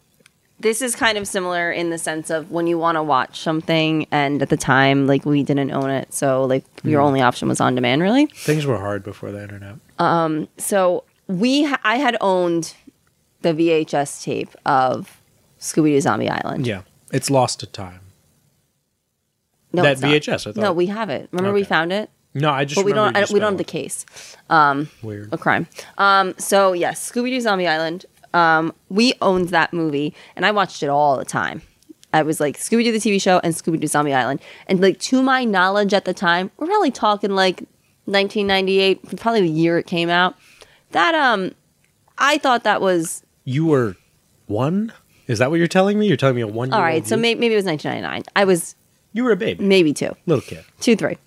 [SPEAKER 6] this is kind of similar in the sense of when you want to watch something, and at the time, like we didn't own it, so like
[SPEAKER 5] Mm.
[SPEAKER 6] your only option was on demand, really.
[SPEAKER 5] things were hard before the internet
[SPEAKER 6] So we, ha- I had owned the VHS tape of Scooby Doo Zombie Island.
[SPEAKER 5] yeah it's lost to time
[SPEAKER 6] no,
[SPEAKER 5] that
[SPEAKER 6] it's not.
[SPEAKER 5] VHS, I thought.
[SPEAKER 6] No, we have it. Remember, we
[SPEAKER 5] Okay.
[SPEAKER 6] found it,
[SPEAKER 5] no i just
[SPEAKER 6] but we don't.
[SPEAKER 5] remember you
[SPEAKER 6] I,
[SPEAKER 5] just
[SPEAKER 6] we don't
[SPEAKER 5] got
[SPEAKER 6] have the case.
[SPEAKER 5] one. weird
[SPEAKER 6] a crime. Um, so yes, Scooby Doo Zombie Island. Um, we owned that movie, and I watched it all the time. I was like Scooby Doo the TV show and Scooby Doo Zombie Island, and like to my knowledge at the time, we're probably talking like 1998, probably the year it came out. That um, I thought that was
[SPEAKER 5] you were one is that what you're telling me you're telling me a one
[SPEAKER 6] all right. So may- maybe it was 1999. I was
[SPEAKER 5] you were a baby
[SPEAKER 6] maybe two,
[SPEAKER 5] little kid
[SPEAKER 6] two, three.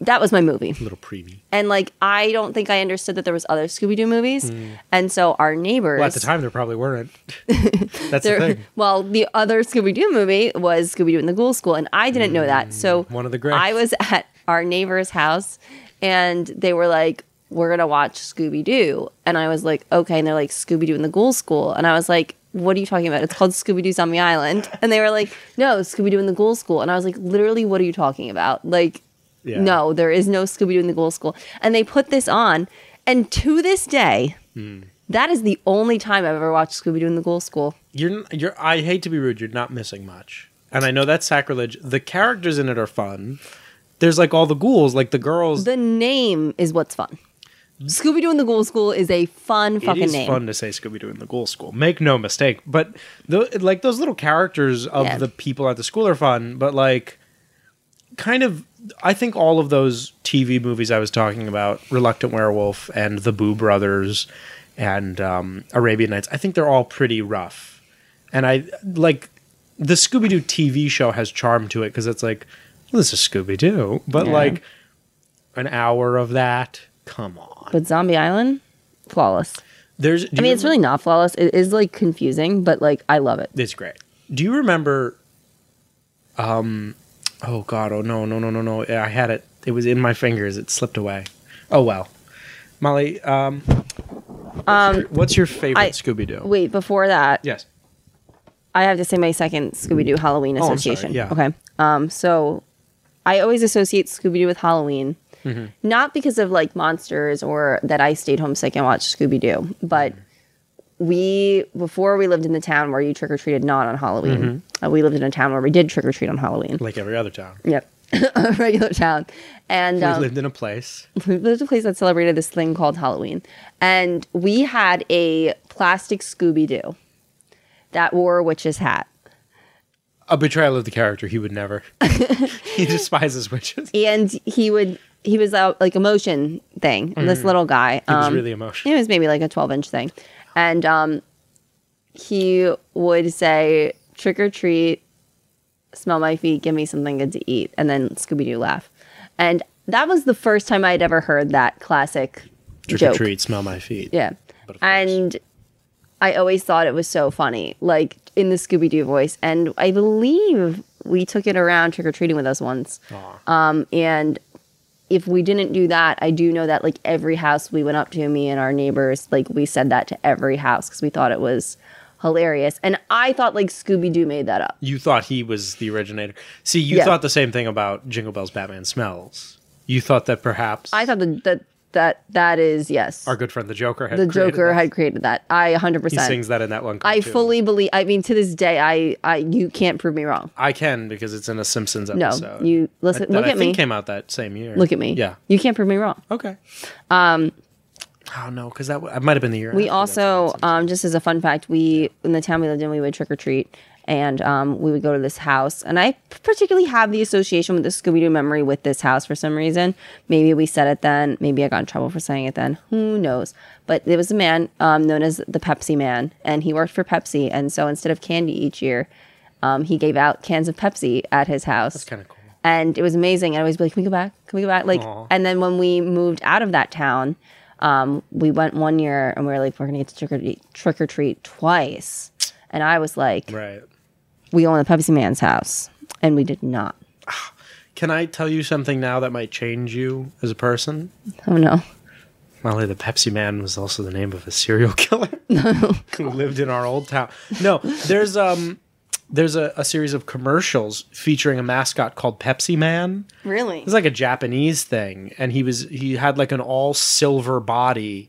[SPEAKER 6] That was my movie.
[SPEAKER 5] little preemie
[SPEAKER 6] And like I don't think I understood that there was other Scooby Doo movies, and so our neighbors
[SPEAKER 5] Hmm. Well, at the time, there probably weren't. That's
[SPEAKER 6] There-
[SPEAKER 5] the thing.
[SPEAKER 6] Well, the other Scooby Doo movie was Scooby Doo in the Ghoul School, and I didn't know that. So
[SPEAKER 5] Mm, one of the greats.
[SPEAKER 6] I was at our neighbor's house, and they were like, "We're gonna watch Scooby Doo," and I was like, "Okay." And they're like, "Scooby Doo in the Ghoul School," and I was like. What are you talking about? It's called Scooby Doo Zombie Island. And they were like, no, Scooby Doo in the Ghoul School. And I was like, literally, what are you talking about? Like,
[SPEAKER 5] Yeah.
[SPEAKER 6] no, there is no Scooby Doo in the Ghoul School. And they put this on. And to this day,
[SPEAKER 5] Hmm.
[SPEAKER 6] that is the only time I've ever watched Scooby Doo in the Ghoul School.
[SPEAKER 5] You're, n- you're. I hate to be rude. You're not missing much, and I know that's sacrilege. The characters in it are fun. There's like all the ghouls, like the girls.
[SPEAKER 6] The name is what's fun. Scooby Doo and the Ghoul School is a fun
[SPEAKER 5] it
[SPEAKER 6] fucking
[SPEAKER 5] is
[SPEAKER 6] name.
[SPEAKER 5] fun to say Scooby Doo in the ghoul school. Make no mistake. But tho- like those little characters of
[SPEAKER 6] Yeah.
[SPEAKER 5] the people at the school are fun. But like, kind of, I think all of those TV movies I was talking about, Reluctant Werewolf and The Boo Brothers, and um, Arabian Nights. I think they're all pretty rough. And I like the Scooby Doo TV show has charm to it because it's like, well, this is Scooby Doo, but
[SPEAKER 6] Yeah.
[SPEAKER 5] like an hour of that. Come on.
[SPEAKER 6] But Zombie Island, flawless.
[SPEAKER 5] There's. do
[SPEAKER 6] I mean,
[SPEAKER 5] you
[SPEAKER 6] it's really not flawless. It is like confusing, but like I love it.
[SPEAKER 5] It's great. Do you remember? Um, oh God! Oh no! No! No! No! No! I had it. It was in my fingers. It slipped away. Oh well. Molly, um, um, what's your favorite
[SPEAKER 6] I-
[SPEAKER 5] Scooby Doo?
[SPEAKER 6] Wait, before that,
[SPEAKER 5] Yes.
[SPEAKER 6] I have to say my second Scooby Doo
[SPEAKER 5] Oh,
[SPEAKER 6] Halloween
[SPEAKER 5] I'm sorry,
[SPEAKER 6] association.
[SPEAKER 5] yeah.
[SPEAKER 6] Okay. Um, so I always associate Scooby Doo with Halloween,
[SPEAKER 5] Mm-hmm.
[SPEAKER 6] not because of like monsters or that I stayed home sick and watched Scooby Doo, but we before we lived in the town where you trick or treated not on Halloween.
[SPEAKER 5] Mm-hmm.
[SPEAKER 6] Uh, we lived in a town where we did trick or treat on Halloween.
[SPEAKER 5] Like every other town,
[SPEAKER 6] Yep. a regular town. And
[SPEAKER 5] we
[SPEAKER 6] um,
[SPEAKER 5] lived in a place.
[SPEAKER 6] we lived in a place that celebrated this thing called Halloween. And we had a plastic Scooby Doo that wore a witch's hat.
[SPEAKER 5] A betrayal of the character. He would never. he despises witches. He
[SPEAKER 6] And he would, he was a, like a motion thing, this little guy.
[SPEAKER 5] was
[SPEAKER 6] um,
[SPEAKER 5] really
[SPEAKER 6] it
[SPEAKER 5] emotional.
[SPEAKER 6] was maybe like a 12 inch thing. And um, he would say, trick or treat, smell my feet, give me something good to eat. And then Scooby Doo laugh. And that was the first time I'd ever heard that classic
[SPEAKER 5] Trick
[SPEAKER 6] joke.
[SPEAKER 5] or treat. Smell my feet.
[SPEAKER 6] Yeah.
[SPEAKER 5] But of course.
[SPEAKER 6] And I always thought it was so funny, like in the Scooby Doo voice. And I believe we took it around trick or treating with us once. Um, and if we didn't do that, I do know that like every house we went up to, me and our neighbors, like we said that to every house because we thought it was hilarious. And I thought like Scooby Doo made that up.
[SPEAKER 5] You thought he was the originator. See, you
[SPEAKER 6] Yeah.
[SPEAKER 5] thought the same thing about Jingle Bells, Batman Smells. You thought that perhaps
[SPEAKER 6] I thought that, that that that is yes.
[SPEAKER 5] Our good friend the Joker had
[SPEAKER 6] the
[SPEAKER 5] created
[SPEAKER 6] Joker
[SPEAKER 5] that.
[SPEAKER 6] had created that. I 100.
[SPEAKER 5] he
[SPEAKER 6] percent
[SPEAKER 5] sings that in that one.
[SPEAKER 6] I
[SPEAKER 5] cartoon.
[SPEAKER 6] fully believe. I mean, to this day, I, I you can't prove me wrong.
[SPEAKER 5] I can because it's in a Simpsons
[SPEAKER 6] No,
[SPEAKER 5] episode.
[SPEAKER 6] you listen.
[SPEAKER 5] that
[SPEAKER 6] look
[SPEAKER 5] I
[SPEAKER 6] at
[SPEAKER 5] think
[SPEAKER 6] me.
[SPEAKER 5] Came out that same year.
[SPEAKER 6] Look at me.
[SPEAKER 5] Yeah.
[SPEAKER 6] you can't prove me wrong.
[SPEAKER 5] Okay. Um. Oh no, because that w- it might have been the year.
[SPEAKER 6] We
[SPEAKER 5] after that.
[SPEAKER 6] also, um, just as a fun fact, we in the town we lived in, we would trick or treat, and um, we would go to this house. And I particularly have the association with the Scooby Doo memory with this house for some reason. Maybe we said it then. Maybe I got in trouble for saying it then. Who knows? But there was a man um, known as the Pepsi Man, and he worked for Pepsi. And so instead of candy each year, um, he gave out cans of Pepsi at his house. That's
[SPEAKER 5] kinda cool.
[SPEAKER 6] And it was amazing. And I always be like, "Can we go back? Can we go back?" Like, and then when we moved out of that town, um, we went one year and we were like, we're gonna get to trick or treat, trick or treat twice. And I was like,
[SPEAKER 5] right.
[SPEAKER 6] we go in the Pepsi Man's house, and we did not.
[SPEAKER 5] Can I tell you something now that might change you as a person?
[SPEAKER 6] Oh no,
[SPEAKER 5] Molly, the Pepsi Man was also the name of a serial killer who lived in our old town. No, there's um, there's a, a series of commercials featuring a mascot called Pepsi Man.
[SPEAKER 6] really?
[SPEAKER 5] It's like a Japanese thing, and he was he had like an all silver body,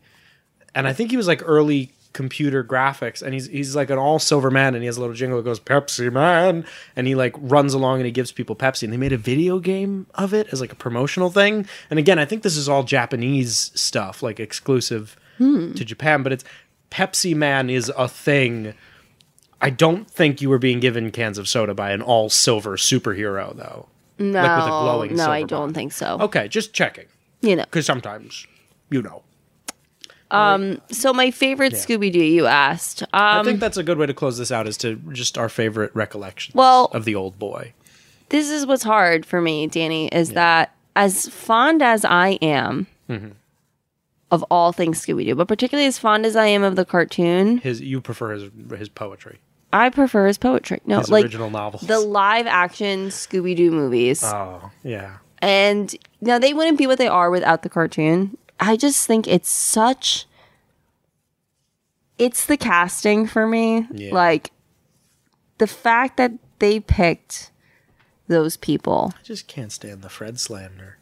[SPEAKER 5] and I think he was like early computer graphics, and he's he's like an all silver man, and he has a little jingle that goes Pepsi Man, and he like runs along and he gives people Pepsi, and they made a video game of it as like a promotional thing, and again I think this is all Japanese stuff, like exclusive to Japan, but it's Pepsi Man is a thing. I don't think you were being given cans of soda by an all silver superhero though.
[SPEAKER 6] No,
[SPEAKER 5] like with a glowing
[SPEAKER 6] no, I
[SPEAKER 5] silver Oh.
[SPEAKER 6] don't
[SPEAKER 5] body.
[SPEAKER 6] think so.
[SPEAKER 5] Okay, just checking.
[SPEAKER 6] You know.
[SPEAKER 5] Because sometimes, you know.
[SPEAKER 6] So my favorite Scooby Doo, you asked. Um,
[SPEAKER 5] I think that's a good way to close this out is to just our favorite recollections
[SPEAKER 6] Well-
[SPEAKER 5] of the old boy.
[SPEAKER 6] this is what's hard for me, Danny, is that as fond as I am
[SPEAKER 5] Mm-hmm.
[SPEAKER 6] of all things Scooby Doo, but particularly as fond as I am of the cartoon,
[SPEAKER 5] His you prefer his his poetry.
[SPEAKER 6] I prefer his poetry. No,
[SPEAKER 5] His
[SPEAKER 6] Uh, like
[SPEAKER 5] original novels.
[SPEAKER 6] the live action Scooby Doo movies.
[SPEAKER 5] oh, yeah.
[SPEAKER 6] And now they wouldn't be what they are without the cartoon. I just think it's such it's the casting for me.
[SPEAKER 5] Yeah.
[SPEAKER 6] Like the fact that they picked those people.
[SPEAKER 5] I just can't stand the Fred slander.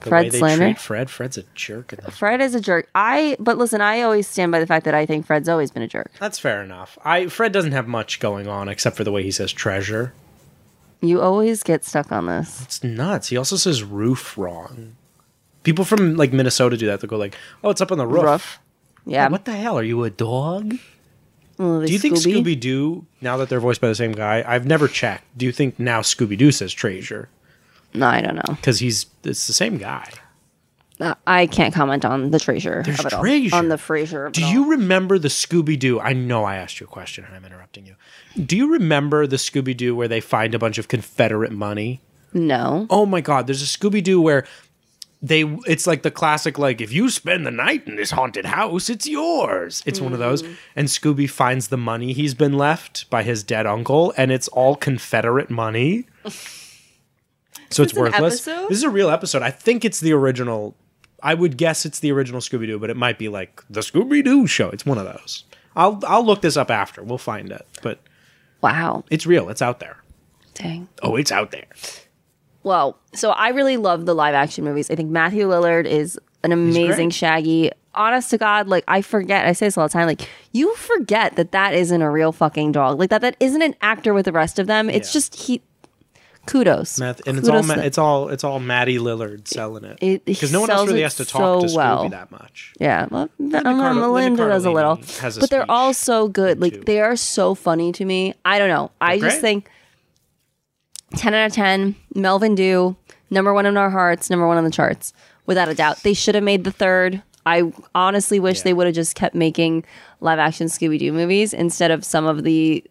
[SPEAKER 5] The
[SPEAKER 6] Fred
[SPEAKER 5] way they
[SPEAKER 6] slander?
[SPEAKER 5] treat Fred, Fred's a jerk in the
[SPEAKER 6] Fred is a jerk. I but listen, I always stand by the fact that I think Fred's always been a jerk.
[SPEAKER 5] That's fair enough. I Fred doesn't have much going on except for the way he says treasure.
[SPEAKER 6] You always get stuck on this.
[SPEAKER 5] It's nuts. He also says roof wrong. People from like Minnesota do that. They'll go like, "Oh, it's up on the roof."
[SPEAKER 6] Rough. Yeah.
[SPEAKER 5] What the hell? Are you a dog?
[SPEAKER 6] Well, they
[SPEAKER 5] Do you think Scooby Doo, now that they're voiced by the same guy, I've never checked. Do you think now Scooby Doo says Treasure?
[SPEAKER 6] No, I don't know.
[SPEAKER 5] Because he's it's the same guy.
[SPEAKER 6] Uh, I can't comment on the treasure
[SPEAKER 5] There's
[SPEAKER 6] of it all.
[SPEAKER 5] treasure.
[SPEAKER 6] On the Frasier. of
[SPEAKER 5] Do
[SPEAKER 6] it all.
[SPEAKER 5] you remember the Scooby Doo? I know I asked you a question and I'm interrupting you. Do you remember the Scooby Doo where they find a bunch of Confederate money?
[SPEAKER 6] No.
[SPEAKER 5] Oh my God! There's a Scooby Doo where they it's like the classic like if you spend the night in this haunted house, it's yours. It's one of those.
[SPEAKER 6] Mm.
[SPEAKER 5] And Scooby finds the money he's been left by his dead uncle, and it's all Confederate money. So it's
[SPEAKER 6] this an
[SPEAKER 5] worthless.
[SPEAKER 6] episode?
[SPEAKER 5] This is a real episode. I think it's the original. I would guess it's the original Scooby Doo, but it might be like the Scooby Doo show. It's one of those. I'll I'll look this up after. We'll find it, but
[SPEAKER 6] Wow.
[SPEAKER 5] it's real. It's out there.
[SPEAKER 6] Dang.
[SPEAKER 5] Oh, it's out there.
[SPEAKER 6] Well, so I really love the live action movies. I think Matthew Lillard is an amazing
[SPEAKER 5] great.
[SPEAKER 6] Shaggy. Honest to God, like I forget. I say this all the time. Like you forget that that isn't a real fucking dog. Like that that isn't an actor with the rest of them. It's
[SPEAKER 5] Yeah.
[SPEAKER 6] just he. Kudos.
[SPEAKER 5] Math, and it's all
[SPEAKER 6] Kudos
[SPEAKER 5] Ma-
[SPEAKER 6] to-
[SPEAKER 5] it's all it's all Maddie Lillard selling it
[SPEAKER 6] It- he
[SPEAKER 5] because no one else
[SPEAKER 6] sells
[SPEAKER 5] really
[SPEAKER 6] it
[SPEAKER 5] has to talk
[SPEAKER 6] so
[SPEAKER 5] to Scooby
[SPEAKER 6] well.
[SPEAKER 5] that much.
[SPEAKER 6] Yeah, well, I don't know.
[SPEAKER 5] Cardo- Linda
[SPEAKER 6] Melinda does a
[SPEAKER 5] Cardellini
[SPEAKER 6] little,
[SPEAKER 5] has a
[SPEAKER 6] but they're
[SPEAKER 5] speech
[SPEAKER 6] all so good. Like
[SPEAKER 5] too.
[SPEAKER 6] they are so funny to me. I don't know. I
[SPEAKER 5] They're
[SPEAKER 6] just
[SPEAKER 5] great.
[SPEAKER 6] think ten out of ten. Melvin Dew, number one in our hearts, number one on the charts, without a doubt. They should have made the third. I honestly wish they would have just kept making live action Scooby Doo movies instead of some of the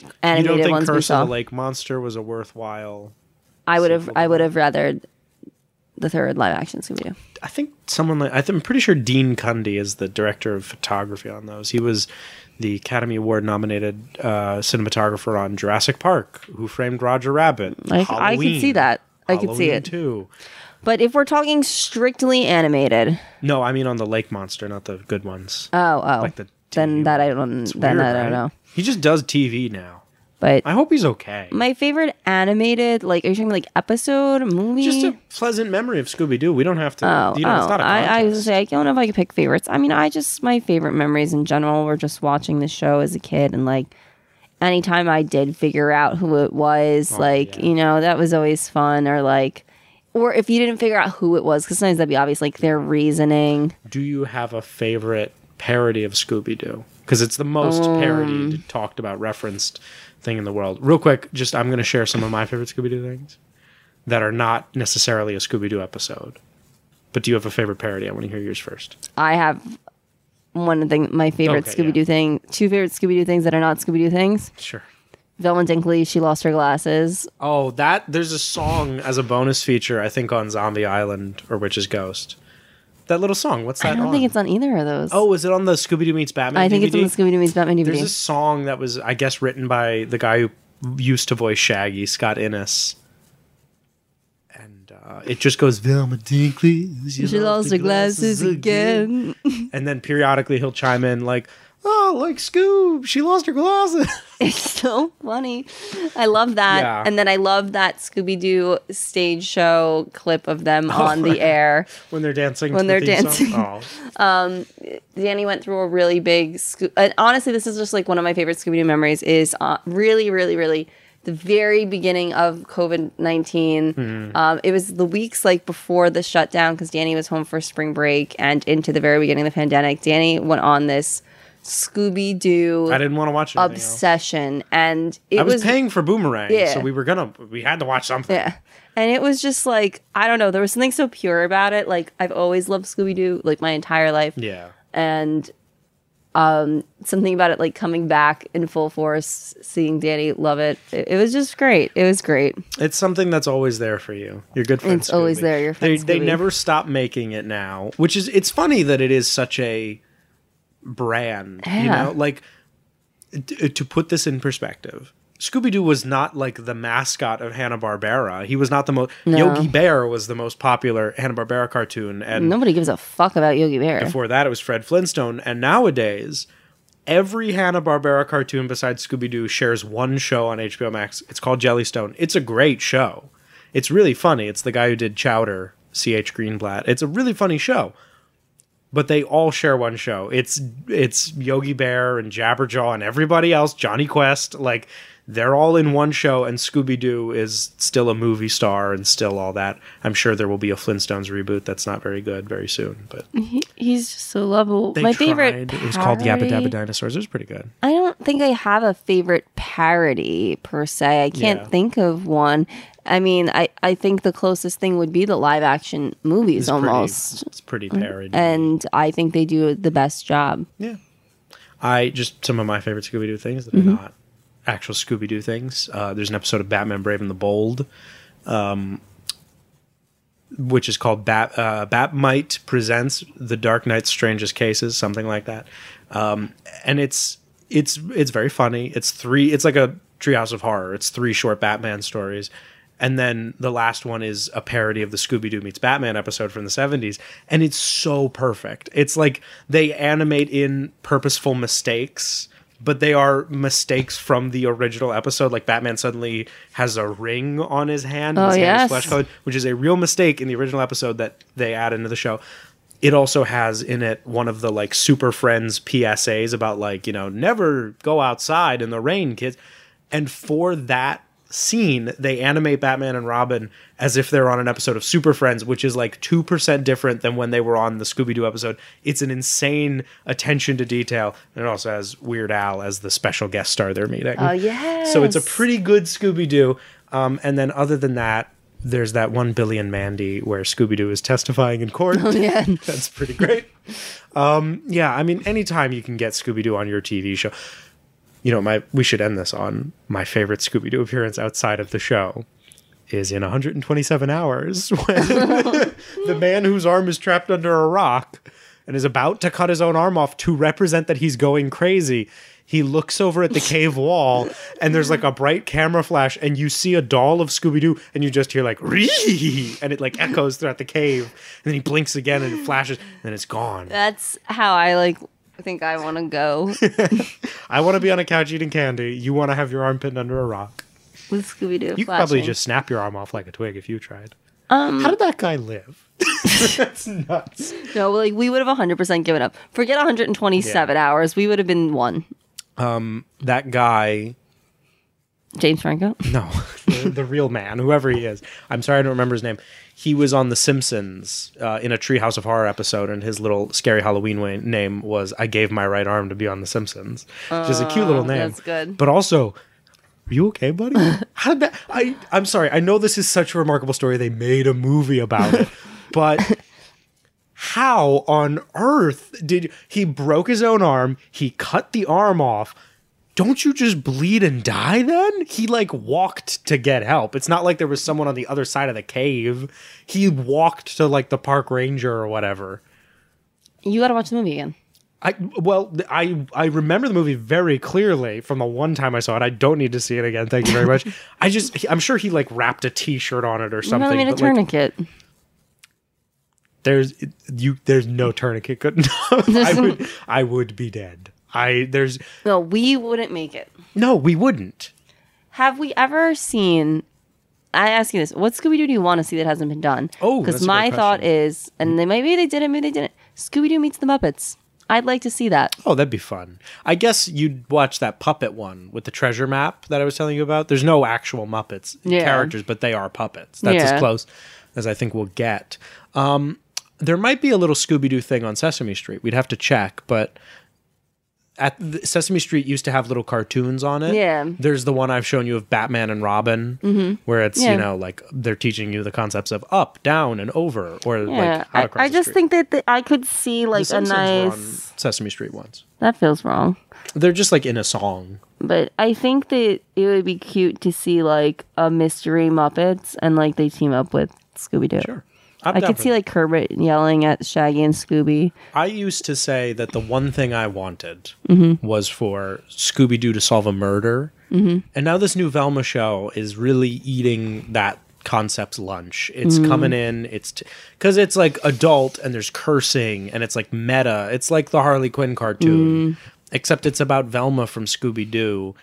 [SPEAKER 5] You don't
[SPEAKER 6] animated
[SPEAKER 5] think
[SPEAKER 6] ones we
[SPEAKER 5] Curse of the
[SPEAKER 6] saw.
[SPEAKER 5] Lake Monster was a worthwhile?
[SPEAKER 6] I would have. I would have rathered the third live action Scooby Doo.
[SPEAKER 5] I think someone like I th- I'm pretty sure Dean Cundy is the director of photography on those. He was the Academy Award nominated uh, cinematographer on Jurassic Park, Who Framed Roger Rabbit.
[SPEAKER 6] Like, I could see
[SPEAKER 5] Halloween,
[SPEAKER 6] that. I could see
[SPEAKER 5] Halloween
[SPEAKER 6] it.
[SPEAKER 5] too.
[SPEAKER 6] But if we're talking strictly animated,
[SPEAKER 5] No, I mean on the Lake Monster, not the good ones.
[SPEAKER 6] Oh, oh.
[SPEAKER 5] Like the
[SPEAKER 6] then
[SPEAKER 5] TV
[SPEAKER 6] that I don't.
[SPEAKER 5] It's
[SPEAKER 6] Then
[SPEAKER 5] weird,
[SPEAKER 6] I don't
[SPEAKER 5] right?
[SPEAKER 6] know.
[SPEAKER 5] He just does TV now.
[SPEAKER 6] But
[SPEAKER 5] I hope he's okay.
[SPEAKER 6] my favorite animated, like, are you talking about, like episode, movie?
[SPEAKER 5] Just a pleasant memory of Scooby Doo. We don't have to.
[SPEAKER 6] Oh,
[SPEAKER 5] you know, it's
[SPEAKER 6] oh,
[SPEAKER 5] not a
[SPEAKER 6] I, I was gonna
[SPEAKER 5] contest.
[SPEAKER 6] say I don't know if I could pick favorites. I mean, I just my favorite memories in general were just watching the show as a kid, and like anytime I did figure out who it was,
[SPEAKER 5] Oh,
[SPEAKER 6] like you know that was always fun. Or like, or if you didn't figure out who it was, because sometimes that'd be obvious, like their reasoning.
[SPEAKER 5] Do you have a favorite parody of Scooby Doo? Because it's the most
[SPEAKER 6] Um,
[SPEAKER 5] parodied, talked about, referenced thing in the world. Real quick, just I'm going to share some of my favorite Scooby Doo things that are not necessarily a Scooby Doo episode. But do you have a favorite parody? I want to hear yours first.
[SPEAKER 6] I have one thing, my favorite
[SPEAKER 5] Okay, yeah.
[SPEAKER 6] Scooby Doo thing, two favorite Scooby Doo things that are not Scooby Doo things.
[SPEAKER 5] Sure.
[SPEAKER 6] Velma Dinkley, she lost her glasses.
[SPEAKER 5] Oh, that there's a song as a bonus feature, I think, on Zombie Island or Witch's Ghost. That little song. What's that?
[SPEAKER 6] I don't
[SPEAKER 5] on?
[SPEAKER 6] think it's on either of those.
[SPEAKER 5] Oh, is it on the Scooby Doo meets Batman?
[SPEAKER 6] I think it's on
[SPEAKER 5] DVD?
[SPEAKER 6] the Scooby Doo meets Batman DVD.
[SPEAKER 5] There's a song that was, I guess, written by the guy who used to voice Shaggy, Scott Innes. And uh, it just goes, Velma Dinkley.
[SPEAKER 6] she lost her glasses again.
[SPEAKER 5] And then periodically he'll chime in, like, oh, like Scoob, she lost her glasses.
[SPEAKER 6] It's so funny. I love that.
[SPEAKER 5] Yeah.
[SPEAKER 6] And then I love that Scooby Doo stage show clip of them
[SPEAKER 5] Oh
[SPEAKER 6] on the air.
[SPEAKER 5] when they're dancing.
[SPEAKER 6] When
[SPEAKER 5] to the
[SPEAKER 6] they're
[SPEAKER 5] theme song. Oh.
[SPEAKER 6] Danny went through a really big Sco- and honestly this is just like one of my favorite Scooby Doo memories is uh, really really really the very beginning of COVID-19
[SPEAKER 5] Mm-hmm.
[SPEAKER 6] um, it was the weeks like before the shutdown because Danny was home for spring break and into the very beginning of the pandemic Danny went on this Scooby Doo
[SPEAKER 5] Oh, I didn't want to watch it.
[SPEAKER 6] obsession and it
[SPEAKER 5] I was,
[SPEAKER 6] was
[SPEAKER 5] paying for Boomerang,
[SPEAKER 6] Yeah.
[SPEAKER 5] so we were gonna, we had to watch something.
[SPEAKER 6] Yeah. And it was just like, I don't know, there was something so pure about it. Like, I've always loved Scooby Doo, like my entire life.
[SPEAKER 5] Yeah.
[SPEAKER 6] And um, something about it, like coming back in full force, seeing Danny love it. It, it was just great. It was great.
[SPEAKER 5] It's something that's always there for you. Your good friend.
[SPEAKER 6] It's always
[SPEAKER 5] Scooby.
[SPEAKER 6] there, your
[SPEAKER 5] They,
[SPEAKER 6] friend
[SPEAKER 5] they
[SPEAKER 6] Scooby.
[SPEAKER 5] never stop making it now, which is it's funny that it is such a brand. You
[SPEAKER 6] Yeah.
[SPEAKER 5] know, like t- uh, to put this in perspective. Scooby Doo was not like the mascot of Hanna Barbera. He was not the most. Yogi Bear was the most popular Hanna Barbera cartoon, and
[SPEAKER 6] Nobody gives a fuck about Yogi Bear.
[SPEAKER 5] before that, it was Fred Flintstone. And nowadays, every Hanna Barbera cartoon besides Scooby Doo shares one show on HBO Max. It's called Jellystone. It's a great show. It's really funny. It's the guy who did Chowder, C.H. Greenblatt. It's a really funny show. But they all share one show. It's it's Yogi Bear and Jabberjaw and everybody else, Johnny Quest, like they're all in one show and Scooby Doo is still a movie star and still all that. I'm sure there will be a Flintstones reboot that's not very good very soon, but
[SPEAKER 6] He's just so lovable.
[SPEAKER 5] they
[SPEAKER 6] my
[SPEAKER 5] tried.
[SPEAKER 6] favorite.
[SPEAKER 5] It was called Yappa
[SPEAKER 6] parody-
[SPEAKER 5] Dabba Dinosaurs. It was pretty good.
[SPEAKER 6] I don't think I have a favorite parody per se. I can't
[SPEAKER 5] Yeah.
[SPEAKER 6] think of one. I mean, I, I think the closest thing would be the live action movies
[SPEAKER 5] It's
[SPEAKER 6] almost.
[SPEAKER 5] Pretty, it's pretty parody.
[SPEAKER 6] Mm-hmm. and I think they do the best job.
[SPEAKER 5] yeah. I just some of my favorite Scooby Doo things that
[SPEAKER 6] Mm-hmm.
[SPEAKER 5] are not actual Scooby Doo things. Uh, there's an episode of Batman Brave and the Bold, um, which is called Bat uh, Batmite presents the Dark Knight's Strangest Cases, something like that. Um, and it's it's it's very funny. It's three. It's like a Treehouse of Horror. It's three short Batman stories. And then the last one is a parody of the Scooby Doo meets Batman episode from the 70s. And it's so perfect. It's like they animate in purposeful mistakes, but they are mistakes from the original episode. Like Batman suddenly has a ring on his hand. and
[SPEAKER 6] Oh,
[SPEAKER 5] his hand is
[SPEAKER 6] yes.
[SPEAKER 5] flesh colored, which is a real mistake in the original episode that they add into the show. It also has in it one of the like Super Friends PSAs about like, you know, never go outside in the rain, kids. And for that scene, they animate Batman and Robin as if they're on an episode of Super Friends, which is like 2% different than when they were on the Scooby Doo episode. It's an insane attention to detail. And it also has Weird Al as the special guest star they're meeting.
[SPEAKER 6] Uh,
[SPEAKER 5] Oh,
[SPEAKER 6] yes.
[SPEAKER 5] So it's a pretty good Scooby Doo. Um, and then other than that, there's that one billion Mandy where Scooby Doo is testifying in court.
[SPEAKER 6] Oh, Yeah.
[SPEAKER 5] That's pretty great. Um, yeah, I mean, anytime you can get Scooby Doo on your TV show, you know, my we should end this on my favorite Scooby Doo appearance outside of the show is in 127 hours when the man whose arm is trapped under a rock and is about to cut his own arm off to represent that he's going crazy. He looks over at the cave wall and there's like a bright camera flash and you see a doll of Scooby Doo and you just hear like "Ree!" and it like echoes throughout the cave and then he blinks again and it flashes and then it's gone.
[SPEAKER 6] That's how I like I think I want to go
[SPEAKER 5] I want to be on a couch eating candy. You want to have your arm pinned under a rock.
[SPEAKER 6] with Scooby Doo.
[SPEAKER 5] You could probably just snap your arm off like a twig if you tried. How did that guy live? That's nuts.
[SPEAKER 6] no, like we would have 100% given up. Forget 127 hours. We would have been one.
[SPEAKER 5] That guy,
[SPEAKER 6] James Franco.
[SPEAKER 5] no, the, the real man, whoever he is. I'm sorry, I don't remember his name. He was on The Simpsons uh, in a Treehouse of Horror episode, and his little scary Halloween wa- name was "I gave my right arm to be on The Simpsons," which is a cute little name.
[SPEAKER 6] Oh, that's good.
[SPEAKER 5] But also, are you okay, buddy? How did that? I I'm sorry. I know this is such a remarkable story. They made a movie about it, but how on earth did he broke his own arm? He cut the arm off. Don't you just bleed and die then? He like walked to get help. It's not like there was someone on the other side of the cave. He walked to like the park ranger or whatever.
[SPEAKER 6] You got to watch the movie again.
[SPEAKER 5] I well, th- I I remember the movie very clearly from the one time I saw it. I don't need to see it again. Thank you very much. I just he- I'm sure he like wrapped a T-shirt on it or
[SPEAKER 6] You
[SPEAKER 5] something.
[SPEAKER 6] really made a
[SPEAKER 5] but, like,
[SPEAKER 6] tourniquet.
[SPEAKER 5] there's it- you there's no tourniquet good enough. I would I would be dead. I there's
[SPEAKER 6] no, we wouldn't make it.
[SPEAKER 5] no we wouldn't.
[SPEAKER 6] Have we ever seen? I ask you this: What Scooby Doo do you want to see that hasn't been done?
[SPEAKER 5] Oh, that's a
[SPEAKER 6] because
[SPEAKER 5] great
[SPEAKER 6] my
[SPEAKER 5] question.
[SPEAKER 6] thought is, and they maybe they did it, maybe they didn't. Scooby Doo meets the Muppets. I'd like to see that.
[SPEAKER 5] Oh, that'd be fun. I guess you'd watch that puppet one with the treasure map that I was telling you about. There's no actual Muppets
[SPEAKER 6] Yeah.
[SPEAKER 5] characters, but they are puppets. That's
[SPEAKER 6] Yeah.
[SPEAKER 5] as close as I think we'll get. Um, there might be a little Scooby Doo thing on Sesame Street. We'd have to check, but at the, Sesame Street used to have little cartoons on it.
[SPEAKER 6] Yeah. Mm-hmm.
[SPEAKER 5] There's the one I've shown you of Batman and Robin, where it's
[SPEAKER 6] Yeah.
[SPEAKER 5] you know like they're teaching you the concepts of up, down, and over, or
[SPEAKER 6] Yeah,
[SPEAKER 5] like how to cross
[SPEAKER 6] I, I
[SPEAKER 5] the
[SPEAKER 6] just
[SPEAKER 5] street.
[SPEAKER 6] think that the, I could see
[SPEAKER 5] The
[SPEAKER 6] like a
[SPEAKER 5] Simpsons were on
[SPEAKER 6] nice.
[SPEAKER 5] Sesame Street once.
[SPEAKER 6] That feels wrong,
[SPEAKER 5] They're just like in a song.
[SPEAKER 6] but I think that it would be cute to see like a mystery Muppets and like they team up with Scooby Doo.
[SPEAKER 5] Sure. I'm
[SPEAKER 6] I
[SPEAKER 5] down
[SPEAKER 6] could
[SPEAKER 5] for
[SPEAKER 6] see
[SPEAKER 5] that.
[SPEAKER 6] like Kermit yelling at Shaggy and Scooby.
[SPEAKER 5] I used to say that the one thing I wanted
[SPEAKER 6] Mm-hmm.
[SPEAKER 5] was for Scooby Doo to solve a murder, and now this new Velma show is really eating that concept's lunch. It's coming in. It's because it's like adult and there's cursing and it's like meta. It's like the Harley Quinn cartoon, except it's about Velma from Scooby Doo,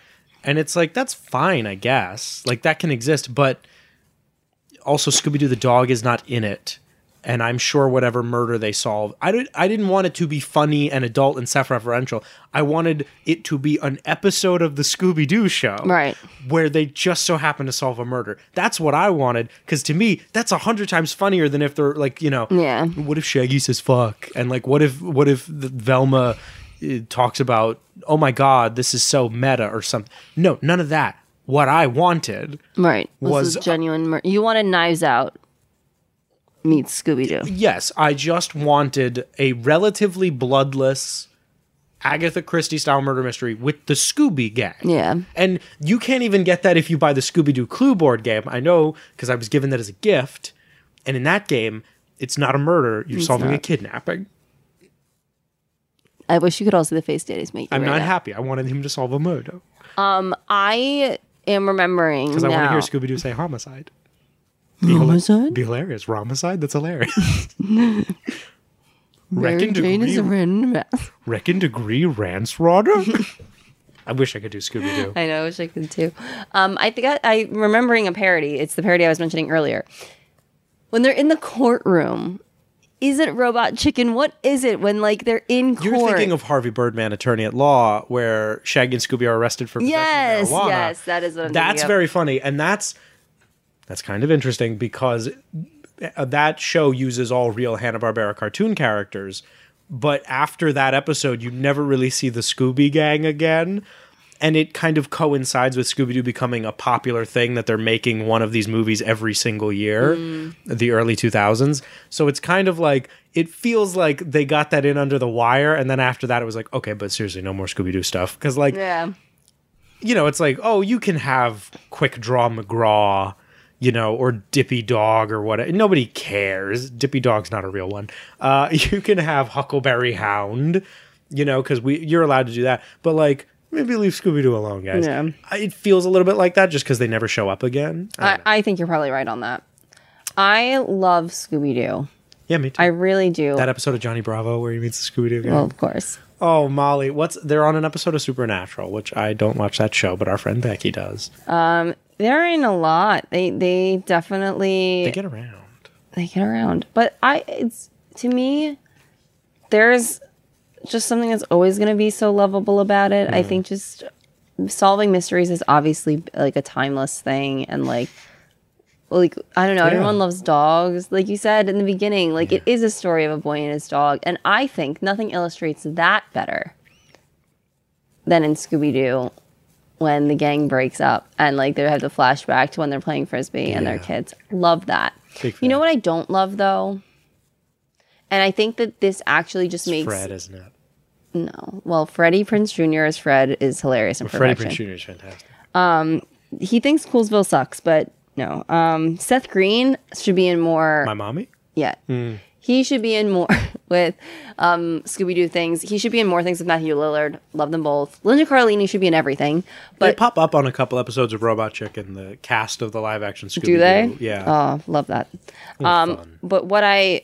[SPEAKER 5] and it's like that's fine, I guess. Like that can exist, but also Scooby Doo the dog is not in it, and I'm sure whatever murder they solve, I didn't I didn't want it to be funny and adult and self-referential. I wanted it to be an episode of the Scooby Doo show,
[SPEAKER 6] Right.
[SPEAKER 5] Where they just so happen to solve a murder. That's what I wanted because to me that's a hundred times funnier than if they're like you know,
[SPEAKER 6] Yeah.
[SPEAKER 5] What if Shaggy says fuck, and like what if what if the Velma uh, talks about oh my god this is so meta or something? No, none of that. What I wanted
[SPEAKER 6] Right. This
[SPEAKER 5] Was-
[SPEAKER 6] was genuine. Mur- you wanted Knives Out meets Scooby Doo.
[SPEAKER 5] Yes, I just wanted a relatively bloodless Agatha Christie style murder mystery with the Scooby gang.
[SPEAKER 6] Yeah.
[SPEAKER 5] And you can't even get that if you buy the Scooby Doo clue board game. I know because I was given that as a gift. And in that game, it's not a murder, you're solving a
[SPEAKER 6] not.
[SPEAKER 5] kidnapping.
[SPEAKER 6] I wish you could all see the face Daddy's making.
[SPEAKER 5] I'm
[SPEAKER 6] right
[SPEAKER 5] not
[SPEAKER 6] now.
[SPEAKER 5] happy. I wanted him to solve a murder
[SPEAKER 6] I am remembering
[SPEAKER 5] because I want to
[SPEAKER 6] now.
[SPEAKER 5] hear Scooby Doo say homicide. Be hila-
[SPEAKER 6] Homicide?
[SPEAKER 5] Be hilarious. Romicide? That's hilarious.
[SPEAKER 6] Mary
[SPEAKER 5] Reckon
[SPEAKER 6] Jane is
[SPEAKER 5] degree,
[SPEAKER 6] a random mouse.
[SPEAKER 5] reckon degree Ransrotter? I wish I could do Scooby Doo.
[SPEAKER 6] I know. I wish I could too. Um, I think I, I remembering a parody. It's the parody I was mentioning earlier. When they're in the courtroom, is it Robot Chicken? What is it when like they're in court?
[SPEAKER 5] You're thinking of Harvey Birdman, Attorney at Law, where Shaggy and Scooby are arrested for possession
[SPEAKER 6] yes,
[SPEAKER 5] of marijuana.
[SPEAKER 6] yes, that is what I'm
[SPEAKER 5] that's
[SPEAKER 6] thinking of.
[SPEAKER 5] very funny, and that's that's kind of interesting because th- that show uses all real Hanna Barbera cartoon characters, but after that episode, you never really see the Scooby Gang again. And it kind of coincides with Scooby Doo becoming a popular thing that they're making one of these movies every single year, the early 2000s. So it's kind of like, it feels like they got that in under the wire. And then after that, it was like, okay, but seriously, no more Scooby Doo stuff. Because, like,
[SPEAKER 6] yeah.
[SPEAKER 5] you know, it's like, oh, you can have Quick Draw McGraw, you know, or Dippy Dog or whatever. Nobody cares. Dippy Dog's not a real one. Uh, you can have Huckleberry Hound, you know, because we you're allowed to do that. But like, maybe leave Scooby Doo alone, guys.
[SPEAKER 6] Yeah.
[SPEAKER 5] I- It feels a little bit like that just because they never show up again. I
[SPEAKER 6] I,
[SPEAKER 5] don't know.
[SPEAKER 6] I think you're probably right on that. I love Scooby Doo.
[SPEAKER 5] yeah, me too.
[SPEAKER 6] I really do.
[SPEAKER 5] that episode of Johnny Bravo where he meets the Scooby Doo guy.
[SPEAKER 6] well, of course.
[SPEAKER 5] Oh, Molly, what's they're on an episode of Supernatural, which I don't watch that show, but our friend Becky does.
[SPEAKER 6] They're in a lot. They they definitely
[SPEAKER 5] They get around.
[SPEAKER 6] they get around. But I it's to me there's just something that's always going to be so lovable about it. I think just solving mysteries is obviously like a timeless thing and like like I don't know, everyone loves dogs. Like you said in the beginning, like it is a story of a boy and his dog and I think nothing illustrates that better than in Scooby Doo when the gang breaks up and like they have the flashback to when they're playing frisbee and their kids. Love that.
[SPEAKER 5] Big
[SPEAKER 6] You know
[SPEAKER 5] fan.
[SPEAKER 6] what I don't love though? And I think that this actually just makes
[SPEAKER 5] Fred, isn't it?
[SPEAKER 6] no. Well, Freddie Prince Jr. as Fred is hilarious in
[SPEAKER 5] Freddie Prinze
[SPEAKER 6] perfection.
[SPEAKER 5] Jr. is fantastic.
[SPEAKER 6] He thinks Coolsville sucks, but no. Um, Seth Green should be in more.
[SPEAKER 5] My Hmm. mommy?
[SPEAKER 6] Yeah. He should be in more with um, Scooby Doo things. He should be in more things with Matthew Lillard. Love them both. Linda Carlini should be in everything.
[SPEAKER 5] They
[SPEAKER 6] But
[SPEAKER 5] pop up on a couple episodes of Robot Chicken, the cast of the live action Scooby
[SPEAKER 6] do they?
[SPEAKER 5] Yeah.
[SPEAKER 6] Oh, love that. Um,
[SPEAKER 5] fun.
[SPEAKER 6] but what I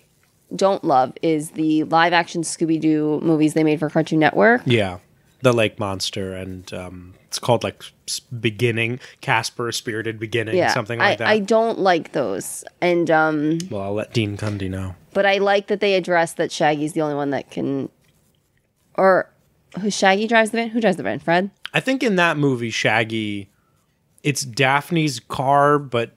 [SPEAKER 6] don't love is the live action Scooby Doo movies they made for Cartoon Network.
[SPEAKER 5] Yeah, the Lake Monster, and um, it's called like S- Beginning Casper, Spirited Beginning, something like
[SPEAKER 6] I,
[SPEAKER 5] that.
[SPEAKER 6] I don't like those. And um
[SPEAKER 5] well, I'll let Dean Cundy know.
[SPEAKER 6] but I like that they address that Shaggy's the only one that can or who Shaggy drives the van? Who drives the van? Fred?
[SPEAKER 5] I think in that movie, Shaggy, it's Daphne's car, but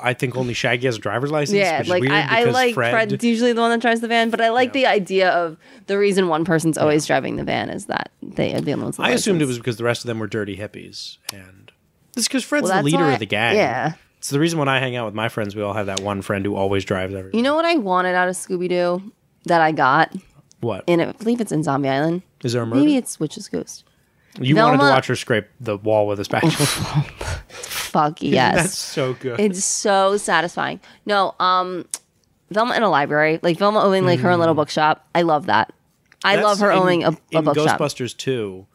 [SPEAKER 5] I think only Shaggy has a driver's license.
[SPEAKER 6] Yeah,
[SPEAKER 5] which is
[SPEAKER 6] like
[SPEAKER 5] weird
[SPEAKER 6] I, I
[SPEAKER 5] because
[SPEAKER 6] like
[SPEAKER 5] Fred.
[SPEAKER 6] Fred's usually the one that drives the van, but I like the idea of the reason one person's always driving the van is that they are the only ones. with
[SPEAKER 5] I assumed it
[SPEAKER 6] license.
[SPEAKER 5] was because the rest of them were dirty hippies, and it's because Fred's
[SPEAKER 6] Well,
[SPEAKER 5] the
[SPEAKER 6] that's
[SPEAKER 5] leader
[SPEAKER 6] why-
[SPEAKER 5] of the gang.
[SPEAKER 6] Yeah.
[SPEAKER 5] It's the reason when I hang out with my friends, we all have that one friend who always drives everything.
[SPEAKER 6] You know what I wanted out of Scooby Doo that I got?
[SPEAKER 5] What is
[SPEAKER 6] And I believe it's in Zombie Island.
[SPEAKER 5] there a murder?
[SPEAKER 6] Maybe it's Witch's Ghost.
[SPEAKER 5] you wanted to
[SPEAKER 6] Velma-
[SPEAKER 5] watch her scrape the wall with a spatula.
[SPEAKER 6] Fuck yes.
[SPEAKER 5] That's so good.
[SPEAKER 6] It's so satisfying. No, um, Velma in a library, like Velma owning like her own little bookshop. I love that. I love
[SPEAKER 5] Mm-hmm. That's
[SPEAKER 6] her
[SPEAKER 5] in-
[SPEAKER 6] owning a, a
[SPEAKER 5] in
[SPEAKER 6] bookshop.
[SPEAKER 5] Ghostbusters 2.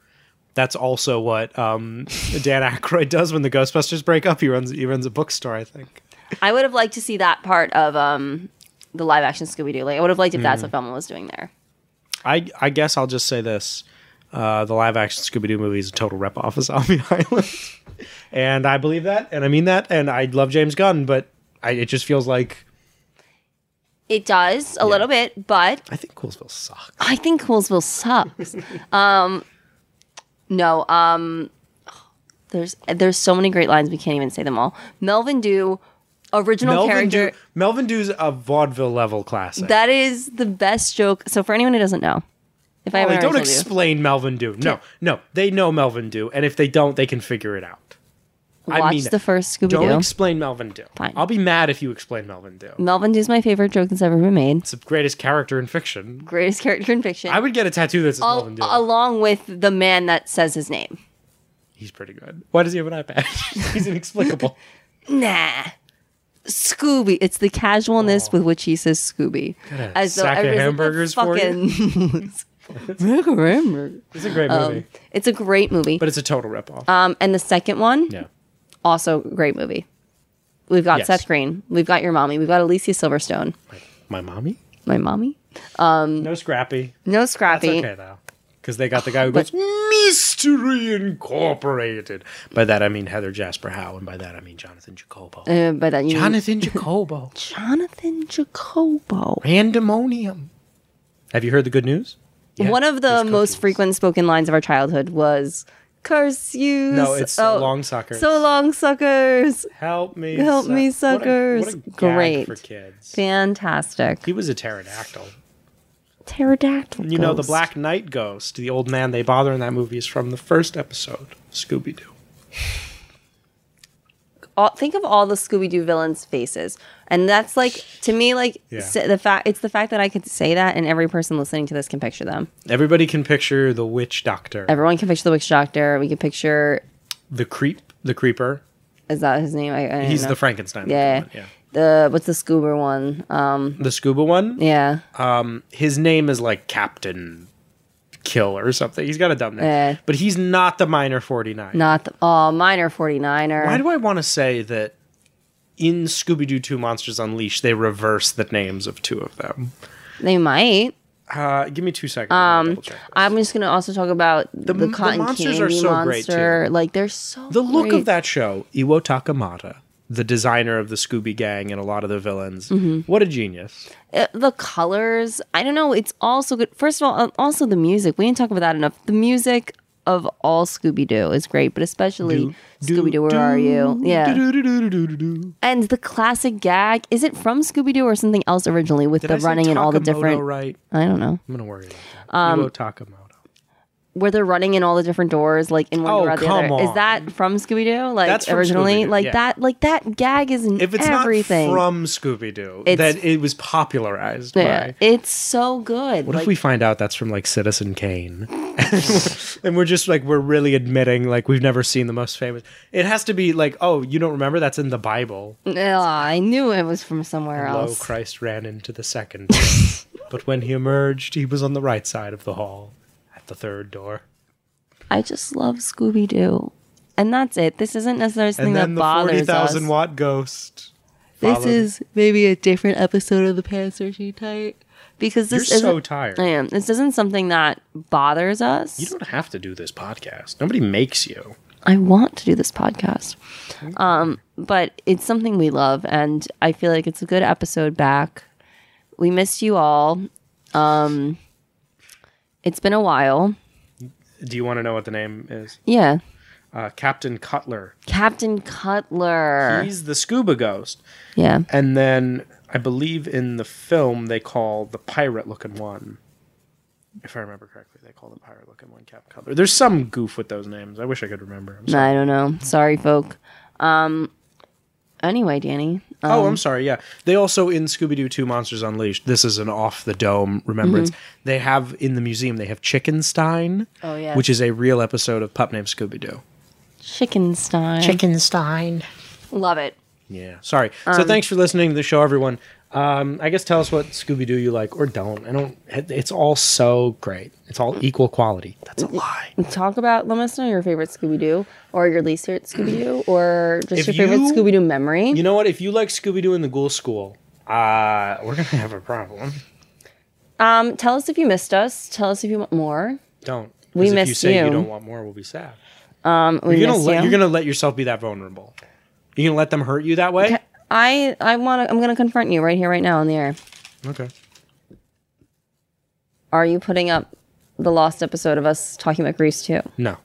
[SPEAKER 5] That's also what um, Dan Aykroyd does when the Ghostbusters break up. He runs he runs a bookstore, I think.
[SPEAKER 6] I would have liked to see that part of um the live action Scooby Doo. Like I would have liked if
[SPEAKER 5] Mm.
[SPEAKER 6] that's what Velma was doing there.
[SPEAKER 5] I I guess I'll just say this: uh, the live action Scooby Doo movie is a total rep off of Zombie Island, and I believe that, and I mean that, and I love James Gunn, but I, it just feels like
[SPEAKER 6] It does a little bit, but
[SPEAKER 5] I think Coolsville sucks.
[SPEAKER 6] I think Coolsville sucks. um, no, um, there's there's so many great lines we can't even say them all. Melvin Dew, original
[SPEAKER 5] Melvin
[SPEAKER 6] character.
[SPEAKER 5] Dew, Melvin Dew's a vaudeville level classic.
[SPEAKER 6] That is the best joke. So for anyone who doesn't know, if I
[SPEAKER 5] Like,
[SPEAKER 6] haven't
[SPEAKER 5] Oh, don't
[SPEAKER 6] already told you,
[SPEAKER 5] explain Melvin Dew. No, no, they know Melvin Dew, and if they don't, they can figure it out.
[SPEAKER 6] watch
[SPEAKER 5] I mean
[SPEAKER 6] the
[SPEAKER 5] it.
[SPEAKER 6] first Scooby
[SPEAKER 5] Don't
[SPEAKER 6] Doo.
[SPEAKER 5] explain Melvin Dew.
[SPEAKER 6] Fine.
[SPEAKER 5] I'll be mad if you explain Melvin Dew.
[SPEAKER 6] Melvin Dew's my favorite joke that's ever been made.
[SPEAKER 5] It's the greatest character in fiction.
[SPEAKER 6] Greatest character in fiction.
[SPEAKER 5] I would get a tattoo that says
[SPEAKER 6] Al-
[SPEAKER 5] Melvin Dew.
[SPEAKER 6] along with the man that says his name.
[SPEAKER 5] He's pretty good. Why does he have an eye patch? He's inexplicable.
[SPEAKER 6] Nah. Scooby. It's the casualness with which he says Scooby. As
[SPEAKER 5] Oh. sack of
[SPEAKER 6] everybody's like,
[SPEAKER 5] hamburgers for you?
[SPEAKER 6] fucking- Sack of hamburgers.
[SPEAKER 5] It's a great movie,
[SPEAKER 6] Um, it's a great movie.
[SPEAKER 5] but it's a total ripoff.
[SPEAKER 6] um, and the second one,
[SPEAKER 5] yeah.
[SPEAKER 6] also great movie. We've got
[SPEAKER 5] Yes.
[SPEAKER 6] Seth Green. We've got your mommy. We've got Alicia Silverstone.
[SPEAKER 5] My mommy?
[SPEAKER 6] My mommy.
[SPEAKER 5] No Scrappy.
[SPEAKER 6] No Scrappy.
[SPEAKER 5] That's okay though, because they got the guy who goes Mystery Incorporated. By that I mean Heather Jasper Howe, and by that I mean Jonathan Jacobo.
[SPEAKER 6] Uh, but then you
[SPEAKER 5] Jonathan Jacobo.
[SPEAKER 6] Jonathan Jacobo.
[SPEAKER 5] Pandemonium. Have you heard the good news? Yeah,
[SPEAKER 6] One of the
[SPEAKER 5] there's
[SPEAKER 6] most
[SPEAKER 5] cookies.
[SPEAKER 6] frequent spoken lines of our childhood was "Curse you!"
[SPEAKER 5] No, it's so long, suckers.
[SPEAKER 6] oh, So long, suckers.
[SPEAKER 5] Help me,
[SPEAKER 6] Help me,
[SPEAKER 5] What a- what a
[SPEAKER 6] suckers.
[SPEAKER 5] gag
[SPEAKER 6] Great.
[SPEAKER 5] for kids.
[SPEAKER 6] Fantastic.
[SPEAKER 5] He was a pterodactyl.
[SPEAKER 6] Pterodactyl.
[SPEAKER 5] You know, the
[SPEAKER 6] ghost.
[SPEAKER 5] Black Knight ghost, the old man they bother in that movie, is from the first episode of Scooby Doo.
[SPEAKER 6] All, think of all the Scooby Doo villains' faces, and that's like to me, like
[SPEAKER 5] Yeah.
[SPEAKER 6] s- the fact. It's the fact that I could say that, and every person listening to this can picture them.
[SPEAKER 5] Everybody can picture the witch doctor,
[SPEAKER 6] Everyone can picture the witch doctor. We can picture.
[SPEAKER 5] the creep, the creeper.
[SPEAKER 6] Is that his name? I, I don't
[SPEAKER 5] He's
[SPEAKER 6] know.
[SPEAKER 5] the Frankenstein.
[SPEAKER 6] Yeah.
[SPEAKER 5] one, yeah.
[SPEAKER 6] The what's the scuba one? Um,
[SPEAKER 5] The scuba one.
[SPEAKER 6] yeah.
[SPEAKER 5] Uh, His name is like Captain Kill or something. He's got a dumb name,
[SPEAKER 6] Yeah.
[SPEAKER 5] but he's not the Minor Forty Nine.
[SPEAKER 6] Not the, oh, minor 49er.
[SPEAKER 5] Why do I want to say that in Scooby Doo Two Monsters Unleashed they reverse the names of two of them?
[SPEAKER 6] they might.
[SPEAKER 5] Uh, give me two seconds. Um,
[SPEAKER 6] I'm just gonna also talk about the,
[SPEAKER 5] the
[SPEAKER 6] cotton
[SPEAKER 5] monsters
[SPEAKER 6] candy
[SPEAKER 5] are so great,
[SPEAKER 6] monster. Like they're so
[SPEAKER 5] the look
[SPEAKER 6] great.
[SPEAKER 5] of that show, Iwo Takamata, the designer of the Scooby Gang and a lot of the villains,
[SPEAKER 6] Mm-hmm.
[SPEAKER 5] what a genius!
[SPEAKER 6] Uh, the colors. I don't know. It's also good. First of all, uh, also the music. We didn't talk about that enough. The music of all Scooby Doo is great, but especially Scooby Doo. Where are you? Yeah.
[SPEAKER 5] Do-do-do-do-do-do-do.
[SPEAKER 6] And the classic gag is it from Scooby Doo or something else originally with
[SPEAKER 5] Did I
[SPEAKER 6] the
[SPEAKER 5] say
[SPEAKER 6] running and all the
[SPEAKER 5] Takamoto
[SPEAKER 6] different. Um,
[SPEAKER 5] Right,
[SPEAKER 6] I don't know
[SPEAKER 5] I'm gonna worry about that. Iwo Takamata.
[SPEAKER 6] where they're running in all the different doors, like in one
[SPEAKER 5] Oh,
[SPEAKER 6] door out the
[SPEAKER 5] come
[SPEAKER 6] other. Is
[SPEAKER 5] on.
[SPEAKER 6] that from Scooby Doo? Like
[SPEAKER 5] That's from
[SPEAKER 6] originally,
[SPEAKER 5] Scooby-Doo,
[SPEAKER 6] like
[SPEAKER 5] yeah.
[SPEAKER 6] that, like that gag is in
[SPEAKER 5] If it's
[SPEAKER 6] everything.
[SPEAKER 5] not from Scooby Doo,
[SPEAKER 6] It's-
[SPEAKER 5] that it was popularized.
[SPEAKER 6] yeah,
[SPEAKER 5] By,
[SPEAKER 6] it's so good.
[SPEAKER 5] what
[SPEAKER 6] like,
[SPEAKER 5] if we find out that's from like Citizen Kane, and, we're, and we're just like we're really admitting like we've never seen the most famous? It has to be like, oh, you don't remember? That's in the Bible.
[SPEAKER 6] Ugh, I knew it was from somewhere
[SPEAKER 5] Lo,
[SPEAKER 6] else.
[SPEAKER 5] Christ ran into the second door. but when he emerged, he was on the right side of the hall at the third door.
[SPEAKER 6] I just love Scooby Doo, and that's it. This isn't necessarily something
[SPEAKER 5] And then
[SPEAKER 6] that
[SPEAKER 5] the
[SPEAKER 6] bothers us.
[SPEAKER 5] 40,000 watt ghost.
[SPEAKER 6] this
[SPEAKER 5] followed.
[SPEAKER 6] is maybe a different episode of the Pan Searching Tight because
[SPEAKER 5] You're
[SPEAKER 6] this isn't.
[SPEAKER 5] so tired.
[SPEAKER 6] I am. This isn't something that bothers us.
[SPEAKER 5] You don't have to do this podcast. Nobody makes you.
[SPEAKER 6] I want to do this podcast. Um, but it's something we love, and I feel like it's a good episode back. We missed you all. Um, it's been a while.
[SPEAKER 5] Do you want to know what the name is?
[SPEAKER 6] Yeah.
[SPEAKER 5] Uh, Captain Cutler.
[SPEAKER 6] Captain Cutler.
[SPEAKER 5] He's the scuba ghost.
[SPEAKER 6] yeah.
[SPEAKER 5] And then I believe in the film they call the pirate looking one. If I remember correctly, they call the pirate looking one Cap Cutler. There's some goof with those names. I wish I could remember. I'm sorry.
[SPEAKER 6] I don't know. Sorry, folk. Um, anyway, Danny. Uh,
[SPEAKER 5] Oh, I'm sorry. Yeah, they also in Scooby Doo Two Monsters Unleashed. This is an off the dome remembrance. They have in the museum. They have Chickenstein.
[SPEAKER 6] Mm-hmm. Oh, yeah.
[SPEAKER 5] which is a real episode of Pup Named Scooby Doo.
[SPEAKER 6] Chickenstein. Chickenstein. Um, Love it.
[SPEAKER 5] Yeah. Sorry. so thanks for listening to the show, everyone. Um, I guess tell us what Scooby Doo you like or don't. I don't. it- It's all so great. It's all equal quality. That's a lie.
[SPEAKER 6] Talk about, let us know your favorite Scooby Doo or your least favorite Scooby Doo or just
[SPEAKER 5] If
[SPEAKER 6] your favorite
[SPEAKER 5] you-
[SPEAKER 6] Scooby Doo memory.
[SPEAKER 5] You know what? If you like Scooby Doo in the Ghoul School, uh, we're gonna have a problem.
[SPEAKER 6] Um, tell us if you missed us. Tell us if you want more.
[SPEAKER 5] Don't. 'Cause
[SPEAKER 6] We
[SPEAKER 5] if you
[SPEAKER 6] miss
[SPEAKER 5] say you.
[SPEAKER 6] you.
[SPEAKER 5] don't want more, we'll be sad.
[SPEAKER 6] Um, We
[SPEAKER 5] You're gonna
[SPEAKER 6] miss
[SPEAKER 5] let
[SPEAKER 6] you.
[SPEAKER 5] you're gonna let yourself be that vulnerable. You're gonna let them hurt you that way.
[SPEAKER 6] I I want to. I'm gonna confront you right here, right now, on the air.
[SPEAKER 5] Okay.
[SPEAKER 6] Are you putting up the lost episode of us talking about Grease too?
[SPEAKER 5] No.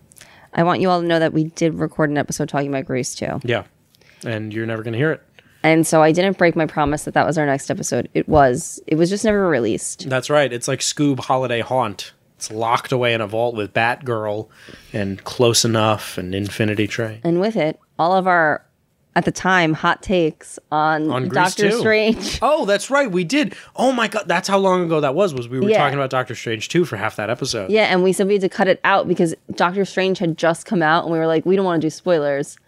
[SPEAKER 6] I want you all to know that we did record an episode talking about Grease too,
[SPEAKER 5] Yeah. And you're never gonna hear it.
[SPEAKER 6] and so I didn't break my promise that that was our next episode. It was. It was just never released.
[SPEAKER 5] That's right. It's like Scoob Holiday Haunt. It's locked away in a vault with Batgirl and Close Enough and Infinity Train.
[SPEAKER 6] And with it, all of our at the time hot takes on,
[SPEAKER 5] On Grease
[SPEAKER 6] Doctor
[SPEAKER 5] too.
[SPEAKER 6] Strange.
[SPEAKER 5] Oh, that's right. We did. Oh my god, that's how long ago that was. Was we were
[SPEAKER 6] Yeah.
[SPEAKER 5] talking about Doctor Strange 2 for half that episode.
[SPEAKER 6] Yeah, and we said we had to cut it out because Doctor Strange had just come out, and we were like, we don't want to do spoilers.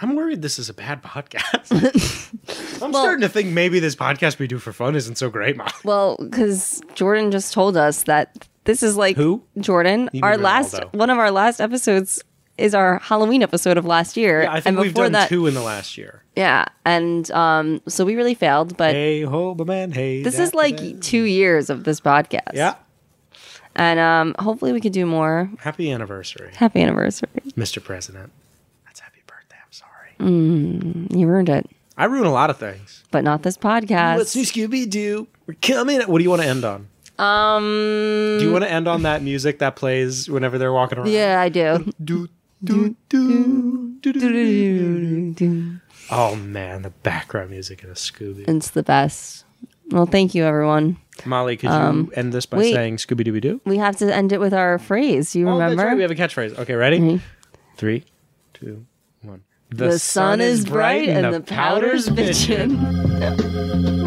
[SPEAKER 5] I'm worried this is a bad podcast. I'm starting to think maybe this podcast we do for fun isn't so great, Molly.
[SPEAKER 6] Well, because Jordan just told us that this is like
[SPEAKER 5] Who?
[SPEAKER 6] Jordan.
[SPEAKER 5] You
[SPEAKER 6] Our
[SPEAKER 5] mean
[SPEAKER 6] last
[SPEAKER 5] Ronaldo.
[SPEAKER 6] one of our last episodes is our Halloween episode of last year.
[SPEAKER 5] I think
[SPEAKER 6] and
[SPEAKER 5] we've
[SPEAKER 6] before
[SPEAKER 5] done
[SPEAKER 6] that,
[SPEAKER 5] two in the last year.
[SPEAKER 6] yeah, and um, so we really failed. But
[SPEAKER 5] Hey ho, my man. Hey.
[SPEAKER 6] this
[SPEAKER 5] that,
[SPEAKER 6] is like
[SPEAKER 5] man.
[SPEAKER 6] two years of this podcast.
[SPEAKER 5] yeah.
[SPEAKER 6] and um, hopefully we could do more.
[SPEAKER 5] Happy anniversary,
[SPEAKER 6] Happy anniversary!
[SPEAKER 5] Mr. President. That's happy birthday. I'm sorry.
[SPEAKER 6] You ruined it,
[SPEAKER 5] I ruin a lot of things.
[SPEAKER 6] but not this podcast.
[SPEAKER 5] What's new, Scooby Doo? We're coming. What do you want to end on?
[SPEAKER 6] um,
[SPEAKER 5] Do you want to end on that music that plays whenever they're walking around?
[SPEAKER 6] yeah, I do.
[SPEAKER 5] Do, do, do, do, do, do, do. Oh man, the background music in a Scooby.
[SPEAKER 6] It's the best. Well, thank you, everyone.
[SPEAKER 5] Molly, could you end this by
[SPEAKER 6] wait.
[SPEAKER 5] saying Scooby Dooby Doo?
[SPEAKER 6] We have to end it with our phrase. You
[SPEAKER 5] Oh,
[SPEAKER 6] remember?
[SPEAKER 5] that's right. We have a catchphrase. Mm-hmm. Okay, ready? Three, two, one.
[SPEAKER 6] The sun is bright and the powder's bitchin'.